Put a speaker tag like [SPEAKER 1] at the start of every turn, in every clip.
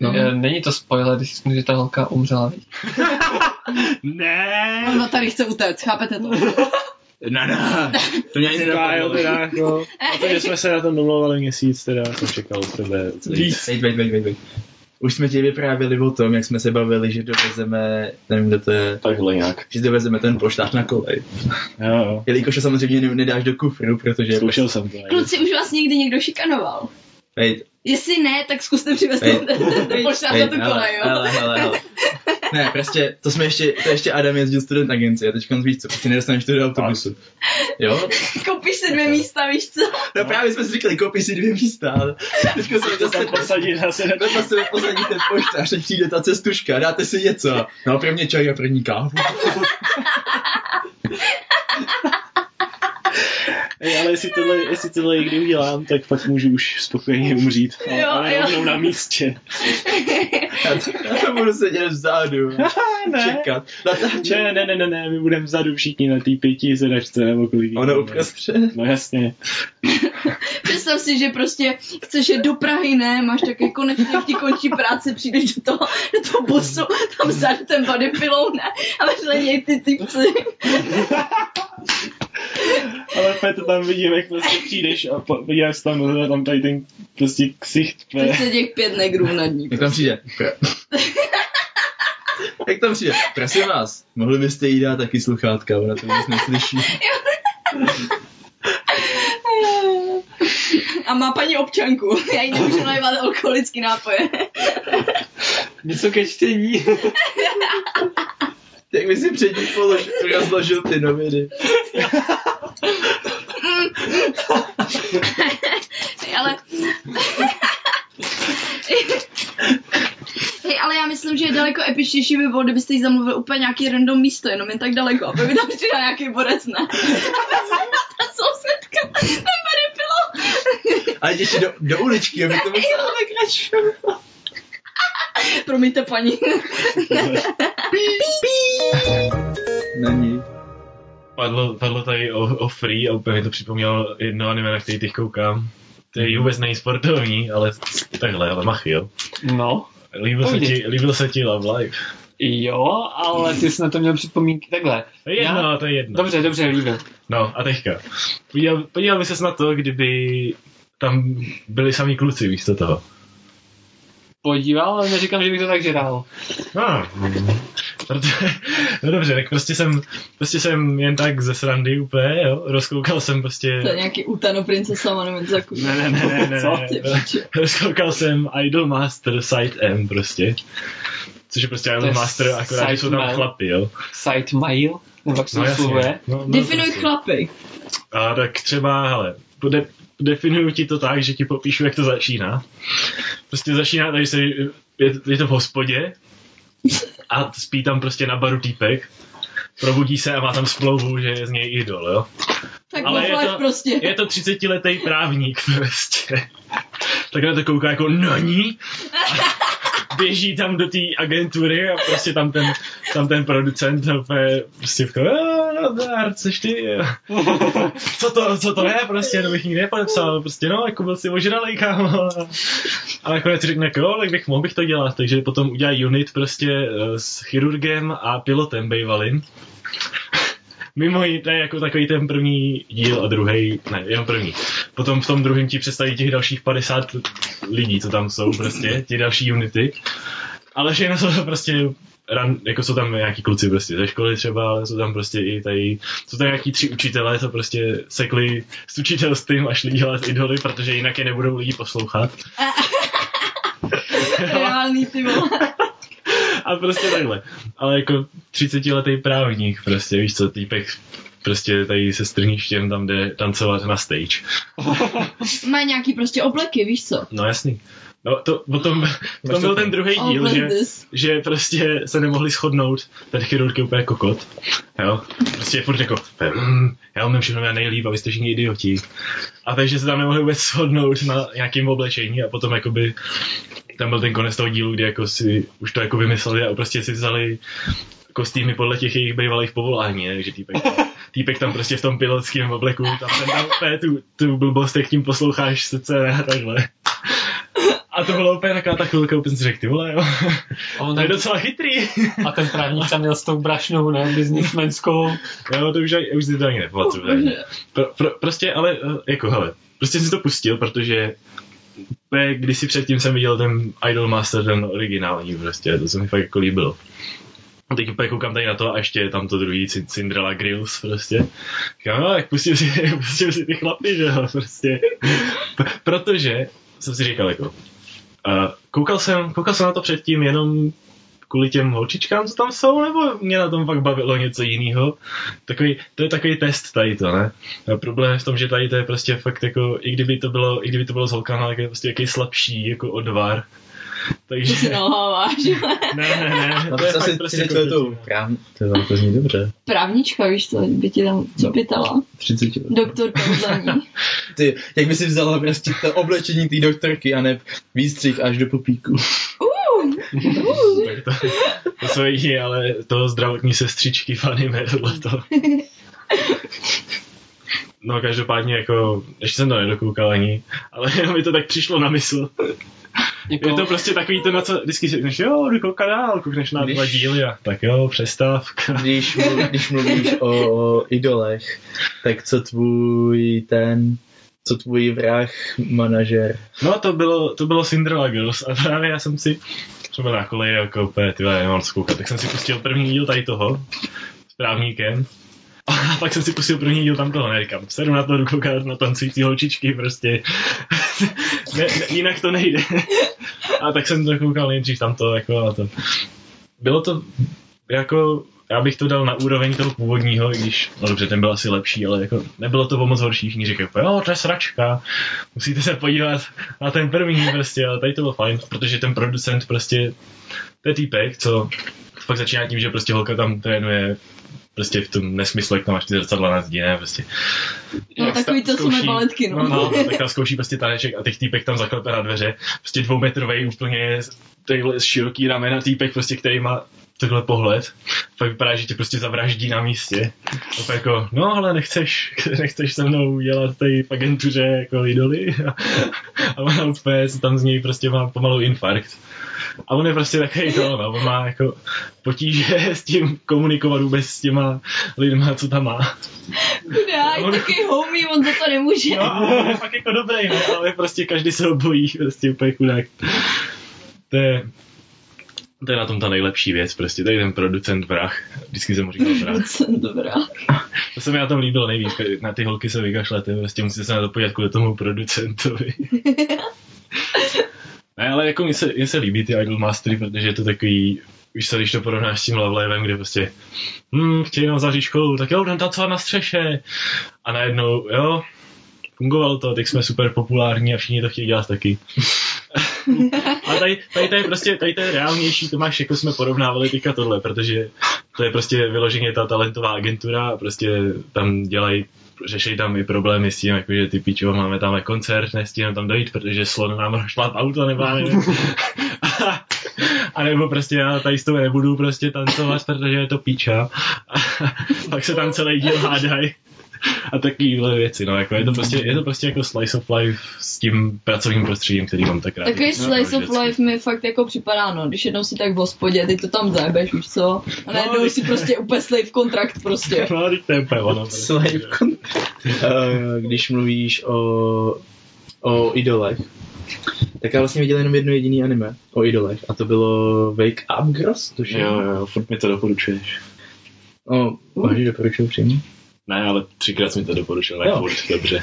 [SPEAKER 1] No.
[SPEAKER 2] E, Není to spoiler, když řeknu, že ta holka umřela. víš.
[SPEAKER 1] Ne,
[SPEAKER 3] Ona tady chce utéct, chápete to?
[SPEAKER 1] ne, ne, to mě ani
[SPEAKER 4] Říká, jo,
[SPEAKER 1] nenapadlo.
[SPEAKER 4] teda, jako, a to, že jsme se na tom domlouvali měsíc, teda jsem čekal od tebe.
[SPEAKER 1] Víc. Vejď, vejď, vejď, vejď, vejď. Už jsme ti vyprávěli o tom, jak jsme se bavili, že dovezeme, nevím, kde to je,
[SPEAKER 4] Takhle nějak.
[SPEAKER 1] že dovezeme ten poštář na kolej.
[SPEAKER 4] Jo, jo.
[SPEAKER 1] Jelikož ho samozřejmě ne- nedáš do kufru, protože...
[SPEAKER 4] Zkoušel jsem to. ne?
[SPEAKER 3] Kluci, už vás někdy někdo šikanoval.
[SPEAKER 1] Vejď,
[SPEAKER 3] Jestli ne, tak zkuste přivést
[SPEAKER 1] Hej.
[SPEAKER 3] ten, ten, ten poštář na
[SPEAKER 1] Hej,
[SPEAKER 3] tu kole, jo?
[SPEAKER 1] Hele, hele, hele. Ne, prostě, to jsme ještě, to ještě Adam jezdil student agenci a teďka on víš co, prostě nedostaneš to do autobusu. Jo?
[SPEAKER 3] Koupíš si dvě místa, víš co?
[SPEAKER 1] No právě jsme si říkali, koupíš si dvě místa, ale teďka se
[SPEAKER 4] To
[SPEAKER 1] to
[SPEAKER 4] tam posadit asi na
[SPEAKER 1] No to se posadí ten poštář, teď přijde ta cestuška, dáte si něco. No pro mě čaj a první kávu.
[SPEAKER 4] Ej, ale jestli tohle, jestli tohle někdy udělám, tak pak můžu už spokojeně umřít. Ale,
[SPEAKER 3] Jo,
[SPEAKER 4] ale
[SPEAKER 3] jo.
[SPEAKER 4] rovnou na místě.
[SPEAKER 1] Já to, já to budu sedět vzadu.
[SPEAKER 4] ne.
[SPEAKER 1] Čekat. Natáčet.
[SPEAKER 4] Ne, ne, ne, ne, ne, my budeme vzadu všichni na té pěti sedačce nebo kolik. jich
[SPEAKER 1] Ono
[SPEAKER 4] je.
[SPEAKER 1] uprostřed.
[SPEAKER 4] No jasně.
[SPEAKER 3] Představ si, že prostě chceš jet do Prahy, ne, máš také konečně, jak ti končí práce, přijdeš do toho, do toho busu, tam vzadu ten body pillow, ne, a vedle něj ty typci.
[SPEAKER 4] Ale opět to tam vidím, jak prostě přijdeš a po- podíváš se tam, a tam tady ten prostě ksicht.
[SPEAKER 3] Teď se těch pět negrů nad ní.
[SPEAKER 1] Jak tam přijde? Jak tam přijde? Prosím vás, mohli byste jí dát taky sluchátka, ona to vůbec neslyší.
[SPEAKER 3] A má paní občanku, já jí nemůžu najevat alkoholický nápoje.
[SPEAKER 4] Něco ke čtení.
[SPEAKER 1] Jak by si před ní položil, rozložil ty noviny.
[SPEAKER 3] Hej, ale... Hej, ale já myslím, že je daleko epičtější by bylo, kdybyste jí zamluvil úplně nějaký random místo, jenom jen tak daleko, aby by tam přijel nějaký borec, ne? Aby se ta sousedka, ten bary bylo.
[SPEAKER 1] A jít ještě do, do uličky, aby to muselo vykračovat.
[SPEAKER 3] Promiňte, paní.
[SPEAKER 1] Není.
[SPEAKER 5] Padlo, padlo tady o, o Free a úplně mi to připomnělo jedno anime, na který teď koukám. To je vůbec nejsportovní, ale takhle, ale machy, jo.
[SPEAKER 2] No,
[SPEAKER 5] Líbil se,
[SPEAKER 2] Pojdi.
[SPEAKER 5] ti, líbil se ti Love Life.
[SPEAKER 2] jo, ale ty jsi na to měl připomínky takhle.
[SPEAKER 5] To je jedno,
[SPEAKER 2] Já-
[SPEAKER 5] to je jedno.
[SPEAKER 2] Dobře, dobře, líbil.
[SPEAKER 5] No a teďka. Podíval, podíval by ses na to, kdyby tam byli sami kluci místo toho.
[SPEAKER 2] Podíval, ale neříkám, že bych to tak žral.
[SPEAKER 5] No, protože, no dobře, tak prostě jsem, prostě jsem jen tak ze srandy úplně, jo, rozkoukal jsem prostě...
[SPEAKER 3] To je nějaký utano princesama, nebo něco takového.
[SPEAKER 5] Ne, ne, ne, ne, ne,
[SPEAKER 3] jako- Co
[SPEAKER 5] ne,
[SPEAKER 3] ty piče?
[SPEAKER 5] Rozkoukal jsem Idolmaster Site M prostě. Což je prostě Idolmaster, akorát, že jsou tam
[SPEAKER 2] Site M.
[SPEAKER 5] chlapy, jo.
[SPEAKER 2] Side mail, nebo jak se to slovuje.
[SPEAKER 5] No, no,
[SPEAKER 3] Definuj
[SPEAKER 5] prostě.
[SPEAKER 3] chlapy.
[SPEAKER 5] A tak třeba, hele, pode, definuju ti to tak, že ti popíšu, jak to začíná. Prostě začíná tady se, je, je to v hospodě a spí tam prostě na baru týpek. Probudí se a má tam smlouvu, že je z něj idol, jo.
[SPEAKER 3] Tak
[SPEAKER 5] Ale je
[SPEAKER 3] Ale
[SPEAKER 5] to-
[SPEAKER 3] prostě.
[SPEAKER 5] Je to 30-letý právník prostě. Takhle to kouká jako na ní. A běží tam do té agentury a prostě tam ten, tam ten producent úplně prostě v nazdar, což ty, co to, co to je, prostě, to bych nikdy nepodepsal, prostě no, jako byl si ožralej, kámo. A nakonec řekne, jako, jo, tak bych mohl bych to dělat, takže potom udělají unit prostě eh, s chirurgem a pilotem bývalým. Mimo jiné, to je jako takový ten první díl a druhý, ne, jenom první. Potom v tom druhém ti představí těch dalších 50 lidí, co tam jsou prostě, ty další unity. Ale všechno jsou to prostě, ran, jako jsou tam nějaký kluci prostě ze školy třeba, ale jsou tam prostě i tady, jsou tam nějaký tři učitelé, co prostě sekli s učitelstvím a šli dělat idoly, protože jinak je nebudou lidi poslouchat.
[SPEAKER 3] Reálný, ty vole.
[SPEAKER 5] A prostě takhle. Ale jako 30 letý právník, prostě víš co, týpek prostě tady se strništěm tam jde tancovat na stage.
[SPEAKER 3] Má nějaký prostě obleky, víš co?
[SPEAKER 5] No jasný. No to potom,
[SPEAKER 1] to
[SPEAKER 5] potom byl
[SPEAKER 1] tak.
[SPEAKER 5] ten druhý
[SPEAKER 3] All
[SPEAKER 5] díl, že,
[SPEAKER 3] this.
[SPEAKER 5] že prostě se nemohli shodnout, ten chirurg je úplně kokot, jo, prostě je furt jako, "Mm, já umím všechno já nejlíp a vy jste všichni idioti. A takže se tam nemohli vůbec shodnout na nějakém oblečení a potom jakoby tam byl ten konec toho dílu, kdy jako si už to jako vymysleli a prostě si vzali kostýmy podle těch jejich bývalých povolání, ne? takže týpek, týpek tam prostě v tom pilotském obleku, tam ten tam úplně tu, tu blbost, jak tím posloucháš srdce ne? a takhle. A A to byla úplně taková ta chvilka, úplně jsem si řekl, ty vole, jo.
[SPEAKER 2] A, on
[SPEAKER 5] To je
[SPEAKER 2] tam,
[SPEAKER 5] docela chytrý.
[SPEAKER 2] a ten právník tam měl s tou brašnou, ne? Biznismenskou.
[SPEAKER 5] Jo, to už, ani- už si to ani nepamatuju.
[SPEAKER 3] Bože.
[SPEAKER 5] Pro, pro, prostě, ale eh, jako, hele, prostě si to pustil, protože úplně kdysi předtím jsem viděl ten Idol Master, ten originální prostě, to se mi fakt jako líbilo. A teď úplně koukám tady na to a ještě je tam to druhý Cin- Cinderella Grills prostě. Říkám, no, tak pustil si, pustil si ty chlapy, že jo, prostě. P- protože jsem si říkal jako, a koukal jsem, koukal jsem na to předtím jenom kvůli těm holčičkám, co tam jsou, nebo mě na tom fakt bavilo něco jiného. Takový, to je takový test tady to, ne? A problém je v tom, že tady to je prostě fakt jako, i kdyby to bylo, i kdyby to bylo s holkama, tak je prostě jaký slabší jako odvar.
[SPEAKER 3] To si
[SPEAKER 5] Takže,
[SPEAKER 3] nalháváš, ale
[SPEAKER 5] ne, ne, ne.
[SPEAKER 1] No,
[SPEAKER 5] to je
[SPEAKER 1] asi
[SPEAKER 5] fakt
[SPEAKER 1] prostě
[SPEAKER 5] prostě
[SPEAKER 1] 30 letou
[SPEAKER 5] kočetina.
[SPEAKER 1] krám. To je to zní dobře.
[SPEAKER 3] právnička, víš co, by ti tam, co by dala?
[SPEAKER 1] 30 let.
[SPEAKER 3] Doktor Konzaní.
[SPEAKER 1] Ty, jak by si vzala prostě to oblečení té doktorky a ne výstřih až do popíku.
[SPEAKER 5] Tak to, to jsou jedině, ale to zdravotní sestřičky v anime, tohleto. No každopádně jako, ještě jsem to nedokoukal ani, ale jenom mi to tak přišlo na mysl.
[SPEAKER 2] Jako,
[SPEAKER 5] Je to prostě takový to, na co vždycky si řekneš, jo, jdu koukat dál, koukneš na dva
[SPEAKER 1] Když-
[SPEAKER 5] díly a tak jo, přestávka.
[SPEAKER 1] Když, mluv, když mluvíš o, o idolech, tak co tvůj ten, co tvůj vrah, manažer?
[SPEAKER 5] No to bylo, to bylo Cinderella Girls a právě já jsem si třeba na koleji jako úplně, ty vole, nemám co koukat, tak jsem si pustil první díl tady toho s právníkem. A pak jsem si pustil první díl tam toho, neříkám, sedu na to, jdu koukat na tancující holčičky, prostě. ne, ne, jinak to nejde. a tak jsem to koukal nejdřív tam to, jako a to. Bylo to, jako, já bych to dal na úroveň toho původního, i když, no dobře, ten byl asi lepší, ale jako nebylo to o moc horší, všichni říkají, jako, jo, to je sračka, musíte se podívat na ten první prostě, ale tady to bylo fajn, protože ten producent prostě, to je týpek, co fakt začíná tím, že prostě holka tam trénuje prostě v tom nesmyslu, jak tam máš ty zrcadla na zdi, ne, prostě.
[SPEAKER 3] No
[SPEAKER 5] Jak
[SPEAKER 3] takový
[SPEAKER 5] tam
[SPEAKER 3] to jsou mé
[SPEAKER 5] zkouší-
[SPEAKER 3] baletky, no.
[SPEAKER 5] No, no, tak tam zkouší prostě taneček a teď týpek tam zaklepe na dveře, prostě dvoumetrovej úplně takhle široký ramena týpek prostě, který má takhle pohled, pak vypadá, že tě prostě zavraždí na místě. A pak jako, no ale nechceš, nechceš se mnou dělat tady v agentuře jako idoly. A, a ona úplně se tam z něj prostě má pomalu infarkt. A on je prostě takový to, no, on má jako potíže s tím komunikovat vůbec s těma lidma, co tam má.
[SPEAKER 3] Chudák, taky homie, on za to nemůže.
[SPEAKER 5] No, ale on je fakt jako dobrý, ne? ale prostě každý se ho bojí, prostě úplně chudák. To je, to je na tom ta nejlepší věc, prostě tady ten producent vrah. Vždycky jsem mu říkal vrah.
[SPEAKER 3] Docen, dobrá.
[SPEAKER 5] To se mi na tom líbilo nejvíc, kdy na ty holky se vykašlete, prostě musíte se na to podívat kvůli tomu producentovi. Ne, ale jako mně se, mně se líbí ty Idol Mastery, protože je to takový, víš co, když to porovnáš s tím Love Livem, kde prostě, hm, chtějí nám zavřít školu, tak jo, jdem tancovat na střeše. A najednou, jo, fungovalo to, teď jsme super populární a všichni to chtějí dělat taky. Ale tady, tady to je prostě, tady to je reálnější, to máš, jako jsme porovnávali teďka tohle, protože to je prostě vyloženě ta talentová agentura a prostě tam dělají řešili tam i problémy s tím, jakože ty pičo, máme tam koncert, nestihnem tam dojít, protože slon nám rošlap auto, nebo já nevím. A nebo prostě já tady s tou nebudu prostě tancovat, protože je to píča. A pak se tam celý díl hádaj. A takovýhle věci, no, jako je to prostě, je to prostě jako slice of life s tím pracovním prostředím, který mám tak rád. No,
[SPEAKER 3] Takový slice of
[SPEAKER 5] vždycky.
[SPEAKER 3] life mi fakt jako připadá, no, když jednou si tak v hospodě, ty to tam zajebeš, víš co? A najednou
[SPEAKER 5] No,
[SPEAKER 3] si prostě úplně slave kontrakt prostě.
[SPEAKER 5] No, teď to je úplně ono.
[SPEAKER 1] Slave Eh, Když mluvíš o, o idolech, tak já vlastně viděl jenom jedno jediný anime o idolech a to bylo Wake Up Girls, tuším.
[SPEAKER 5] Jo, jo, furt mi to doporučuješ.
[SPEAKER 1] No, vážně doporučuji přímo.
[SPEAKER 5] Ne, ale třikrát mi to doporučil,
[SPEAKER 1] Jo.
[SPEAKER 5] ne, furt, dobře.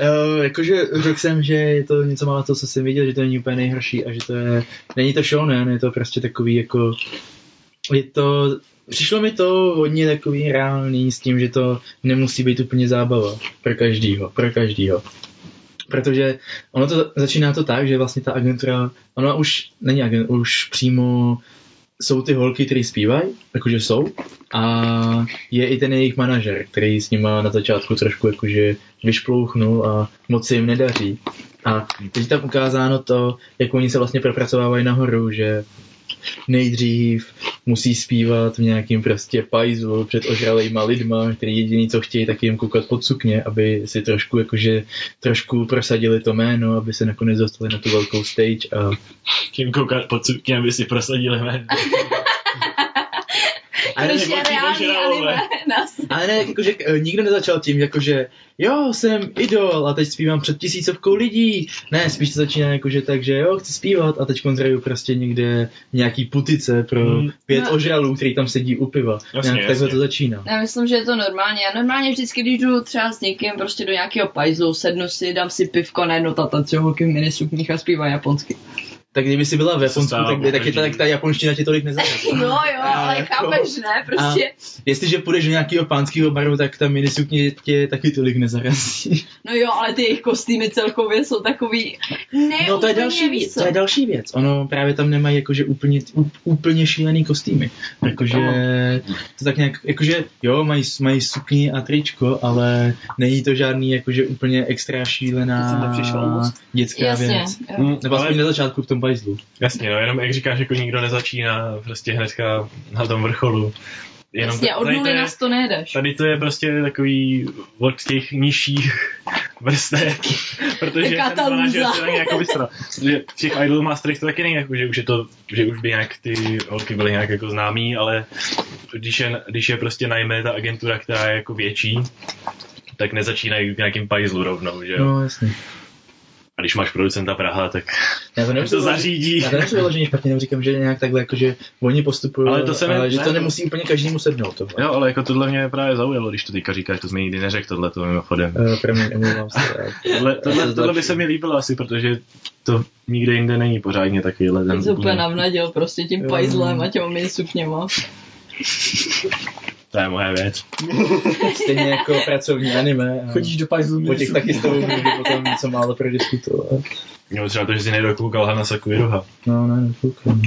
[SPEAKER 1] Uh, jakože řekl jsem, že je to něco málo to, co jsem viděl, že to není úplně nejhorší a že to je, není to shonen, je to prostě takový jako, je to, přišlo mi to hodně takový reálný s tím, že to nemusí být úplně zábava pro každýho, pro každýho. Protože ono to začíná to tak, že vlastně ta agentura, ona už není agent, už přímo jsou ty holky, které zpívají, jakože jsou, a je i ten jejich manažer, který s nima na začátku trošku jakože vyšplouchnul a moc se jim nedaří. A teď je tam ukázáno to, jak oni se vlastně propracovávají nahoru, že nejdřív musí zpívat v nějakým prostě pajzu před ožralejma lidma, který jediný, co chtějí, tak jim koukat pod sukně, aby si trošku, jakože, trošku prosadili to jméno, aby se nakonec dostali na tu velkou stage a
[SPEAKER 5] Tím koukat pod sukně, aby si prosadili jméno.
[SPEAKER 1] Ale
[SPEAKER 3] Což je
[SPEAKER 5] nebo ty
[SPEAKER 3] reálný
[SPEAKER 5] ožralové.
[SPEAKER 3] anime nás.
[SPEAKER 1] Ale ne, jakože eh, nikdo nezačal tím, jakože jo, jsem idol a teď zpívám před tisícovkou lidí. Ne, spíš to začíná jakože tak, že jo, chci zpívat a teď konzervuju prostě někde nějaký putice pro
[SPEAKER 5] Hmm.
[SPEAKER 1] hmm. pět
[SPEAKER 3] No.
[SPEAKER 1] no. ožralů, který tam sedí u piva.
[SPEAKER 5] Jasně,
[SPEAKER 1] Nějak takhle
[SPEAKER 5] jasně.
[SPEAKER 1] to začíná.
[SPEAKER 3] Já myslím, že je to normálně. Já normálně vždycky, když jdu třeba s někým prostě do nějakého pajzlu, sednu si, dám si pivko, najednou ta tancují holky v minisukních a zpívá japonsky.
[SPEAKER 1] Tak kdyby si byla v Japonsku,
[SPEAKER 5] stává
[SPEAKER 1] tak, by- tak, je ta,
[SPEAKER 5] pokaždé.
[SPEAKER 1] tak ta japonština tě tolik nezajímá.
[SPEAKER 3] No jo, ale chápeš, ne? Prostě.
[SPEAKER 1] Jestliže půjdeš do nějakého pánského baru, tak ta minisukně tě taky tolik nezarazí.
[SPEAKER 3] No jo, ale ty jejich kostýmy celkově jsou takový... Ne,
[SPEAKER 1] No to je
[SPEAKER 3] úplně,
[SPEAKER 1] další
[SPEAKER 3] víš
[SPEAKER 1] věc,
[SPEAKER 3] co.
[SPEAKER 1] to je další věc. Ono právě tam nemají jakože úplně, ú- úplně šílený kostýmy. Jakože to tak nějak, jakože jo, mají, mají sukni a tričko, ale není to žádný jakože úplně extra
[SPEAKER 2] To jsem nepřišel
[SPEAKER 1] šílená
[SPEAKER 2] moc.
[SPEAKER 1] dětská
[SPEAKER 3] Jasně.
[SPEAKER 1] věc.
[SPEAKER 3] jo.
[SPEAKER 5] Mm,
[SPEAKER 1] Nebo aspoň na začátku v tom pajzlu.
[SPEAKER 5] Jasně, no, jenom jak říkáš, jako nikdo nezačíná prostě hnedka na tom vrcholu. Jenom
[SPEAKER 3] Jasně, od
[SPEAKER 5] tady, to
[SPEAKER 3] nuly
[SPEAKER 5] je,
[SPEAKER 3] nás to nejedeš.
[SPEAKER 5] tady to je prostě takový od těch nižších vrstev, protože
[SPEAKER 3] Taká
[SPEAKER 5] jsem
[SPEAKER 3] ta
[SPEAKER 5] znamená, že
[SPEAKER 3] lůza.
[SPEAKER 5] se tak nějak obystra. Protože v těch Idol Masterech to taky není, jako, že už je to, že už by nějak ty holky byly nějak jako známý, ale když je, když je prostě najme ta agentura, která je jako větší, tak nezačínají v nějakým pajzlu rovnou, že jo?
[SPEAKER 1] No jasně.
[SPEAKER 5] A když máš producenta Praha, tak
[SPEAKER 1] Já No, to
[SPEAKER 5] to
[SPEAKER 1] nemůžu
[SPEAKER 5] zařídí.
[SPEAKER 1] já to nemůžu vyloženě špatně, jenom říkám, že nějak takhle, jakože oni postupují,
[SPEAKER 5] Ale to se mi-
[SPEAKER 1] ale že to
[SPEAKER 5] ne.
[SPEAKER 1] nemusí úplně každému sednout. Tohle.
[SPEAKER 5] Jo, ale jako tohle mě právě zaujalo, když to teďka říkáš, to jsi mi nikdy neřekl tohle to mimochodem.
[SPEAKER 1] Eh, Promiň, omlouvám se.
[SPEAKER 5] Tohle, tohle,
[SPEAKER 1] to
[SPEAKER 5] tohle by
[SPEAKER 1] zlepší.
[SPEAKER 5] se mi líbilo asi, protože to nikde jinde není pořádně takovýhle
[SPEAKER 3] Ten
[SPEAKER 5] ten
[SPEAKER 3] se úplně navnadil prostě tím
[SPEAKER 1] Jo.
[SPEAKER 3] pajzlem a těma minisukněma.
[SPEAKER 5] To je moje věc.
[SPEAKER 1] Stejně jako pracovní anime. a-
[SPEAKER 2] Chodíš do pajzlu
[SPEAKER 1] O těch
[SPEAKER 2] minisukně.
[SPEAKER 1] taky s tebou můžu potom něco málo prodiskutovat.
[SPEAKER 5] Nebo třeba to, že si nedokoukal Hana Sakuiroha.
[SPEAKER 1] No, ne, nekoukám.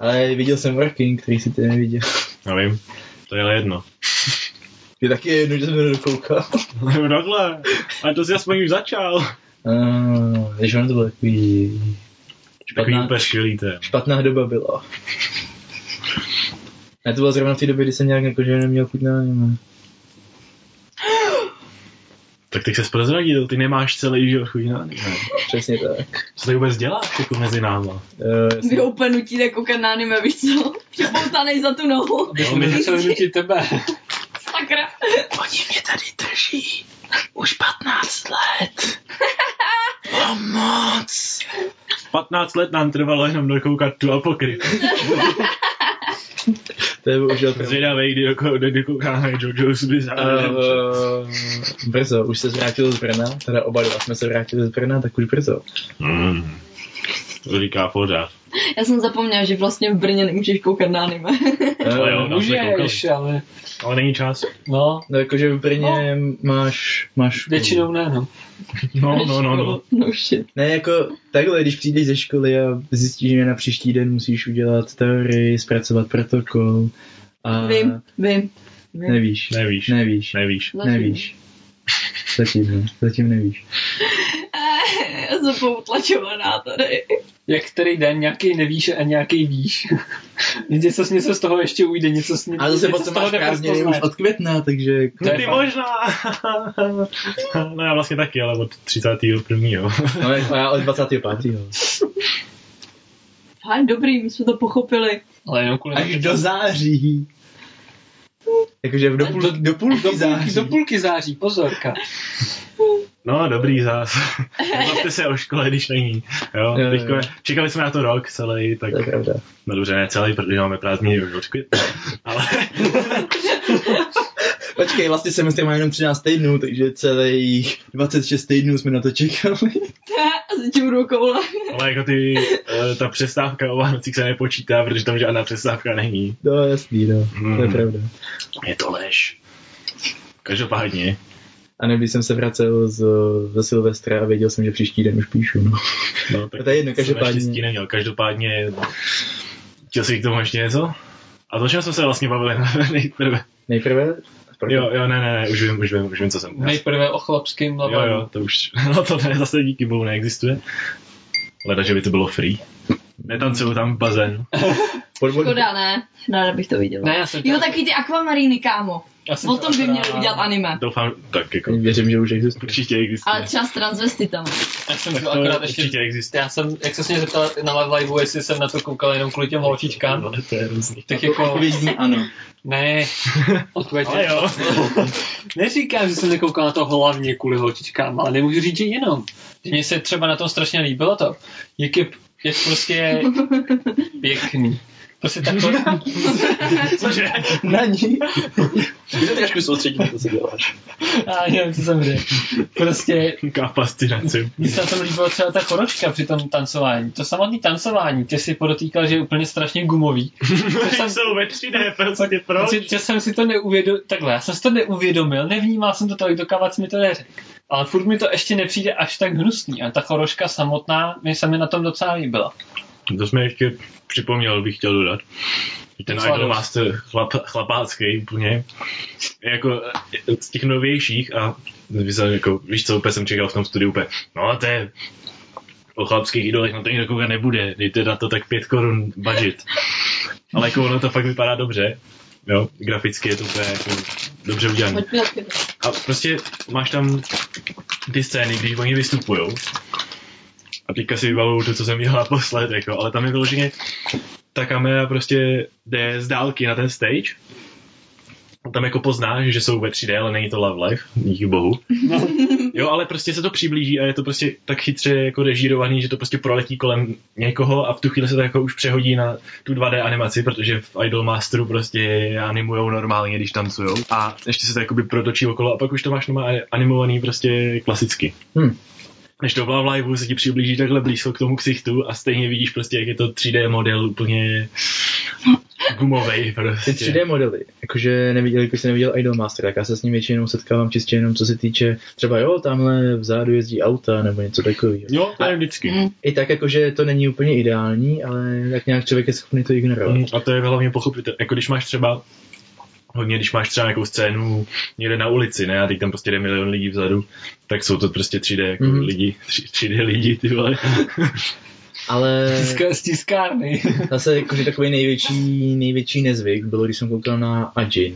[SPEAKER 1] Ale viděl jsem Working, který si ty neviděl.
[SPEAKER 5] Nevím, to je ale jedno.
[SPEAKER 1] Je taky jedno, že jsem to nedokoukal.
[SPEAKER 5] No takhle, ale to si aspoň už začal.
[SPEAKER 1] Ah, že ono to bylo takový...
[SPEAKER 5] Takový
[SPEAKER 1] Špatná,
[SPEAKER 5] úplně skvělý to je.
[SPEAKER 1] špatná doba byla. Ne, to bylo zrovna v té době, kdy jsem nějak jakože neměl chuť na anime.
[SPEAKER 5] Tak teď se prozradil, ty nemáš celý život chuť na anime.
[SPEAKER 1] Přesně tak.
[SPEAKER 5] Co tady vůbec děláš jako mezi náma?
[SPEAKER 1] Eh, jsem-
[SPEAKER 3] Bylo úplně jako nutí, tak koukat na anime, víš co? Připoutanej no. za tu nohu.
[SPEAKER 2] Aby jsme začali nutit tebe.
[SPEAKER 3] Sakra.
[SPEAKER 1] Oni mě tady drží už 15 let. Pomoc!
[SPEAKER 5] 15 let nám trvalo jenom dokoukat tu apokryfu.
[SPEAKER 1] To je bohužel pravda.
[SPEAKER 5] Zvědavej, kdy doko- kdy dokoukáme Jojo's Bizarre Adventure.
[SPEAKER 1] Uh, brzo, už se vrátil z Brna, teda oba dva jsme se vrátili z Brna, tak už brzo.
[SPEAKER 5] Mm. To říká pořád.
[SPEAKER 3] Já jsem zapomněla, že vlastně v Brně nemůžeš koukat na anime.
[SPEAKER 5] Ale
[SPEAKER 1] Eh,
[SPEAKER 5] jo, tam jsme koukali.
[SPEAKER 2] Můžeš, ale
[SPEAKER 5] Ale není čas.
[SPEAKER 2] no,
[SPEAKER 1] No jakože v Brně máš, máš školu.
[SPEAKER 2] většinou ne, no.
[SPEAKER 5] No, no, no, no.
[SPEAKER 3] No shit.
[SPEAKER 1] Ne, jako takhle, když přijdeš ze školy a zjistíš, že na příští den musíš udělat teorii, zpracovat protokol a...
[SPEAKER 3] Vím, vím. vím.
[SPEAKER 1] Nevíš.
[SPEAKER 5] Nevíš.
[SPEAKER 1] Nevíš.
[SPEAKER 5] Nevíš.
[SPEAKER 3] Zatím.
[SPEAKER 1] Nevíš. Zatím, ne. zatím nevíš.
[SPEAKER 3] Eh, Já jsem poutlačovaná tady.
[SPEAKER 2] Jak který den nějaký nevíš a nějaký víš. něco, něco z toho ještě ujde, něco, z- prostě
[SPEAKER 1] A zase
[SPEAKER 2] něco
[SPEAKER 1] potom máš prázdniny už
[SPEAKER 2] nepoznáš.
[SPEAKER 1] od května, takže...
[SPEAKER 5] Ty možná. no já vlastně taky, ale od 31.
[SPEAKER 1] No, a já od 25.
[SPEAKER 3] Fajn, dobrý, my jsme to pochopili.
[SPEAKER 2] Ale jenom kvůli
[SPEAKER 1] Až do září. Jakože do, půl, do
[SPEAKER 2] do
[SPEAKER 1] půlky
[SPEAKER 2] půlky,
[SPEAKER 1] září.
[SPEAKER 2] do půlky září, pozorka.
[SPEAKER 5] No, dobrý zás. Nebavte se o škole, když není. Jo,
[SPEAKER 1] Jo, jo.
[SPEAKER 5] teďko, čekali jsme na to rok celý, tak
[SPEAKER 1] To je pravda.
[SPEAKER 5] no dobře, ne celý, protože máme prázdniny už od května. Ale
[SPEAKER 1] Počkej, vlastně semestr má jenom 13 týdnů, takže celých 26 týdnů jsme na to čekali.
[SPEAKER 3] A zatím rukoule.
[SPEAKER 5] Ale jako ty, eh, ta přestávka o Vánocích se nepočítá, protože tam žádná přestávka není.
[SPEAKER 1] No jasný, no, to je
[SPEAKER 5] Mm.
[SPEAKER 1] pravda.
[SPEAKER 5] Je to lež. Každopádně.
[SPEAKER 1] A nebo když jsem se vracel z, ze Silvestra a věděl jsem, že příští den už píšu. No.
[SPEAKER 5] No, tak
[SPEAKER 1] To je jedno,
[SPEAKER 5] jsem
[SPEAKER 1] každopádně.
[SPEAKER 5] naštěstí neměl. Každopádně, no. chtěl jsi k tomu ještě něco? A to, čem jsme se vlastně bavili nejprve.
[SPEAKER 1] Nejprve?
[SPEAKER 5] Jo, jo, ne, ne, ne, už vím, už vím, už vím, co jsem.
[SPEAKER 2] Nejprve o chlapském
[SPEAKER 5] Jo,
[SPEAKER 2] lavanu.
[SPEAKER 5] jo, to už, no to ne, zase díky bohu neexistuje. Leda, že by to bylo free. Netancuju tam bazén.
[SPEAKER 1] Podvod...
[SPEAKER 3] Škoda, ne. Ráda bych to viděla.
[SPEAKER 2] Ne, já jsem
[SPEAKER 3] Jo, taky ty akvamaríny, kámo.
[SPEAKER 2] já jsem
[SPEAKER 3] O tom by
[SPEAKER 2] akorát-
[SPEAKER 3] měli udělat anime.
[SPEAKER 5] Doufám, tak jako
[SPEAKER 1] Věřím, že už existuje.
[SPEAKER 5] určitě existuje.
[SPEAKER 3] Ale třeba s transvestitama.
[SPEAKER 2] Já jsem
[SPEAKER 5] tak
[SPEAKER 2] to
[SPEAKER 5] to
[SPEAKER 2] akorát ještě...
[SPEAKER 5] určitě existuje.
[SPEAKER 2] Já jsem, jak se mě zeptala na live liveu, jestli jsem na to koukal jenom kvůli těm holčičkám,
[SPEAKER 5] Ale No, to je hrozný.
[SPEAKER 2] tak jako...
[SPEAKER 6] Odpovězní ano.
[SPEAKER 2] Ne, odpověď
[SPEAKER 5] Ale
[SPEAKER 2] je-
[SPEAKER 5] jo.
[SPEAKER 2] Neříkám, že jsem nekoukal na to hlavně kvůli holčičkám, ale nemůžu říct, že jenom. Že Mně se třeba na tom strašně líbilo to, jak je, jak prostě je pěkný. Prostě takhle,
[SPEAKER 5] Cože?
[SPEAKER 6] Na ní. Můžu se trošku soustředit na to, co děláš.
[SPEAKER 2] já nevím, co jsem řekl. Prostě
[SPEAKER 5] Kapastinaci.
[SPEAKER 2] mně se na tom líbilo třeba ta choroška při tom tancování. To samotné tancování, ty si podotýkal, že je úplně strašně gumový. To jsem,
[SPEAKER 5] Jsou ve 3D, prostě proč?
[SPEAKER 2] že, že jsem si to neuvědomil, takhle, já jsem si to neuvědomil, nevnímal jsem to tolik, dokávat mi to neřekl. Ale furt mi to ještě nepřijde až tak hnusný. A ta choroška samotná mi se mi na tom docela líbila.
[SPEAKER 5] To jsme ještě připomněl, bych chtěl dodat. Ten
[SPEAKER 2] Docela
[SPEAKER 5] Idol
[SPEAKER 2] dost.
[SPEAKER 5] Master chlap, chlapácký úplně. Jako eh, z těch novějších a vyzal, jako, víš co, úplně jsem čekal v tom studiu úplně, no a to je o chlapských idolech, no to nikdo koukat nebude, dejte na to tak pět korun budget. Ale jako ono to fakt vypadá dobře, jo, graficky je to úplně jako dobře udělané.
[SPEAKER 3] Pojďme na pivo.
[SPEAKER 5] A prostě máš tam ty scény, když oni vystupují. A teďka si vybavuju to, co jsem dělal naposled, jako, ale tam je vyloženě ta kamera prostě jde z dálky na ten stage. A tam jako poznáš, že jsou ve 3D, ale není to Love Life, díky bohu. Jo, ale prostě se to přiblíží a je to prostě tak chytře jako režírovaný, že to prostě proletí kolem někoho a v tu chvíli se to jako už přehodí na tu 2D animaci, protože v Idol Masteru prostě animujou normálně, když tancujou. A ještě se to jakoby protočí okolo a pak už to máš doma animovaný prostě klasicky.
[SPEAKER 1] Hm.
[SPEAKER 5] Než to v live se ti přiblíží takhle blízko k tomu ksichtu a stejně vidíš prostě, jak je to 3D model úplně gumovej
[SPEAKER 1] Ty
[SPEAKER 5] prostě.
[SPEAKER 1] 3D modely, jakože neviděl, jako jsem neviděl Idol Master, tak já se s ním většinou setkávám čistě jenom co se týče třeba jo, tamhle vzadu jezdí auta nebo něco takového.
[SPEAKER 5] Jo, to je vždycky.
[SPEAKER 1] I tak jakože to není úplně ideální, ale tak nějak člověk je schopný to ignorovat.
[SPEAKER 6] Hmm.
[SPEAKER 5] Mm, A to je hlavně pochopitelné. Jako když máš třeba hodně, když máš třeba nějakou scénu někde na ulici, ne, a teď tam prostě jde milion lidí vzadu, tak jsou to prostě 3D jako
[SPEAKER 1] Mhm.
[SPEAKER 5] mm. lidi, 3D lidi, ty vole.
[SPEAKER 1] Ale
[SPEAKER 2] Stiska, stiskárny.
[SPEAKER 1] zase jakože takový největší, největší nezvyk bylo, když jsem koukal na Ajin.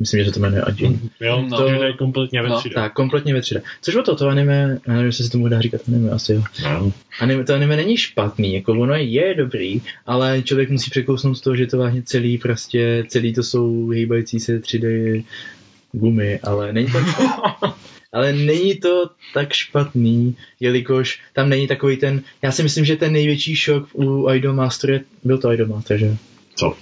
[SPEAKER 1] Myslím, že se to jmenuje Ajin.
[SPEAKER 5] jo,
[SPEAKER 2] No.
[SPEAKER 5] no. to je kompletně ve
[SPEAKER 2] No,
[SPEAKER 5] 3D.
[SPEAKER 1] Tak, kompletně ve 3D. Což o to, to anime, já nevím, jestli se tomu dá říkat anime, asi jo.
[SPEAKER 5] No.
[SPEAKER 1] Anime, to anime není špatný, jako ono je dobrý, ale člověk musí překousnout z toho, že to vážně celý prostě, celý to jsou hýbající se 3D gumy, ale není to, ale není to tak špatný, jelikož tam není takový ten, já si myslím, že ten největší šok u Idol Master, je- byl to Idol Master, že?
[SPEAKER 5] Co?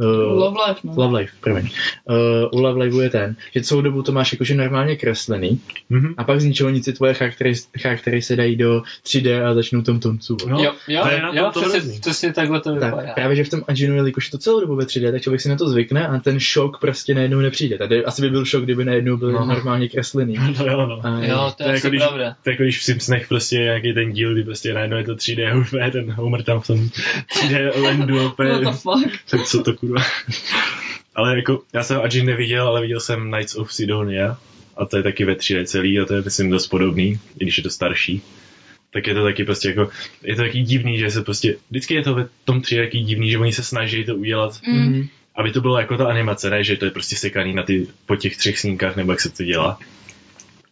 [SPEAKER 1] Uh,
[SPEAKER 3] Love life, no.
[SPEAKER 1] Love Life, promiň. Uh, u Love Live je ten, že celou dobu to máš jakože normálně kreslený
[SPEAKER 5] Mhm.
[SPEAKER 1] a pak z ničeho nic ty tvoje charaktery, charaktery se dají do 3D a začnou tam tancovat.
[SPEAKER 5] No,
[SPEAKER 2] jo, jo,
[SPEAKER 5] to je na tom
[SPEAKER 2] jo
[SPEAKER 5] to
[SPEAKER 2] přesně,
[SPEAKER 5] hrozný.
[SPEAKER 2] přesně takhle to vypadá.
[SPEAKER 1] Tak, právě že v tom Anžinu, jelikož je to celou dobu ve 3D, tak člověk si na to zvykne a ten šok prostě najednou nepřijde. Tady asi by byl šok, kdyby najednou byl
[SPEAKER 5] No.
[SPEAKER 1] no. normálně kreslený.
[SPEAKER 5] No, jo, no.
[SPEAKER 1] A
[SPEAKER 2] Jo, to je
[SPEAKER 5] jako
[SPEAKER 2] asi
[SPEAKER 5] když-
[SPEAKER 2] pravda.
[SPEAKER 5] To je jako když v Simpsonech prostě je nějaký ten díl, kdy prostě najednou je to 3D, a už je ten Homer tam v tom 3D landu,
[SPEAKER 3] What
[SPEAKER 2] No,
[SPEAKER 5] úplně,
[SPEAKER 3] the fuck?
[SPEAKER 5] tak co to kurva. Ale jako, já jsem Ajin neviděl, ale viděl jsem Knights of Sidonia a to je taky ve 3D celý a to je myslím dost podobný, i když je to starší. Tak je to taky prostě jako, je to taky divný, že se prostě, vždycky je to ve tom 3D taky divný, že oni se snaží to udělat,
[SPEAKER 3] Mm.
[SPEAKER 5] aby to bylo jako ta animace, ne, že to je prostě sekaný na ty, po těch třech snímkách, nebo jak se to dělá.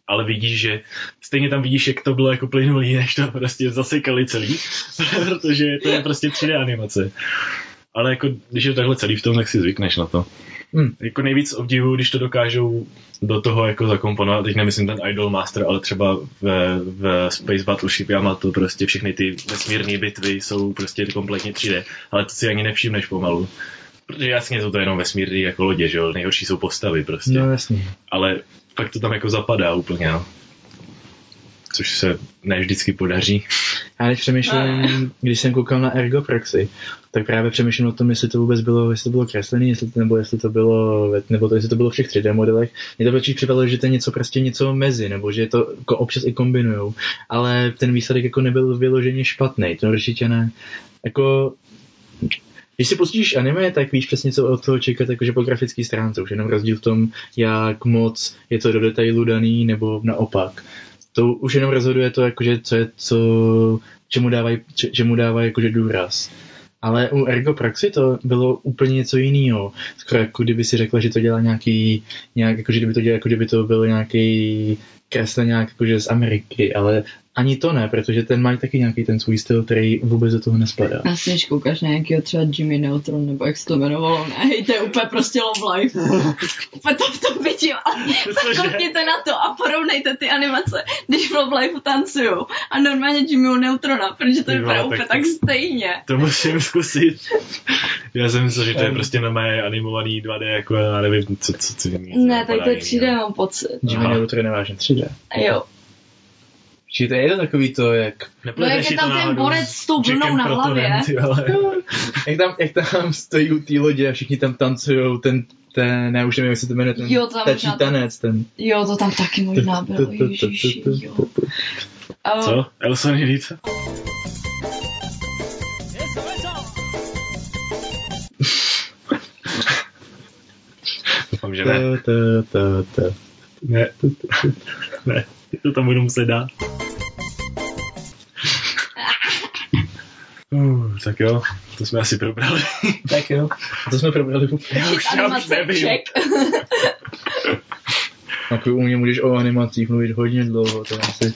[SPEAKER 5] Ale vidíš, že stejně tam vidíš, jak to bylo jako plynulý, než to prostě zasekali celý, protože to je prostě 3D animace. Ale jako, když je to takhle celý v tom, tak si zvykneš na to.
[SPEAKER 1] Hmm.
[SPEAKER 5] Jako nejvíc obdivu, když to dokážou do toho jako zakomponovat, teď nemyslím ten Idol Master, ale třeba v, v Space Battleship Yamato, prostě všechny ty vesmírné bitvy jsou prostě kompletně 3D, ale to si ani nevšimneš pomalu. Protože jasně jsou to jenom vesmírný jako lodě, že jo? Nejhorší jsou postavy prostě.
[SPEAKER 1] No jasně.
[SPEAKER 5] Ale pak to tam jako zapadá úplně, no. Což se ne vždycky podaří.
[SPEAKER 1] Já když přemýšlím, když jsem koukal na Ergo Proxy, tak právě přemýšlím o tom, jestli to vůbec bylo, jestli to bylo kreslený, jestli to, nebo jestli to bylo, ve- nebo to, jestli to bylo v všech 3D modelech. Mně to totiž připadalo, že to je něco prostě něco mezi, nebo že to jako občas i kombinujou. Ale ten výsledek jako nebyl vyloženě špatný, to určitě ne. Jako když si pustíš anime, tak víš přesně, co od toho čekat, jakože po grafické stránce. Už jenom rozdíl v tom, jak moc je to do detailu daný, nebo naopak. To už jenom rozhoduje to, jakože, co je, co, čemu dávají, če, čemu dávají jakože důraz. Ale u Ergo Praxi to bylo úplně něco jiného. Skoro jako kdyby si řekla, že to dělá nějaký, nějak, jako, že kdyby to dělal, jako kdyby to byl nějaký kresleňák jakože z Ameriky, ale ani to ne, protože ten má taky nějaký ten svůj styl, který vůbec do toho nespadá.
[SPEAKER 3] Já si než koukáš na nějakého třeba Jimmy Neutron, nebo jak se to jmenovalo, ne, hej, to je úplně prostě love life. úplně to v tom vidím, ale
[SPEAKER 5] Cože?
[SPEAKER 3] pak koukněte na to a porovnejte ty animace, když v love life tancujou a normálně Jimmy Neutrona, protože to
[SPEAKER 5] Ty
[SPEAKER 3] je
[SPEAKER 5] vole,
[SPEAKER 3] úplně
[SPEAKER 5] tak
[SPEAKER 3] úplně
[SPEAKER 5] to-
[SPEAKER 3] tak stejně.
[SPEAKER 5] To musím zkusit. Já jsem myslel, že to je prostě na mé animovaný 2D, jako já nevím, co, co, co
[SPEAKER 3] Ne, tak to no. je
[SPEAKER 5] no.
[SPEAKER 3] 3D, mám pocit.
[SPEAKER 1] Jimmy
[SPEAKER 5] Aha.
[SPEAKER 1] Neutron je vážně 3D.
[SPEAKER 5] No.
[SPEAKER 3] A Jo.
[SPEAKER 1] Čili to je to takový to, jak,
[SPEAKER 3] No jak je tam ten borec s tou vlnou na hlavě.
[SPEAKER 1] jak, tam, jak tam stojí u té lodě a všichni tam tancují ten, ten, já už nevím, jak se to jmenuje, ten
[SPEAKER 3] Jo, to tam
[SPEAKER 1] tačí
[SPEAKER 3] možná to-
[SPEAKER 1] tanec, ten.
[SPEAKER 3] Jo, to tam taky možná bylo, ježiši, jo. A-
[SPEAKER 5] Co? Elsa Nilíce? Doufám, že ne.
[SPEAKER 1] Ta, ta, ta, ta.
[SPEAKER 5] Ne. Ne. Ty to tam budu muset dát. Uh, tak jo, to jsme asi probrali.
[SPEAKER 2] Tak jo.
[SPEAKER 1] A to jsme probrali úplně.
[SPEAKER 5] Já už, já už
[SPEAKER 3] Animace,
[SPEAKER 5] nevím.
[SPEAKER 3] check.
[SPEAKER 1] Jako u mě můžeš o animacích mluvit hodně dlouho, to je asi,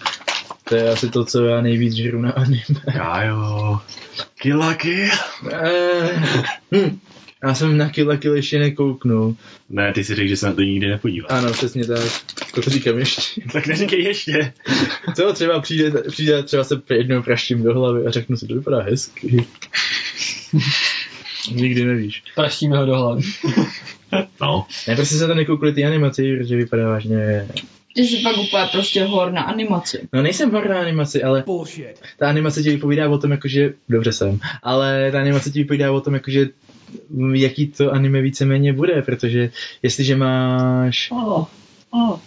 [SPEAKER 1] to je asi to, co já nejvíc žeru na anime.
[SPEAKER 5] Já jo. Kill la kill.
[SPEAKER 1] Eh, hm. Já jsem na Kill la Kill ještě nekouknul.
[SPEAKER 5] Ne, ty si řekl, že se na to nikdy nepodíváš.
[SPEAKER 1] Ano, přesně tak. To říkám ještě.
[SPEAKER 5] Tak neříkej ještě.
[SPEAKER 1] Co třeba přijde, přijde třeba se jednou praštím do hlavy a řeknu si, to vypadá hezky. Nikdy nevíš.
[SPEAKER 2] Praštíme ho do hlavy.
[SPEAKER 5] No.
[SPEAKER 1] Ne, prostě se to nekoukli ty animaci, protože vypadá vážně.
[SPEAKER 3] Ty jsi pak úplně prostě hor na animaci.
[SPEAKER 1] No nejsem horná animaci, ale
[SPEAKER 6] Bullshit.
[SPEAKER 1] ta animace ti vypovídá o tom, jakože, dobře jsem, ale ta animace ti vypovídá o tom, jakože, m, jaký to anime víceméně bude, protože jestliže máš,
[SPEAKER 2] Oh, oh,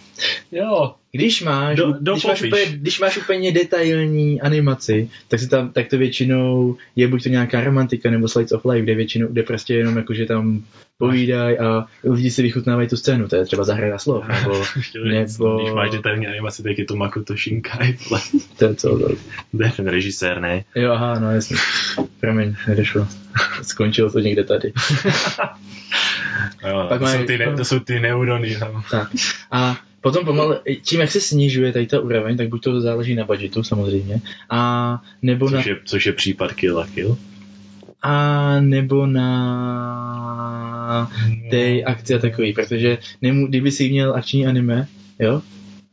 [SPEAKER 2] jo.
[SPEAKER 1] když máš,
[SPEAKER 5] Do-
[SPEAKER 1] když, máš
[SPEAKER 5] dopopiš.
[SPEAKER 1] úplně, když máš úplně detailní animaci, tak, se tam, tak to většinou je buď to nějaká romantika nebo slice of life, kde většinou, kde prostě jenom jakože tam povídají a lidi si vychutnávají tu scénu, to je třeba zahrada slov, nebo
[SPEAKER 5] Chtěl říct,
[SPEAKER 1] Nebo-
[SPEAKER 5] Když máš detailní animaci, tak je to Makoto Shinkai. vole.
[SPEAKER 1] to je co. To.
[SPEAKER 5] To je ten režisér, ne?
[SPEAKER 1] Jo, aha, no jasně. Promiň, nedošlo. Skončilo to někde tady.
[SPEAKER 5] A Jo,
[SPEAKER 1] Pak
[SPEAKER 5] to,
[SPEAKER 1] mají-
[SPEAKER 5] jsou ty, ne, to jsou ty neurony no. tam.
[SPEAKER 1] Tak. A potom pomalu, tím jak se snižuje tady ta úroveň, tak buď to záleží na budgetu samozřejmě, a nebo na,
[SPEAKER 5] Což je, což je případ Kill la Kill.
[SPEAKER 1] a nebo na ty akce a takový, protože nemů, kdyby si měl akční anime, jo,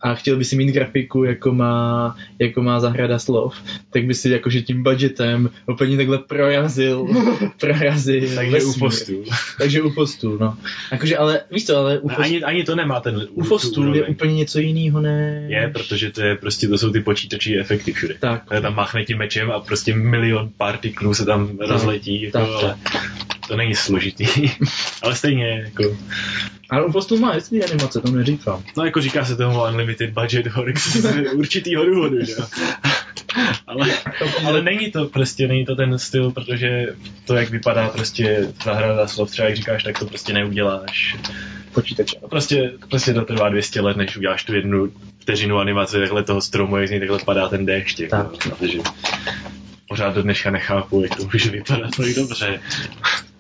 [SPEAKER 1] a chtěl by si mít grafiku, jako má, jako má zahrada slov, tak by si jakože tím budgetem úplně takhle prorazil, prorazil
[SPEAKER 5] Takže u
[SPEAKER 1] vesmír.
[SPEAKER 5] postů.
[SPEAKER 1] Takže u postů, no. Jakože, ale víš co, ale u,
[SPEAKER 5] No,
[SPEAKER 1] post,
[SPEAKER 5] Ani, ani to nemá ten
[SPEAKER 1] u postů je
[SPEAKER 5] úroveň.
[SPEAKER 1] úplně něco jiného, ne?
[SPEAKER 5] Je, protože to je prostě, to jsou ty počítačí efekty všude.
[SPEAKER 1] Tak.
[SPEAKER 5] Ale tam máchne tím mečem a prostě milion partiklů se tam rozletí, jako,
[SPEAKER 1] tak,
[SPEAKER 5] ale to není složitý. ale stejně, jako,
[SPEAKER 1] Ale on postu má hezký animace, to neříkám.
[SPEAKER 5] no jako říká se tomu unlimited budget horix z určitýho důvodu, že? jo. ale, ale není to prostě, není to ten styl, protože to, jak vypadá prostě zahrada slov, třeba jak říkáš, tak to prostě neuděláš.
[SPEAKER 1] Počítač.
[SPEAKER 5] Prostě, prostě to trvá 200 let, než uděláš tu jednu vteřinu animace takhle toho stromu, jak z něj takhle padá ten déšť. Jako,
[SPEAKER 1] Tak.
[SPEAKER 5] protože pořád do dneška nechápu, jak to může vypadat tak dobře.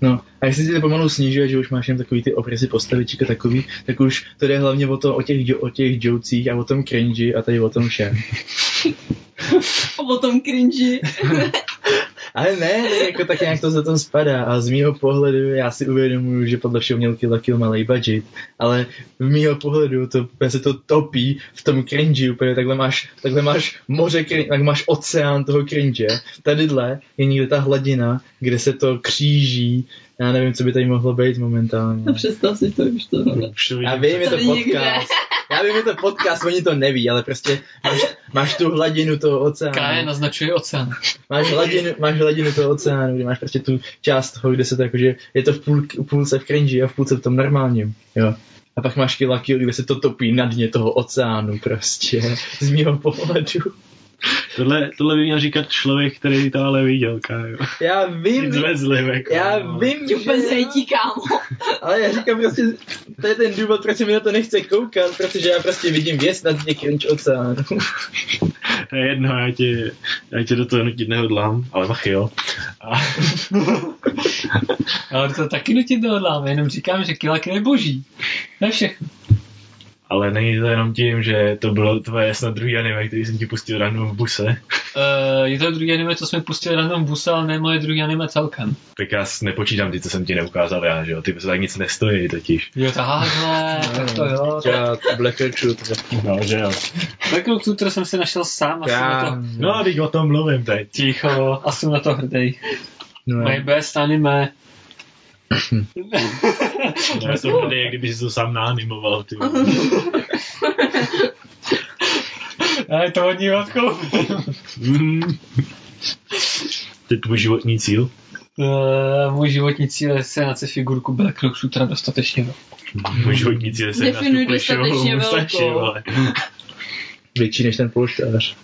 [SPEAKER 1] No, a jestli si to pomalu snižuje, že už máš jen takový ty obrysy postaviček a takový, tak už to jde hlavně o, to, o těch, jo- o těch jokesích a o tom cringy a tady o tom všem.
[SPEAKER 3] A o tom cringy.
[SPEAKER 1] Ale ne, ne, jako tak nějak to za tom spadá. A z mýho pohledu, já si uvědomuji, že podle všeho měl Kill la Kill malej budget, ale v mýho pohledu to, úplně se to topí v tom cringe, úplně takhle máš, takhle máš moře, cringe, tak máš oceán toho cringe. Tadyhle je někde ta hladina, kde se to kříží, já nevím, co by tady mohlo být momentálně.
[SPEAKER 3] No představ si to už to.
[SPEAKER 5] Už to
[SPEAKER 1] Já
[SPEAKER 5] vidím.
[SPEAKER 1] vím, je to
[SPEAKER 3] Tady někde.
[SPEAKER 1] podcast. Já vím, je to podcast, oni to neví, ale prostě máš, máš tu hladinu toho oceánu.
[SPEAKER 2] Kraje naznačuje oceán.
[SPEAKER 1] Máš hladinu, máš hladinu toho oceánu, kde máš prostě tu část toho, kde se to jakože, je to v půl, v půlce v cringe a v půlce v tom normálním, jo. A pak máš Kill la Kill, kde se to topí na dně toho oceánu prostě, z mýho pohledu.
[SPEAKER 5] Tohle, tohle by měl říkat člověk, který to ale viděl, kájo.
[SPEAKER 1] Já vím,
[SPEAKER 5] Zlezlivek.
[SPEAKER 1] já vím, že...
[SPEAKER 3] Úplně zvětí, kámo.
[SPEAKER 1] Ale já říkám prostě, to je ten důvod, proč se mi na to nechce koukat, protože já prostě vidím věc na dně cringe oceánu.
[SPEAKER 5] To je jedno, já tě, já tě do toho nutit nehodlám, ale mach jo. A,
[SPEAKER 2] Ale to taky nutit dohodláme, jenom říkám, že Kill la Kill je boží. Ne všechno.
[SPEAKER 5] ale není to jenom tím, že to bylo tvoje snad druhý anime, který jsem ti pustil ráno v buse.
[SPEAKER 2] Uh, je to druhý anime, co jsme pustili random busa, ale ne moje druhý anime celkem.
[SPEAKER 5] Tak já s- nepočítám ty, co jsem ti neukázal já, že jo? Ty se tak nic nestojí totiž.
[SPEAKER 2] Jo, tahle, tak to jo. tak-
[SPEAKER 1] Já Blacker Truth.
[SPEAKER 5] No, že jo.
[SPEAKER 2] Takovou tutor jsem si našel sám a jsem na
[SPEAKER 1] Já...
[SPEAKER 2] to
[SPEAKER 5] No, teď o tom mluvím teď.
[SPEAKER 2] ticho a jsem na to hrdý.
[SPEAKER 1] No,
[SPEAKER 2] My best anime.
[SPEAKER 5] Já jsem hrdý, jak kdyby jsi to sám naanimoval, ty.
[SPEAKER 1] Mhm.
[SPEAKER 5] vole.
[SPEAKER 2] A je to hodní hodkou.
[SPEAKER 5] Mm. To je tvůj životní cíl.
[SPEAKER 2] Uh, můj životní cíl je se na se figurku Black Rock Shootera dostatečně velkou.
[SPEAKER 5] Můj životní cíl je se
[SPEAKER 3] Definuj dostatečně velkou.
[SPEAKER 5] vole.
[SPEAKER 1] větší než ten polštář.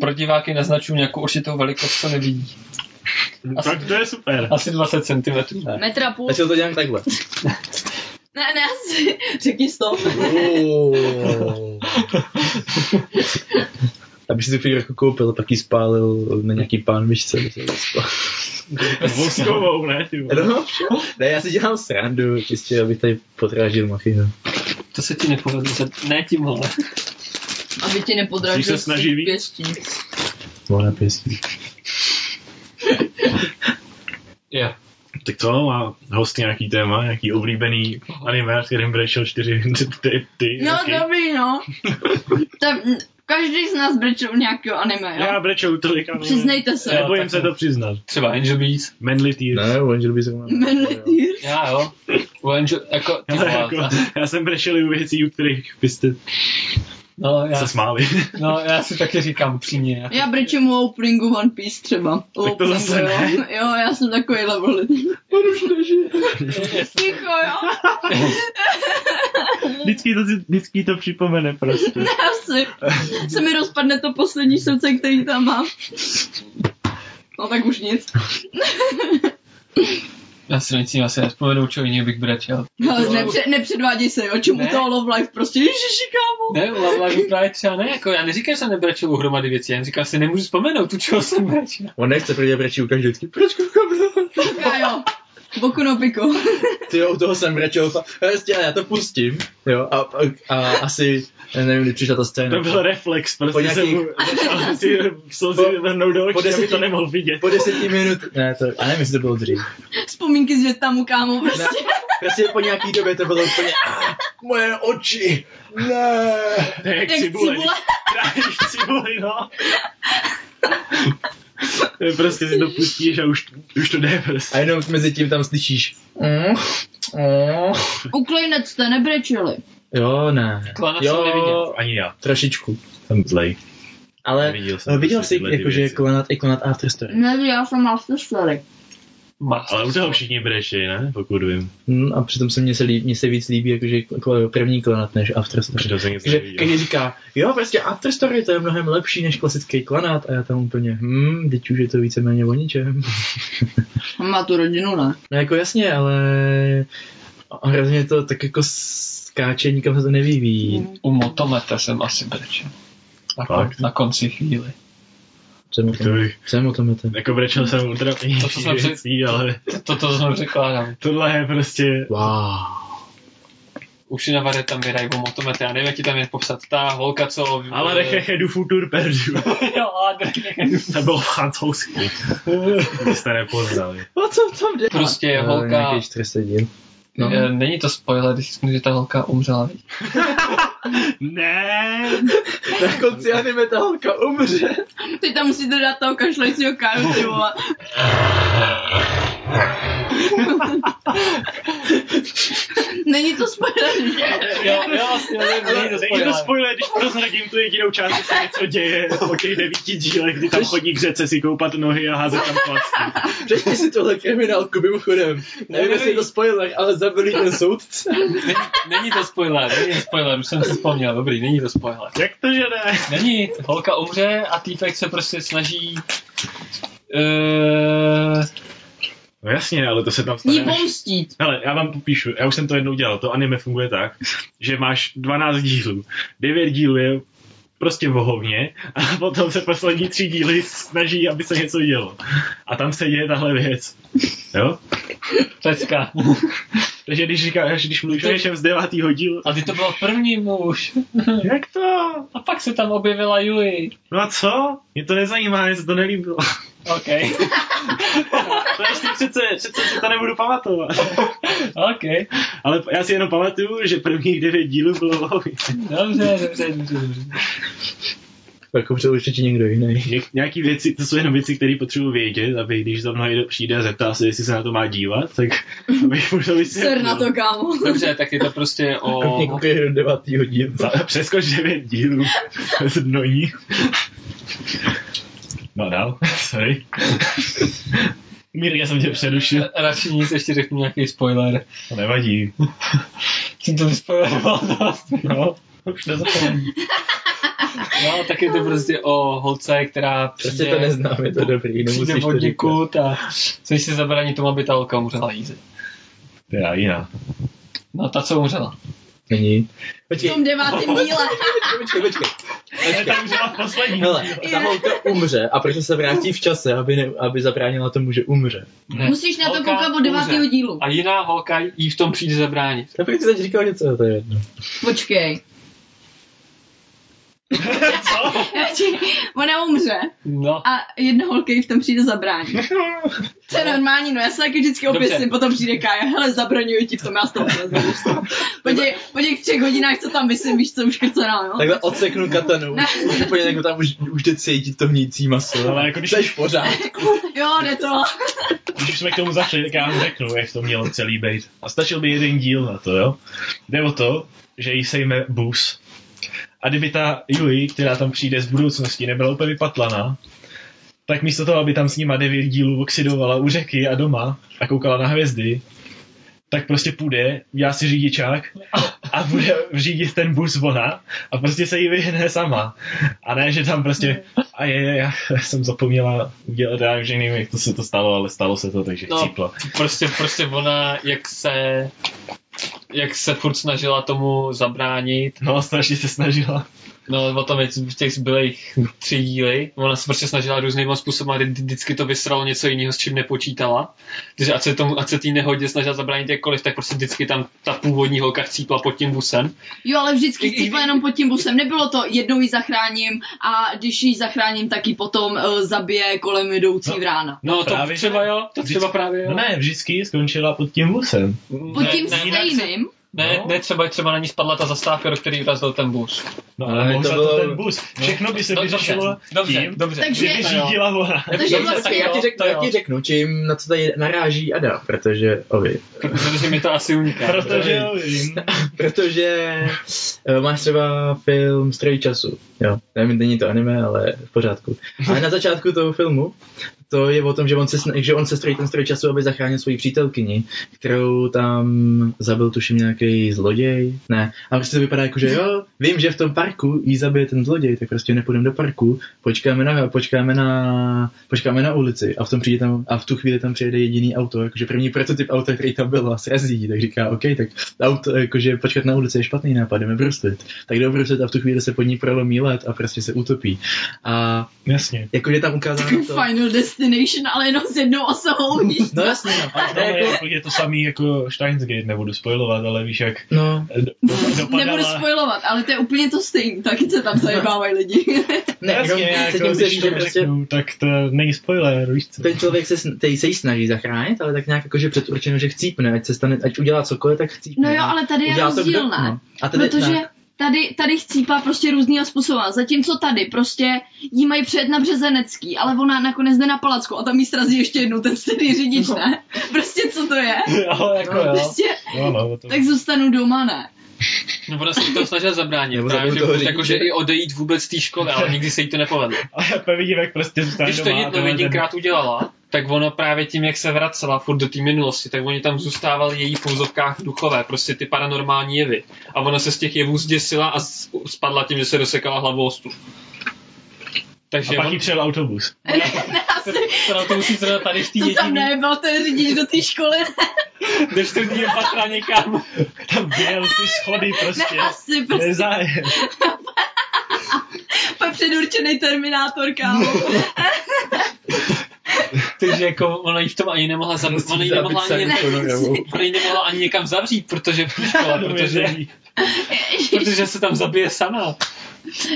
[SPEAKER 2] Pro diváky naznačuju nějakou určitou velikost, co nevidí. Asi-
[SPEAKER 5] Tak to je super.
[SPEAKER 2] Asi 20 cm. Ne.
[SPEAKER 3] Metra půl.
[SPEAKER 1] Začal to dělám takhle.
[SPEAKER 3] Ne, ne, asi. Řekni stop.
[SPEAKER 1] Uuuu. Aby si tu figurku koupil, pak ji spálil na nějaký pánvičce. aby se vyspal.
[SPEAKER 5] Voskovou, ne, ty. vole.
[SPEAKER 1] No, ne, já si dělám srandu, čistě, abych tady potrážil Machyho.
[SPEAKER 2] To se ti nepovedlo. se- Ne tímhle.
[SPEAKER 3] Aby tě nepodražil
[SPEAKER 5] Musíš se snažit víc.
[SPEAKER 3] pěstí.
[SPEAKER 1] Moje pěstí.
[SPEAKER 2] Jo.
[SPEAKER 5] Tak to má host nějaký téma, nějaký oblíbený anime, s kterým brečel čtyři ty, ty
[SPEAKER 3] No
[SPEAKER 5] roky.
[SPEAKER 3] dobrý, no. Tam, každý z nás brečel nějakého anime, jo?
[SPEAKER 5] Já brečel tolik anime.
[SPEAKER 3] Přiznejte se.
[SPEAKER 2] Jo.
[SPEAKER 5] Nebojím
[SPEAKER 2] tak
[SPEAKER 5] se
[SPEAKER 2] ne.
[SPEAKER 5] to přiznat.
[SPEAKER 2] Třeba Angel Beats.
[SPEAKER 5] Manly Tears.
[SPEAKER 1] Ne, on že by zrovna...
[SPEAKER 3] Menetýr.
[SPEAKER 2] Já jo. U Angel, jako, ty
[SPEAKER 5] Ale
[SPEAKER 2] vole,
[SPEAKER 5] jako, já jsem brečel i u věcí, u kterých byste
[SPEAKER 2] no, já,
[SPEAKER 5] se smáli.
[SPEAKER 2] no, já si taky říkám upřímně. já-
[SPEAKER 3] Já brečím o openingu One Piece třeba. O
[SPEAKER 5] Tak to zase
[SPEAKER 3] openingu,
[SPEAKER 5] ne.
[SPEAKER 3] jo. jo, já jsem takový level. Ticho, jo?
[SPEAKER 5] vždycky, to, si- vždycky to připomene prostě.
[SPEAKER 3] Asi. Se mi rozpadne to poslední srdce, který tam mám. No tak už nic.
[SPEAKER 2] Já si nic já si nespomenu, čeho jiného bych brečel.
[SPEAKER 3] Ale nepře- nepředváděj se, jo, čemu
[SPEAKER 2] Ne.
[SPEAKER 3] to Love Life prostě, ježiši kámo.
[SPEAKER 2] Ne, u Love Live právě třeba ne, jako já neříkám, že jsem nebrečel u hromady věcí, já jen říkám, že si nemůžu vzpomenout, tu čeho jsem brečel.
[SPEAKER 1] On nechce prvně brečí u každého vždycky. Proč
[SPEAKER 3] Tak jo, Boku no piku.
[SPEAKER 1] Ty jo, u toho jsem brečel. fa- Prostě já to pustím. Jo, a, a, a asi, já nevím, kdy přišla ta scéna.
[SPEAKER 5] To byl reflex,
[SPEAKER 1] Po
[SPEAKER 5] prostě
[SPEAKER 1] nějakých-
[SPEAKER 5] nějaký... jsem mu ale ty slzy
[SPEAKER 1] Po-
[SPEAKER 5] vrhnou do
[SPEAKER 1] po
[SPEAKER 5] očí, aby
[SPEAKER 1] deseti-
[SPEAKER 5] to nemohl vidět.
[SPEAKER 1] Po deseti minut, ne, to, a nevím, jestli to bylo dřív.
[SPEAKER 3] Vzpomínky z Větnamu, kámo,
[SPEAKER 1] Ne,
[SPEAKER 3] prostě.
[SPEAKER 1] prostě po nějaký době to bylo úplně, "Ah, moje oči, ne.
[SPEAKER 5] To je jak
[SPEAKER 3] Jak
[SPEAKER 5] cibule.
[SPEAKER 3] cibule.
[SPEAKER 5] Krájíš cibuli, no. To je prostě si to pustíš a už, už to jde
[SPEAKER 1] A
[SPEAKER 5] prostě.
[SPEAKER 1] jenom mezi tím tam slyšíš. Mm, mm.
[SPEAKER 3] Uklejnec jste nebrečeli.
[SPEAKER 1] Jo, ne.
[SPEAKER 2] Klana jsem Jako, neviděl.
[SPEAKER 1] Jo,
[SPEAKER 5] Ani já.
[SPEAKER 1] trošičku.
[SPEAKER 5] Jsem zlej.
[SPEAKER 1] Ale
[SPEAKER 5] Neviděl jsem
[SPEAKER 1] no, viděl
[SPEAKER 5] prostě
[SPEAKER 1] jsi,
[SPEAKER 5] tyhle ty
[SPEAKER 1] jako, že je
[SPEAKER 5] věci.
[SPEAKER 1] klanat i klanat Afterstory.
[SPEAKER 3] Ne, já jsem Master Story.
[SPEAKER 2] Máš.
[SPEAKER 5] Ale u toho všichni breši, ne? Pokud vím.
[SPEAKER 1] Hmm, a přitom se mně se, líb, mně se víc líbí jakože jako první klanat než Afterstory.
[SPEAKER 5] Přitom jsem nic
[SPEAKER 1] Takže
[SPEAKER 5] neviděl.
[SPEAKER 1] každý říká, jo, prostě Afterstory to je mnohem lepší než klasický klanát a já tam úplně, hm, teď už je to víceméně o ničem.
[SPEAKER 3] Má tu rodinu, ne?
[SPEAKER 1] No jako jasně, ale hrozně to tak jako skáče, nikam se to nevyvíjí.
[SPEAKER 2] U Motometa jsem asi brečel. Na, kon,
[SPEAKER 5] Fakt?
[SPEAKER 2] na konci chvíli.
[SPEAKER 1] Jsem o
[SPEAKER 5] To
[SPEAKER 1] tom,
[SPEAKER 5] bych,
[SPEAKER 1] jsem o tom je ten.
[SPEAKER 5] jako brečel jsem
[SPEAKER 2] To, co
[SPEAKER 5] utrapnější
[SPEAKER 2] jsem před-
[SPEAKER 5] věcí, ale
[SPEAKER 2] Toto znovu překládám.
[SPEAKER 5] tohle je prostě...
[SPEAKER 1] Wow.
[SPEAKER 2] Už na vare tam vydají o Motomete, já nevím, jak ti tam je popsat. Ta holka, co...
[SPEAKER 5] Ale recheche du futur perdu.
[SPEAKER 2] Jo, ale recheche.
[SPEAKER 5] To bylo francouzský. Byste nepoznali.
[SPEAKER 1] A co tam jde?
[SPEAKER 2] Prostě je
[SPEAKER 1] No,
[SPEAKER 2] holka...
[SPEAKER 1] Nějaký 40 díl.
[SPEAKER 2] No.
[SPEAKER 1] No.
[SPEAKER 2] Není to spoiler, když řeknu, že ta holka umřela.
[SPEAKER 5] Ne!
[SPEAKER 1] Na konci anime ta holka umře.
[SPEAKER 3] Ty tam musíte dát toho kašlajícího káru, ty vole. Není to spoiler, že?
[SPEAKER 2] Jo, jo, vlastně, není to
[SPEAKER 5] Není to
[SPEAKER 2] spoiler.
[SPEAKER 5] spoiler, když prozradím tu jedinou část, že se něco děje po těch devíti dílech, kdy tam chodí k řece si koupat nohy a házet tam plasty.
[SPEAKER 1] Přečti si tohle kriminálku mimochodem. Nevím, jestli je to spoiler, ale zabili ten soudce.
[SPEAKER 2] Není to spoiler, není to spoiler, už jsem si vzpomněl, dobrý, není to spoiler.
[SPEAKER 5] Jak to, že ne?
[SPEAKER 2] Není, holka umře a týpek se prostě snaží eh,
[SPEAKER 5] No jasně, ale to se tam
[SPEAKER 3] Jí
[SPEAKER 5] stane.
[SPEAKER 3] pomstít.
[SPEAKER 5] Hele, já vám popíšu, já už jsem to jednou dělal, to anime funguje tak, že máš 12 dílů, 9 dílů je prostě vohovně a potom se poslední tři díly snaží, aby se něco dělo. A tam se děje tahle věc. Jo?
[SPEAKER 2] pecka.
[SPEAKER 5] Takže když říkáš, když mluvíš o něčem z devátýho dílu,
[SPEAKER 2] A ty to byl první muž.
[SPEAKER 5] jak to?
[SPEAKER 2] A pak se tam objevila Yui.
[SPEAKER 5] No a co? Mě to nezajímá, mě se to nelíbilo.
[SPEAKER 2] OK,
[SPEAKER 5] To ještě přece, přece si to nebudu pamatovat.
[SPEAKER 2] OK,
[SPEAKER 5] Ale já si jenom pamatuju, že prvních devět dílů bylo vohovně.
[SPEAKER 2] dobře, dobře, dobře, dobře.
[SPEAKER 1] Tak umřel Jako, určitě někdo jiný.
[SPEAKER 5] Něk- nějaký věci, to jsou jenom věci, které potřebuji vědět, aby když za mnou někdo přijde a zeptá se, jestli se na to má dívat, tak abych mu to
[SPEAKER 3] Ser na to, kámo.
[SPEAKER 2] Dobře, tak je to prostě o...
[SPEAKER 1] Koukni, koukej Jako do devátýho dílu.
[SPEAKER 5] Za- Přeskoč devět dílů. No ní. No dál, sorry. Mírně jsem tě přerušil.
[SPEAKER 2] Radši nic, ještě řeknu nějaký spoiler.
[SPEAKER 5] To nevadí.
[SPEAKER 2] Jsem to vyspoileroval dost.
[SPEAKER 5] No, už nezapomenu.
[SPEAKER 2] No, tak je to prostě o holce, která
[SPEAKER 1] Prostě to
[SPEAKER 2] přijde,
[SPEAKER 1] neznám, je to dobrý,
[SPEAKER 2] přijde
[SPEAKER 1] nemusíš
[SPEAKER 2] od
[SPEAKER 1] to říkat.
[SPEAKER 2] někud a chceš se zabránit tomu, aby ta holka umřela easy.
[SPEAKER 5] Teda jiná.
[SPEAKER 2] No, ta, co umřela.
[SPEAKER 3] V
[SPEAKER 1] Není. Počkej,
[SPEAKER 3] tom devátém díle.
[SPEAKER 1] počkej, počkej.
[SPEAKER 5] Ale tam byla poslední.
[SPEAKER 1] Hele, ta holka umře a proto se vrátí v čase, aby, ne, aby zabránila tomu, že umře.
[SPEAKER 2] Ne.
[SPEAKER 3] Musíš na to
[SPEAKER 2] Holka
[SPEAKER 3] koukat od
[SPEAKER 2] umře.
[SPEAKER 3] devátého dílu.
[SPEAKER 2] A jiná holka jí v tom přijde zabránit.
[SPEAKER 1] A proč jsi teď říkal něco, to je jedno.
[SPEAKER 3] Počkej. Já ti- Ona umře
[SPEAKER 2] No,
[SPEAKER 3] a jedna holka jí v tom přijde zabránit. To je normální, no já se taky vždycky
[SPEAKER 2] Dobře.
[SPEAKER 3] oběsím, potom přijde Kája, hele, zabraňuji ti v tom, já s tou Podívej, po těch třech hodinách, co tam vysím, víš, co už krcená, no.
[SPEAKER 1] Takhle odseknu katanu, už, už úplně jako tam už, už jde cítit to hnící maso.
[SPEAKER 5] Ale jako když-
[SPEAKER 1] Jseš pořád.
[SPEAKER 3] Jo, jde to.
[SPEAKER 5] Když už jsme k tomu začali, tak já vám řeknu, jak to mělo celý být. A stačil by jeden díl na to, jo? Jde o to, že jí sejme bus. A kdyby ta Yui, která tam přijde z budoucnosti, nebyla úplně vypatlaná, tak místo toho, aby tam s nima devět dílů oxidovala u řeky a doma a koukala na hvězdy, tak prostě půjde, já si řidičák a bude řídit ten bus ona a prostě se jí vyhne sama. A ne, že tam prostě, a je, já jsem zapomněla udělat, já už nevím, jak to se to stalo, ale stalo se to, takže
[SPEAKER 2] No.
[SPEAKER 5] no. cípla.
[SPEAKER 2] prostě, prostě ona, jak se jak se furt snažila tomu zabránit.
[SPEAKER 5] No, strašně se snažila.
[SPEAKER 2] No, o tom je v těch zbylých tři díly. Ona se prostě snažila různýma způsoby, a vždy- vždycky to vysralo něco jiného, s čím nepočítala. Takže ať se, tomu, ať se tý nehodě snažila zabránit jakkoliv, tak prostě vždycky tam ta původní holka chcípla pod tím busem.
[SPEAKER 3] Jo, ale vždycky
[SPEAKER 2] I- i-
[SPEAKER 3] chcípla jenom pod tím busem. Nebylo to, jednou ji zachráním a když ji zachráním, tak ji potom uh, zabije kolem jdoucí
[SPEAKER 5] No.
[SPEAKER 3] vrána.
[SPEAKER 2] No, to
[SPEAKER 5] Právě.
[SPEAKER 2] třeba jo, to třeba právě jo.
[SPEAKER 5] No ne, vždycky skončila pod tím busem.
[SPEAKER 3] Pod
[SPEAKER 2] Ne,
[SPEAKER 3] tím
[SPEAKER 2] ne,
[SPEAKER 3] stejným.
[SPEAKER 2] Ne,
[SPEAKER 5] No.
[SPEAKER 2] ne, třeba, třeba na ní spadla ta zastávka, do který urazil ten bus.
[SPEAKER 5] No,
[SPEAKER 1] Ale
[SPEAKER 5] ale mohl
[SPEAKER 1] to
[SPEAKER 5] za
[SPEAKER 1] bylo-
[SPEAKER 5] to ten bus. Všechno by se
[SPEAKER 2] No,
[SPEAKER 5] vyřešilo
[SPEAKER 2] dobře,
[SPEAKER 5] tím,
[SPEAKER 2] dobře.
[SPEAKER 3] Takže-
[SPEAKER 5] kdyby
[SPEAKER 2] To jo.
[SPEAKER 5] řídila ona.
[SPEAKER 3] Takže
[SPEAKER 2] Dobře,
[SPEAKER 3] vlastně,
[SPEAKER 2] tak
[SPEAKER 1] Já ti
[SPEAKER 2] jo, to
[SPEAKER 1] řeknu, já ti
[SPEAKER 2] jo.
[SPEAKER 1] řeknu čím, na co tady naráží Ada, protože, ovi,
[SPEAKER 2] Protože mi to asi uniká.
[SPEAKER 5] Protože jo, vím.
[SPEAKER 1] protože eh, máš třeba film Stroj času, jo, nevím, není to anime, ale v pořádku. Ale na začátku toho filmu to je o tom, že on se, sna- že on se strojí ten stroj času, aby zachránil svoji přítelkyni, kterou tam zabil tuším nějaký zloděj. Ne, a prostě to vypadá jako, že jo, vím, že v tom parku jí zabije ten zloděj, tak prostě nepůjdeme do parku, počkáme na, počkáme na, počkáme na ulici a v, tom přijde tam, a v tu chvíli tam přijede jediný auto, jakože první prototyp auta, který tam byl a srazí, ji, tak říká, OK, tak auto, jakože počkat na ulici je špatný nápad, jdeme bruslit. Tak jdou bruslit a v tu chvíli se pod ní prolomí let a prostě se utopí. A
[SPEAKER 5] Jasně.
[SPEAKER 1] jakože tam ukázáno to...
[SPEAKER 3] Final Destination, ale jenom s jednou osobou. víš.
[SPEAKER 1] No jasně, no.
[SPEAKER 5] Ale
[SPEAKER 1] Ne,
[SPEAKER 5] tohle je,
[SPEAKER 1] jako-
[SPEAKER 5] jako, je to samý jako Steins Gate, nebudu spoilovat, ale víš jak
[SPEAKER 1] No,
[SPEAKER 5] do- do-
[SPEAKER 3] Nebudu
[SPEAKER 5] dopadala...
[SPEAKER 3] spojovat, ale to je úplně to stejný. Taky se tam zajebávají lidi.
[SPEAKER 1] ne,
[SPEAKER 5] Jasně,
[SPEAKER 1] jenom
[SPEAKER 5] jako,
[SPEAKER 1] se tím se
[SPEAKER 5] když
[SPEAKER 1] říct,
[SPEAKER 5] to
[SPEAKER 1] že prostě
[SPEAKER 5] řeknu, No, tak to není spoiler, víš co?
[SPEAKER 1] ten člověk se, sn- tej se jí snaží zachránit, ale tak nějak jako, jakože předurčeno, že chcípne, ať se stane, ať udělá cokoliv, tak chcípne.
[SPEAKER 3] No jo, ale tady je
[SPEAKER 1] Udělá to
[SPEAKER 3] rozdíl,
[SPEAKER 1] kdo-
[SPEAKER 3] ne?
[SPEAKER 1] no. A tady,
[SPEAKER 3] Protože
[SPEAKER 1] ne.
[SPEAKER 3] tady, tady chcípá prostě různýho způsobu. Zatímco tady prostě jí mají přejet na Březenecký, ale ona nakonec jde na Palacko a tam jí srazí ještě jednou ten stejný
[SPEAKER 1] No.
[SPEAKER 3] řidič, ne? Prostě co to je?
[SPEAKER 2] Jo, jako jo.
[SPEAKER 3] Prostě,
[SPEAKER 5] Jo, no, to...
[SPEAKER 3] tak zůstanu doma, ne?
[SPEAKER 2] No, ona se to snažila zabránit.
[SPEAKER 1] Nebo
[SPEAKER 2] Právě,
[SPEAKER 1] zabiju
[SPEAKER 2] že,
[SPEAKER 1] toho
[SPEAKER 2] jako, že i odejít vůbec z té školy, ale nikdy se jí to nepovedlo.
[SPEAKER 5] A Pepe Vidivek prostě zůstane
[SPEAKER 2] Když to
[SPEAKER 5] doma. a
[SPEAKER 2] jednou
[SPEAKER 5] tenhle ten-
[SPEAKER 2] jedinkrát udělala, tak ono právě tím, jak se vracela furt do té minulosti, tak oni tam zůstávali její v pouzovkách duchové, prostě ty paranormální jevy. A ona se z těch jevů zděsila a s- spadla tím, že se dosekala hlavou o stůl.
[SPEAKER 5] A
[SPEAKER 2] Takže
[SPEAKER 5] pak
[SPEAKER 2] on,
[SPEAKER 5] jí přijel autobus.
[SPEAKER 2] ona to musí zrovna tady v té
[SPEAKER 3] To tam
[SPEAKER 2] jediné,
[SPEAKER 3] nejebal ten řidič do té školy, ne?
[SPEAKER 2] do čtvrtního patra někam.
[SPEAKER 5] Tam byl ty schody prostě.
[SPEAKER 3] ne asi, prostě
[SPEAKER 5] Nezájem.
[SPEAKER 3] úplně předurčený terminátor, kámo.
[SPEAKER 2] Takže jako ona jí v tom ani nemohla zadržet, ona jí nemohla ani,
[SPEAKER 3] sánku, no, jo.
[SPEAKER 2] ona jí nemohla ani někam zavřít, protože škola, protože, protože se tam zabije sama.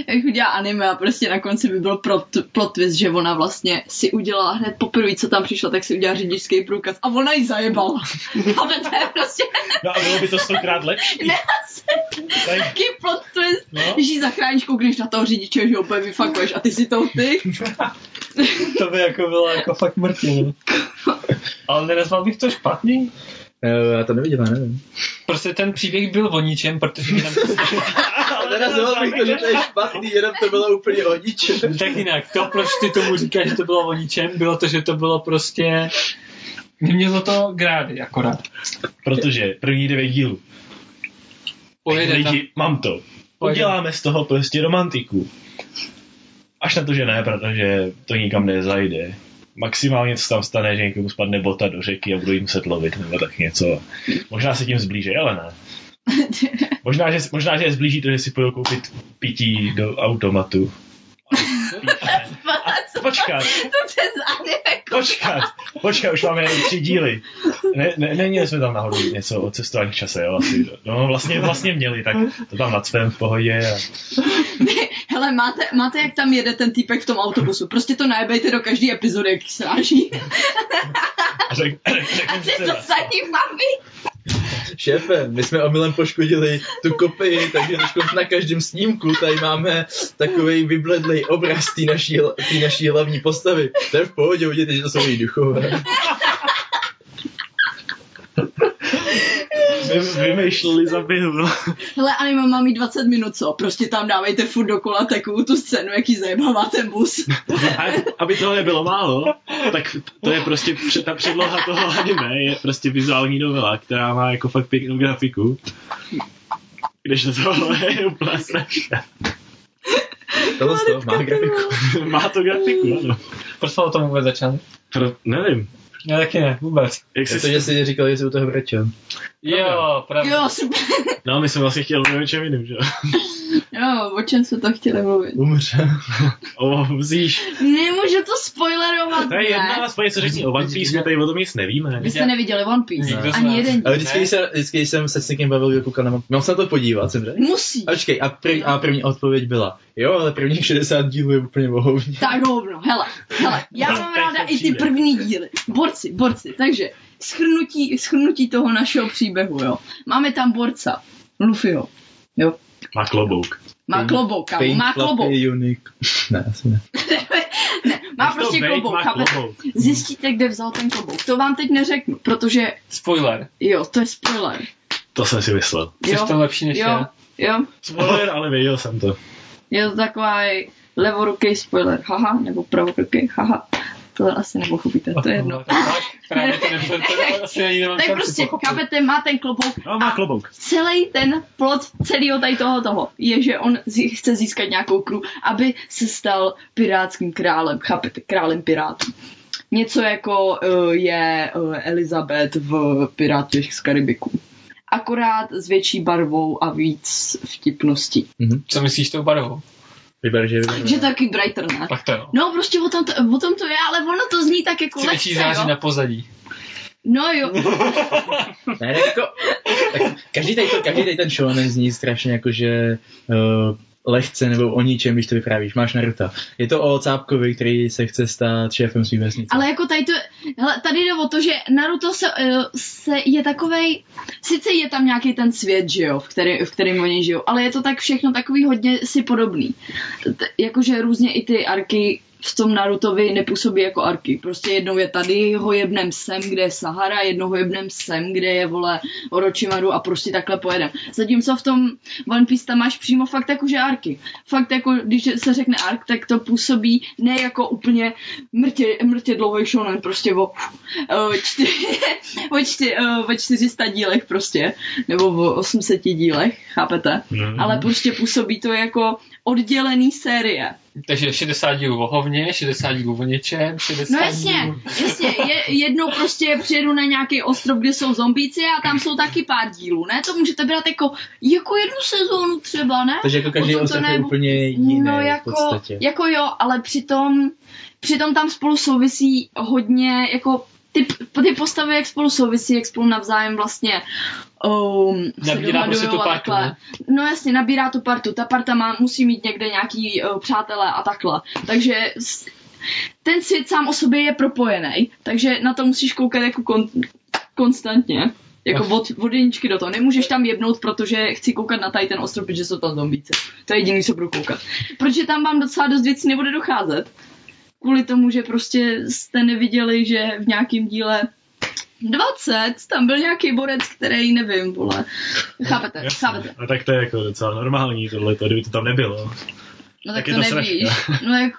[SPEAKER 3] Jak udělá anime a prostě na konci by byl plot, plot twist, že ona vlastně si udělala hned poprvé, co tam přišla, tak si udělá řidičský průkaz a ona ji zajebala. Ale to je prostě
[SPEAKER 5] No a bylo by to stokrát lepší. Tak,
[SPEAKER 3] taký plot twist,
[SPEAKER 5] No.
[SPEAKER 3] že ji zachráníš, koukneš na toho řidiče, že úplně vyfakuješ a ty si to ty.
[SPEAKER 2] To by jako bylo jako fakt
[SPEAKER 5] no.
[SPEAKER 2] mrtvý. Ale nenazval bych to špatný.
[SPEAKER 1] Eh, Já to neviděl, já nevím.
[SPEAKER 2] Prostě ten příběh byl o ničem, protože by nám
[SPEAKER 1] Ale nazval bych to, že to je špatný, jenom to bylo úplně o ničem.
[SPEAKER 2] tak jinak. To, proč ty tomu říkáš, že to bylo o ničem, bylo to, že to bylo prostě... Nemělo to grády akorát.
[SPEAKER 5] protože první devět dílů.
[SPEAKER 2] Pojede tam.
[SPEAKER 5] Lidi, mám to.
[SPEAKER 2] Pojede.
[SPEAKER 5] Uděláme z toho prostě romantiku. Až na to, že ne, protože to nikam nezajde. Maximálně se tam stane, že někomu spadne bota do řeky a budou jim se tlovit nebo tak něco. Možná se tím zblíže, ale ne. Možná, že, možná, že je zblíží to, že si půjdou koupit pití do automatu. Počkat,
[SPEAKER 3] to přes anime.
[SPEAKER 5] počkat, počkat, už máme jenom tři díly. Ne, ne, neměli jsme tam náhodou něco o cestování v čase, jo? Asi, no vlastně, vlastně měli, tak to tam nacpem v pohodě. A...
[SPEAKER 3] Hele, máte, máte, jak tam jede ten týpek v tom autobusu. Prostě to najebejte do každý epizody, jak sráží.
[SPEAKER 5] A řek, řekl
[SPEAKER 3] A
[SPEAKER 5] jsem
[SPEAKER 3] ty to
[SPEAKER 5] si
[SPEAKER 3] za ním mami.
[SPEAKER 1] Šéfe, my jsme omylem poškodili tu kopii, takže teď na každém snímku tady máme takový vybledlej obraz té naší, té naší hlavní postavy. To je v pohodě, uvidíte, že to jsou její duchové.
[SPEAKER 5] Vy- Vymýšleli za běhu.
[SPEAKER 3] Hele, anime má mít 20 minut, co? Prostě tam dávejte furt dokola takovou tu scénu, jaký zajebává ten bus.
[SPEAKER 5] A aby toho nebylo málo, tak to je prostě před, ta předloha toho anime, je prostě vizuální novela, která má jako fakt pěknou grafiku. Když to tohle je úplně strašné.
[SPEAKER 1] Tohle z toho má grafiku.
[SPEAKER 5] Má to grafiku, ano.
[SPEAKER 2] Proč jsme o tom vůbec začali?
[SPEAKER 5] Pro, nevím,
[SPEAKER 2] Já taky ne, vůbec.
[SPEAKER 5] jak
[SPEAKER 1] Je to,
[SPEAKER 5] jsi...
[SPEAKER 1] že jsi říkal, že jsi u toho vračel.
[SPEAKER 2] Jo, pravda.
[SPEAKER 3] Jo, super.
[SPEAKER 5] No, my jsme vlastně chtěli mluvit o čem jiným, že jo?
[SPEAKER 3] Jo, o čem se to chtěli mluvit?
[SPEAKER 1] Umře.
[SPEAKER 5] O vzíš.
[SPEAKER 3] Nemůžu to spoilerovat,
[SPEAKER 5] To je jedna
[SPEAKER 3] ne?
[SPEAKER 5] vás něco řekni o One Piece, my tady o tom nic nevíme.
[SPEAKER 3] Vy jste neviděli One Piece.
[SPEAKER 2] Nikdo z
[SPEAKER 3] Ani
[SPEAKER 2] nás.
[SPEAKER 3] jeden.
[SPEAKER 1] Ale vždycky,
[SPEAKER 2] Ne.
[SPEAKER 1] když jsem, vždycky, když jsem se s někým bavil, že koukal na map- Mám se na to podívat, jsem řekl.
[SPEAKER 3] Musí.
[SPEAKER 1] A počkej, a, prv, a první odpověď byla, jo, ale prvních 60 dílů je úplně bohovně.
[SPEAKER 3] Tak hovno, hele, hele, já mám
[SPEAKER 5] teď
[SPEAKER 3] ráda
[SPEAKER 5] to
[SPEAKER 3] i ty
[SPEAKER 5] přijde.
[SPEAKER 3] první díly. Borci, borci, takže schrnutí, schrnutí toho našeho příběhu, jo. Máme tam borca, Luffyho, jo.
[SPEAKER 5] Má klobouk.
[SPEAKER 3] Má
[SPEAKER 1] Pain-
[SPEAKER 3] klobouk, kámo, má klobouk.
[SPEAKER 1] Flappy, Unique. Ne, asi ne.
[SPEAKER 3] Má
[SPEAKER 5] Nech to
[SPEAKER 3] prostě
[SPEAKER 5] bejt,
[SPEAKER 3] klobouk,
[SPEAKER 5] má
[SPEAKER 3] chápete?
[SPEAKER 5] klobouk.
[SPEAKER 3] Zjistíte, kde vzal ten klobouk. To vám teď neřeknu, protože,
[SPEAKER 2] Spoiler.
[SPEAKER 3] jo, to je spoiler.
[SPEAKER 5] To jsem si myslel.
[SPEAKER 2] Jsi
[SPEAKER 3] Jo,
[SPEAKER 2] v tom lepší než
[SPEAKER 3] jo,
[SPEAKER 2] já.
[SPEAKER 3] jo.
[SPEAKER 5] Spoiler, ale věděl jsem to.
[SPEAKER 3] Je to taková levoruký spoiler, haha, nebo pravoruký, haha. Tohle asi nepochopíte, to je jedno.
[SPEAKER 2] Tak, právě to nebylo, to asi ani nemám
[SPEAKER 3] Tak
[SPEAKER 2] šanci
[SPEAKER 3] prostě,
[SPEAKER 2] pochopit.
[SPEAKER 3] chápete, má ten klobouk
[SPEAKER 5] No, má klobouk.
[SPEAKER 3] celý ten plot celého tady toho toho je, že on zi- chce získat nějakou kru, aby se stal pirátským králem, chápete, králem pirátů. Něco jako uh, je uh, Elizabeth v Pirátech z Karibiku. Akorát s větší barvou a víc vtipností.
[SPEAKER 2] Co myslíš tou barvou?
[SPEAKER 1] Vyber, že
[SPEAKER 2] Hmm.
[SPEAKER 3] Že taky brighter, ne?
[SPEAKER 2] Tak to jo.
[SPEAKER 3] No, prostě o tom, to, o tom to je, ale ono to zní tak jako
[SPEAKER 2] Chci větší
[SPEAKER 3] lehce,
[SPEAKER 2] září
[SPEAKER 3] jo?
[SPEAKER 2] na pozadí.
[SPEAKER 3] No jo,
[SPEAKER 1] Ne, ne, jako, tak každý, tady to, každý tady ten show zní strašně jako, že uh, lehce nebo o ničem, když to vyprávíš. Máš Naruto. Je to o cápkovi, který se chce stát šéfem svý vesnice.
[SPEAKER 3] Ale jako tady to, hele, tady jde o to, že Naruto se, eh, se je takovej, sice je tam nějaký ten svět, že jo, v, který, v kterém oni žijou, ale je to tak všechno takový hodně si podobný. T- jakože různě i ty arky v tom Narutovi nepůsobí jako arky. Prostě jednou je tady, ho jebnem sem, kde je Sahara, jednou ho jebnem sem, kde je, vole, Orochimaru a prostě takhle pojedem. Zatímco v tom One Piece tam máš přímo fakt jako, že arky. Fakt jako, když se řekne ark, tak to působí ne jako úplně mrtě, mrtě dlouhý shonen, prostě o, o, čty, o, čty, o 400 dílech prostě, nebo o 800 dílech, chápete?
[SPEAKER 5] Mm.
[SPEAKER 4] Mhm.
[SPEAKER 3] Ale prostě působí to jako oddělený série.
[SPEAKER 2] Takže 60 dílů o hovně, 60 dílů o něčem, 60
[SPEAKER 3] No jasně,
[SPEAKER 2] dílů...
[SPEAKER 3] jasně, je, jednou prostě přijedu na nějaký ostrov, kde jsou zombíci a tam jsou taky pár dílů, ne? To můžete brát jako, jako jednu sezónu třeba, ne?
[SPEAKER 1] Takže jako každý
[SPEAKER 3] Potom to
[SPEAKER 1] ostrov je
[SPEAKER 3] nebo-
[SPEAKER 1] úplně jiný
[SPEAKER 3] no
[SPEAKER 1] v
[SPEAKER 3] jako,
[SPEAKER 1] podstatě.
[SPEAKER 3] jako jo, ale přitom, přitom tam spolu souvisí hodně, jako ty, ty postavy, jak spolu souvisí, jak spolu navzájem vlastně um,
[SPEAKER 2] Nabírá prostě tu partu, ne?
[SPEAKER 3] No jasně, nabírá tu partu. Ta parta má, musí mít někde nějaký uh, přátelé a takhle. Takže s- ten svět sám o sobě je propojený, takže na to musíš koukat jako kon, konstantně. Jako od, od jedničky do toho. Nemůžeš tam jebnout, protože chci koukat na tady ten ostrov, protože jsou tam zombíci. To je jediný, co budu koukat. Protože tam vám docela dost věcí nebude docházet. Kvůli tomu, že prostě jste neviděli, že v nějakém díle 20, tam byl nějaký borec, který nevím, vole. Chápete, chápete.
[SPEAKER 4] A tak to je jako docela normální tohle, to kdyby to tam nebylo.
[SPEAKER 3] No
[SPEAKER 4] Tak
[SPEAKER 3] tak, tak
[SPEAKER 4] je
[SPEAKER 3] to
[SPEAKER 4] to
[SPEAKER 3] nevíš. No jak...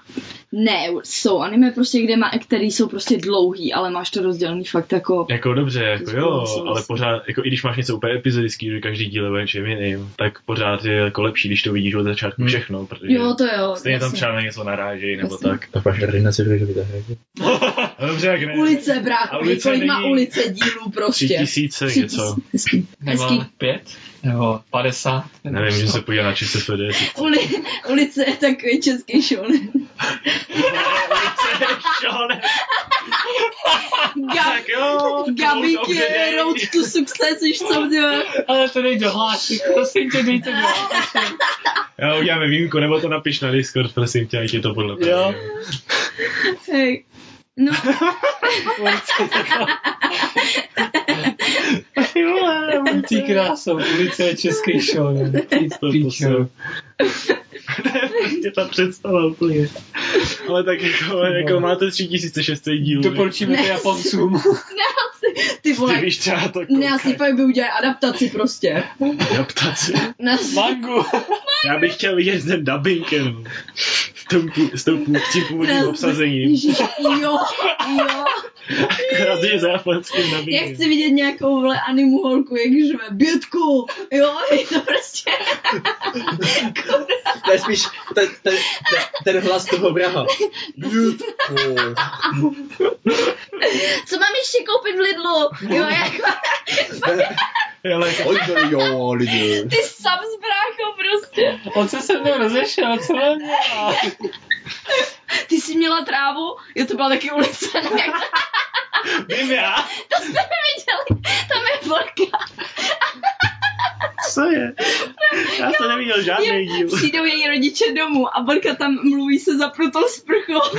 [SPEAKER 3] Ne, jsou anime prostě, kde má, který jsou prostě dlouhý, ale máš to rozdělený fakt jako...
[SPEAKER 4] Jako dobře, jako jo,
[SPEAKER 3] Souvislost.
[SPEAKER 4] ale pořád, jako i když máš něco úplně epizodický, že každý díl je o něčem jiným, tak pořád je jako lepší, když to vidíš od začátku
[SPEAKER 1] Hmm.
[SPEAKER 4] všechno, protože
[SPEAKER 3] Jo, to jo.
[SPEAKER 4] stejně tam
[SPEAKER 3] jasně.
[SPEAKER 4] třeba na něco narážejí nebo
[SPEAKER 3] Jasně.
[SPEAKER 4] tak.
[SPEAKER 1] Tak máš na se že vytáhne.
[SPEAKER 4] A dobře, jak ne.
[SPEAKER 3] Ulice, brácho,
[SPEAKER 4] A ulice
[SPEAKER 3] kolik má
[SPEAKER 4] není-
[SPEAKER 3] ulice dílů
[SPEAKER 4] Tři
[SPEAKER 3] prostě.
[SPEAKER 4] tisíce, něco.
[SPEAKER 3] Hezký.
[SPEAKER 2] Nebo
[SPEAKER 3] Hezký.
[SPEAKER 2] pět? Nebo 50? Nebo
[SPEAKER 4] Nevím, že
[SPEAKER 2] sto.
[SPEAKER 4] se podíval na ČSFD.
[SPEAKER 3] Uli, ulice je takový český shonen. Gab,
[SPEAKER 4] Tak jo,
[SPEAKER 3] Gabík
[SPEAKER 4] dobře,
[SPEAKER 3] je
[SPEAKER 4] dej.
[SPEAKER 3] road to success, víš co mě?
[SPEAKER 2] Ale to dej do hlášky, prosím tě, dej to do hlášky.
[SPEAKER 4] Jo, uděláme výjimku, nebo to napiš na Discord, prosím tě, ať je to podle
[SPEAKER 2] Jo.
[SPEAKER 4] pravdy.
[SPEAKER 3] Hej. No,
[SPEAKER 2] Ty vole, ulicí krásou, ulice je český show, ne? Ty
[SPEAKER 4] To je
[SPEAKER 2] Píčo.
[SPEAKER 4] Mě ta představa úplně. Ale tak jako, jako máte 3600 dílů.
[SPEAKER 2] Doporučíme to
[SPEAKER 3] Ne.
[SPEAKER 2] Japoncům.
[SPEAKER 3] ty
[SPEAKER 4] Ty
[SPEAKER 3] vole,
[SPEAKER 4] víš, třeba to
[SPEAKER 3] ne, asi pak by udělali adaptaci prostě.
[SPEAKER 4] adaptaci.
[SPEAKER 3] Na,
[SPEAKER 2] Mangu.
[SPEAKER 4] Já bych chtěl vidět ten dubbing jenom. S tou, pů- s tou pů- s tím původním obsazením.
[SPEAKER 3] Ježíš, jo, jo.
[SPEAKER 4] Radě za japonským
[SPEAKER 3] Já
[SPEAKER 4] dubbingem.
[SPEAKER 3] chci vidět nějakou vole animu holku, jak žve bětku. Jo, je to prostě.
[SPEAKER 1] To je spíš ten, ten, ten, ten hlas toho vraha.
[SPEAKER 3] Co mám ještě koupit v Lidlu? Jo, jako
[SPEAKER 4] Ale
[SPEAKER 1] Oj, to jo, lidi.
[SPEAKER 3] ty sam s bráchou prostě.
[SPEAKER 2] On se se mnou rozešel, co mám dělat?
[SPEAKER 3] Ty jsi měla trávu? Jo, to byla taky ulice. Jak
[SPEAKER 4] vím já,
[SPEAKER 3] to jste viděli? Tam je polka.
[SPEAKER 4] co je? Já to neviděl žádný
[SPEAKER 3] Je,
[SPEAKER 4] díl.
[SPEAKER 3] přijdou její rodiče domů a Borka tam mluví se zaprutou sprchou.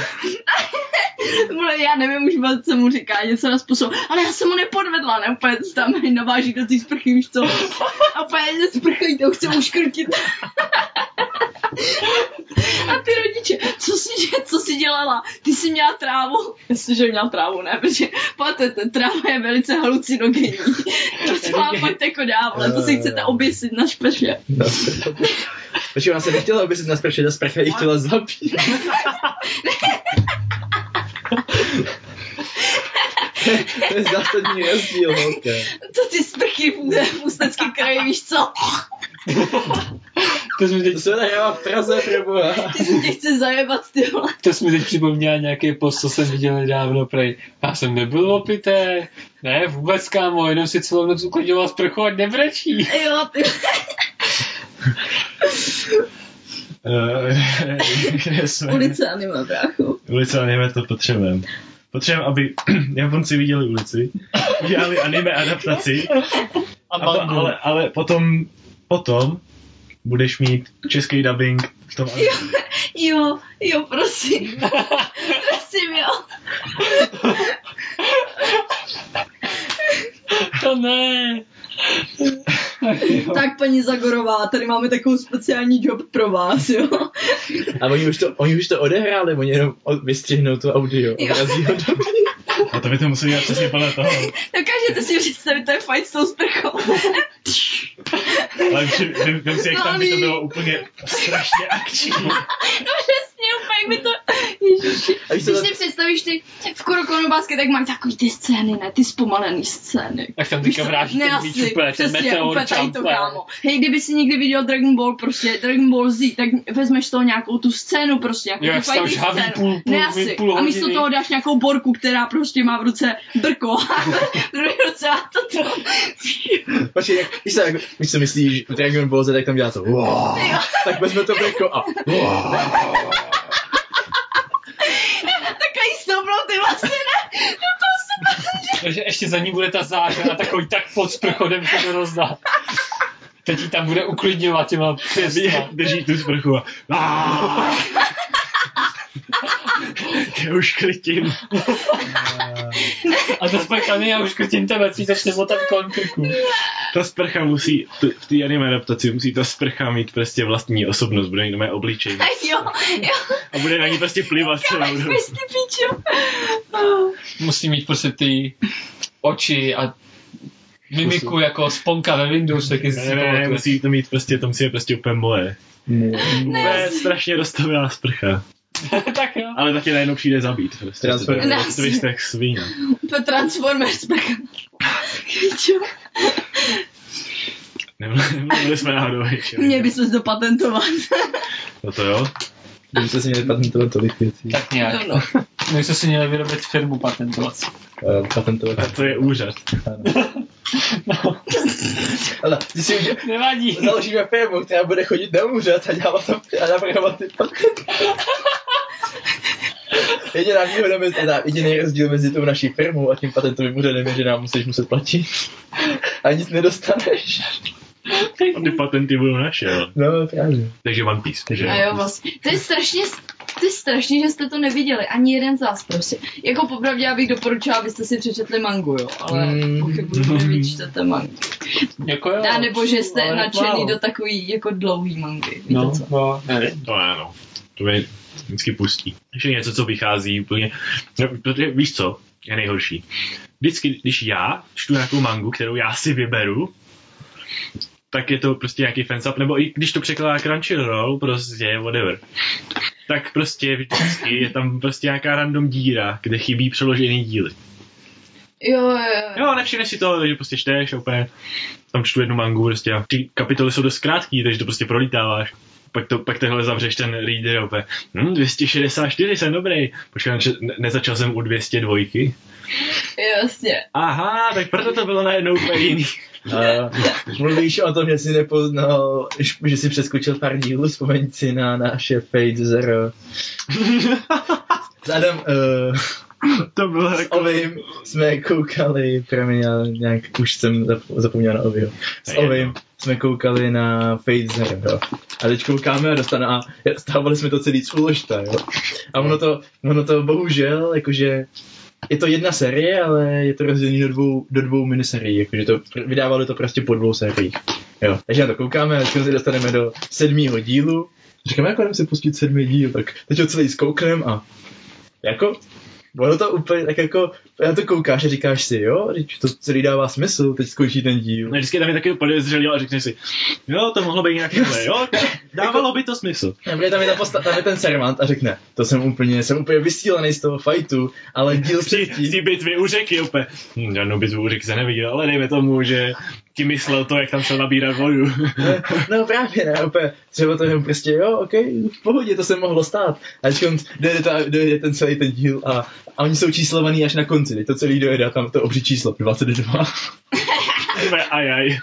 [SPEAKER 3] Vole, já nevím už, moc, co mu říká, něco na způsob. Ale já jsem mu nepodvedla, ne? Úplně se tam naváží do té sprchy, už co? A úplně se sprchlí, to chce uškrtit. A ty rodiče, co si, co si dělala? Ty jsi měla trávu? Myslím, že měla trávu, ne? Protože pamatujete, tráva je velice halucinogenní. To vám fakt jako dávle,
[SPEAKER 4] Eh.
[SPEAKER 3] to si chcete oběsit na špeše.
[SPEAKER 1] No. Takže ona se nechtěla, aby se nás pršela sprcha, i chtěla zabít. to je zásadní rozdíl, holka.
[SPEAKER 3] To ty sprchy v- v ústeckém kraji, víš co?
[SPEAKER 2] To jsi mi teď
[SPEAKER 1] To se nahrává v Praze, proboha.
[SPEAKER 3] Ty si tě chce zajebat, ty vole.
[SPEAKER 2] To jsi mi teď připomněla nějaký post, co jsem viděl nedávno, prej. Já jsem nebyl opité, ne, vůbec kámo, jenom si celou noc uklidňoval sprchu, ať nebrečí.
[SPEAKER 3] Jo, ty.
[SPEAKER 4] Eh, Kde jsme?
[SPEAKER 3] Ulice anima, bráchu.
[SPEAKER 4] Ulice anime to potřebujeme. Potřebujeme, aby Japonci viděli ulici, udělali anime adaptaci,
[SPEAKER 2] A
[SPEAKER 4] a po, ale, ale potom, potom
[SPEAKER 5] budeš mít český dubbing v tom
[SPEAKER 3] Jo, jo, jo, prosím. prosím, jo.
[SPEAKER 2] To ne.
[SPEAKER 3] Tak, paní Zagorová, tady máme takovou speciální job pro vás, jo.
[SPEAKER 1] A oni už to, oni už to odehráli, oni jenom od- vystřihnou to audio.
[SPEAKER 3] Jo.
[SPEAKER 1] Odrazí ho do...
[SPEAKER 5] A to by to museli dělat přesně podle toho.
[SPEAKER 3] Dokážete si představit ten fight s tou sprchou?
[SPEAKER 5] Ale při- vím, vím si, jak tam by to bylo úplně strašně akční.
[SPEAKER 3] No přesně, úplně jak by to... Ježiši.
[SPEAKER 1] A víš, co
[SPEAKER 3] Když
[SPEAKER 1] za-
[SPEAKER 3] si představíš ty v Kurokonu basket, tak mám takový ty scény, ne? Ty zpomalený scény.
[SPEAKER 2] Tak tam teďka vráží
[SPEAKER 3] ne,
[SPEAKER 2] ten
[SPEAKER 3] asi,
[SPEAKER 2] míč úplně, ten
[SPEAKER 3] přesně,
[SPEAKER 2] meteor
[SPEAKER 3] úplně tady to,
[SPEAKER 2] čampe.
[SPEAKER 3] kámo. Hej, kdyby si někdy viděl Dragon Ball, prostě Dragon Ball Z, tak vezmeš z toho nějakou tu scénu, prostě, jako
[SPEAKER 2] Jo,
[SPEAKER 3] tu
[SPEAKER 2] jak se tam
[SPEAKER 3] fighting
[SPEAKER 2] žhaví
[SPEAKER 3] scénu.
[SPEAKER 2] půl- půl-
[SPEAKER 3] ne asi.
[SPEAKER 2] půl
[SPEAKER 3] a místo
[SPEAKER 2] hodiny.
[SPEAKER 3] toho dáš nějakou borku, která prostě má v ruce brko a v druhé ruce a to to.
[SPEAKER 1] Počkej, jak, víš, co, jak, víš, co myslíš, že Dragon Ball Z, tak tam dělá to. Wow. Tak vezme to breko a wow.
[SPEAKER 3] Takový z toho bylo ty vlastně, ne? No to se
[SPEAKER 2] Takže ještě za ní bude ta zářena takový tak pod sprchonem, že to rozdá. Teď ji tam bude uklidňovat těma pěstma.
[SPEAKER 5] Drží tu sprchu a... Já už krytím.
[SPEAKER 2] A to sprchany já už krtím tebe, cítíš se o tam kolem krku.
[SPEAKER 5] Ta sprcha musí, t- v té anime adaptaci musí ta sprcha mít prostě vlastní osobnost, bude mít nové obličej
[SPEAKER 3] jo, jo,
[SPEAKER 5] a bude na ní prostě plivat celou dobu.
[SPEAKER 3] bez ty píčo.
[SPEAKER 2] Musí mít prostě ty oči a mimiku jako sponka ve Windows, tak
[SPEAKER 5] Ne, ne, ne, musí to mít prostě, to musí být prostě úplně moje. Moje strašně roztovená sprcha.
[SPEAKER 2] Tak jo.
[SPEAKER 5] Ale taky najednou přijde zabít. Prostě.
[SPEAKER 1] Transfer.
[SPEAKER 5] To je
[SPEAKER 3] Nás.
[SPEAKER 5] prostě tak svině.
[SPEAKER 3] To Transformers brka. Píčo.
[SPEAKER 5] Nemlu- Nemluvili jsme náhodou. ještě.
[SPEAKER 3] Měli bychom to patentovat.
[SPEAKER 5] No to jo.
[SPEAKER 1] Kdyby se si měli patentovat tolik věcí.
[SPEAKER 2] Tak nějak.
[SPEAKER 3] No, no.
[SPEAKER 2] My jsme si měli vyrobit firmu patentovat.
[SPEAKER 1] Eh, Patentovat.
[SPEAKER 5] A to je úřad.
[SPEAKER 1] Ale ty si už
[SPEAKER 2] Nevadí.
[SPEAKER 1] založíme firmu, která bude chodit na úřad a dělat tam a navrhovat ty patenty. Jediná výhoda mezi, teda jediný rozdíl mezi tou naší firmou a tím patentovým úřadem je, že nám musíš muset platit. A nic nedostaneš.
[SPEAKER 5] A ty patenty budou naše, jo.
[SPEAKER 1] No, právě.
[SPEAKER 5] Takže One Piece. Takže
[SPEAKER 3] A jo, vlastně. To je strašně, to je strašně, že jste to neviděli. Ani jeden z vás, prostě. Jako popravdě, já bych doporučila, abyste si přečetli mangu, jo. Ale
[SPEAKER 2] Hmm.
[SPEAKER 1] Mm.
[SPEAKER 3] pochybuji, že vy čtete mangu.
[SPEAKER 2] Jako jo.
[SPEAKER 3] A nebo že jste
[SPEAKER 2] ale
[SPEAKER 3] nadšený
[SPEAKER 2] málo.
[SPEAKER 3] do takový jako dlouhý mangy. Víte
[SPEAKER 2] No,
[SPEAKER 3] co?
[SPEAKER 2] no, nevím.
[SPEAKER 5] To ne, no. To mě vždycky pustí. Že něco, co vychází úplně... No, protože víš co? Je nejhorší. Vždycky, když já čtu nějakou mangu, kterou já si vyberu, tak je to prostě nějaký fansub, nebo i když to překládá Crunchyroll, prostě whatever. Tak prostě vždycky je tam prostě nějaká random díra, kde chybí přeložený díly.
[SPEAKER 3] Jo, jo, jo.
[SPEAKER 5] Jo, nevšimneš si to, že prostě čteš a úplně tam čtu jednu mangu prostě a ty kapitoly jsou dost krátký, takže to prostě prolítáváš. Pak, to, pak takhle zavřeš ten reader a úplně, hm, 264, jsem dobrý. Počkej, neč- ne, nezačal jsem u 202.
[SPEAKER 3] Jasně.
[SPEAKER 5] Aha, tak proto to bylo najednou úplně jiný.
[SPEAKER 1] A mluvíš o tom, že jsi nepoznal, že jsi přeskočil pár dílů, vzpomeň si na naše Fate Zero. S Adam, uh,
[SPEAKER 5] to bylo
[SPEAKER 1] s
[SPEAKER 5] jako...
[SPEAKER 1] Ovým jsme koukali, promiň, já nějak už jsem zap- zapomněl na Ovio. S
[SPEAKER 5] To je
[SPEAKER 1] Ovým
[SPEAKER 5] jedno.
[SPEAKER 1] jsme koukali na Fate Zero. Jo. A teď koukáme a dostane a stávali jsme to celý z úložta, jo. A ono to, ono to bohužel, jakože je to jedna série, ale je to rozdělený do dvou, do dvou miniserií, jakože to pr- vydávali to prostě po dvou sériích. Jo. Takže na to koukáme a teď se dostaneme do sedmého dílu. Říkáme, jako jdeme si pustit sedmý díl, tak teď ho celý zkoukneme a jako Ono to úplně tak jako, na to koukáš a říkáš si, jo, teď to celý dává smysl, teď skončí ten díl.
[SPEAKER 5] No, Vždycky tam je taky podezřelý a řekneš si, jo, to mohlo být nějak takhle, jo, dávalo by to smysl.
[SPEAKER 1] Ne, protože tam je, ta posta- tam je ten servant a řekne, to jsem úplně, jsem úplně vysílený z toho fajtu, ale díl
[SPEAKER 5] Z
[SPEAKER 1] předtím.
[SPEAKER 5] té bitvy u řeky úplně. Hm, žádnou bitvu u řeky se neviděl, ale dejme tomu, že ti myslel to, jak tam šel nabírat vodu.
[SPEAKER 1] Ne, No právě ne, úplně, třeba to je prostě, jo, ok, v pohodě, to se mohlo stát. A teď dojede, ta, dojede ten celý ten díl a, a oni jsou číslovaný až na konci, teď to celý dojede a tam to obří číslo, 22.
[SPEAKER 5] Úplně ajaj.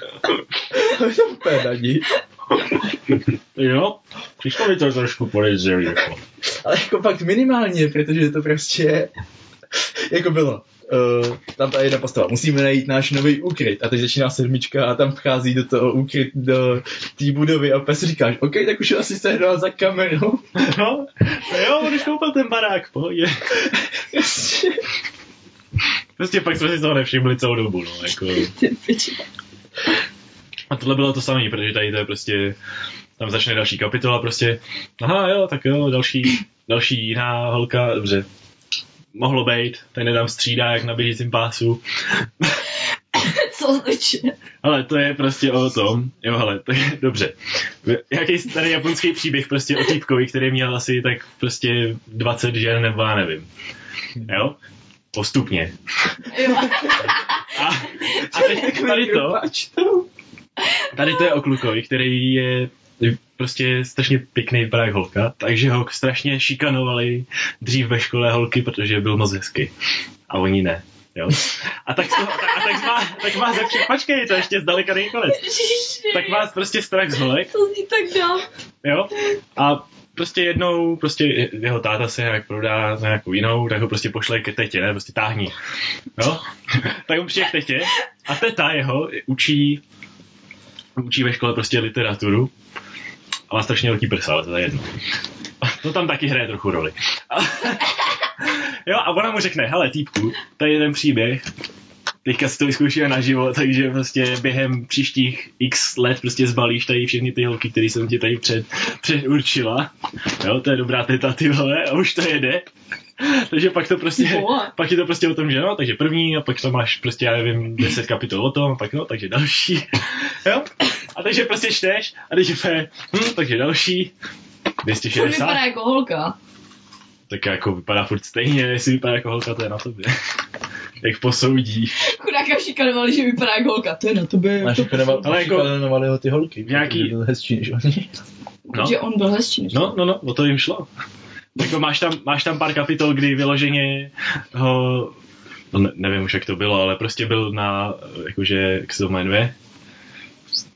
[SPEAKER 1] To je úplně na ní.
[SPEAKER 5] Jo, přišlo mi to trošku podezřelý. Jako.
[SPEAKER 1] Ale jako fakt minimálně, protože to prostě jako bylo. uh, tam ta jedna postava, musíme najít náš nový úkryt. A teď začíná sedmička a tam vchází do toho úkryt, do té budovy a pes říkáš, OK, tak už asi se hrál za kamerou.
[SPEAKER 5] No, no jo, když koupil ten barák, v pohodě. Prostě pak jsme si toho nevšimli celou dobu, no, jako.
[SPEAKER 3] Ty piči.
[SPEAKER 5] A tohle bylo to samé, protože tady to je prostě, tam začne další kapitola, prostě, aha jo, tak jo, další, další jiná holka, dobře, mohlo být, tady nedám střídá jak na běžícím pásu.
[SPEAKER 3] Co zliče?
[SPEAKER 5] Ale to je prostě o tom, jo hele, tak dobře. Jaký starý japonský příběh prostě o týpkovi, který měl asi tak prostě 20 žen nebo já nevím. Jo? Postupně.
[SPEAKER 3] Jo.
[SPEAKER 5] A, a teď tady
[SPEAKER 1] Jako,
[SPEAKER 5] to, Tady to je o klukovi, který je prostě strašně pěkný vypadá jak holka, takže ho strašně šikanovali dřív ve škole holky, protože byl moc hezky. A oni ne. Jo. A tak, to, a tak má, tak má ze všech, počkej, to ještě zdaleka není konec.
[SPEAKER 3] Ježiši,
[SPEAKER 5] Tak má prostě strach z holek,
[SPEAKER 3] To zní tak dál.
[SPEAKER 5] jo. A prostě jednou, prostě jeho táta se nějak prodá za nějakou jinou, tak ho prostě pošle ke tetě, ne, prostě táhni. No, tak mu přijde k tetě a teta jeho učí, učí ve škole prostě literaturu a má strašně velký prsa, ale to je jedno. To No tam taky hraje trochu roli. A- jo, a ona mu řekne, hele, týpku, tady je ten příběh, teďka si to vyzkoušíme naživo, takže prostě během příštích x let prostě zbalíš tady všechny ty holky, které jsem ti tady před, předurčila. Jo, to je dobrá teta, ty vole, a už to jede. Takže pak to prostě,
[SPEAKER 3] Vole.
[SPEAKER 5] pak je to prostě o tom, že no, takže první, a pak to máš prostě, já nevím, 10 kapitol o tom, a pak no, takže další. Jo? A takže prostě čteš, a teď je, hm, takže další,
[SPEAKER 3] To
[SPEAKER 5] 260.
[SPEAKER 3] vypadá jako holka.
[SPEAKER 5] Tak jako vypadá furt stejně, jestli vypadá jako holka, to je na tobě. Jak posoudí.
[SPEAKER 3] Chudáka šikanovali, že vypadá jako holka. To je na tobě.
[SPEAKER 1] Máš
[SPEAKER 3] to
[SPEAKER 1] jako,
[SPEAKER 5] Ale jako-
[SPEAKER 1] ho ty holky,
[SPEAKER 5] Nějaký-
[SPEAKER 1] protože byl hezčí než oni.
[SPEAKER 5] No.
[SPEAKER 3] Že on byl hezčí než
[SPEAKER 5] No, no, no, o to jim šlo. Jako máš tam, máš tam pár kapitol, kdy vyloženě ho, no ne, nevím už jak to bylo, ale prostě byl na, jakože, jak se to jmenuje?